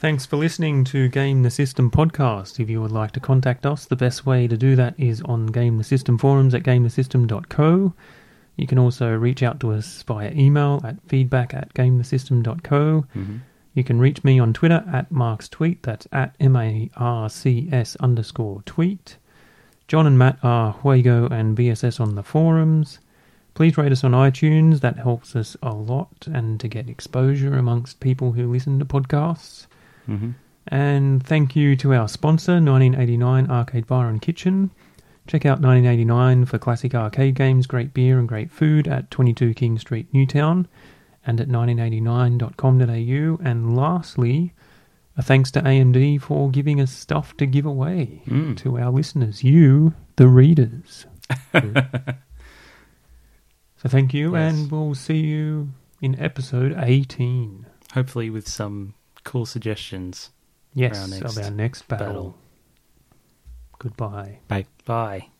Thanks for listening to Game the System podcast. If you would like to contact us, the best way to do that is on Game the System forums at gamethesystem.co. You can also reach out to us via email at feedback at gamethesystem.co. Mm-hmm. You can reach me on Twitter at Mark's Tweet. That's at M A R C S underscore tweet. John and Matt are Huego and BSS on the forums. Please rate us on iTunes. That helps us a lot and to get exposure amongst people who listen to podcasts. Mm-hmm. And thank you to our sponsor, 1989 Arcade Bar and Kitchen. Check out 1989 for classic arcade games, great beer, and great food at 22 King Street, Newtown, and at 1989.com.au. And lastly, a thanks to AMD for giving us stuff to give away Mm. to our listeners, you, the readers. so thank you, Yes. and we'll see you in episode 18. Hopefully, with some cool suggestions. Yes, next of our next battle. battle. Goodbye. Bye.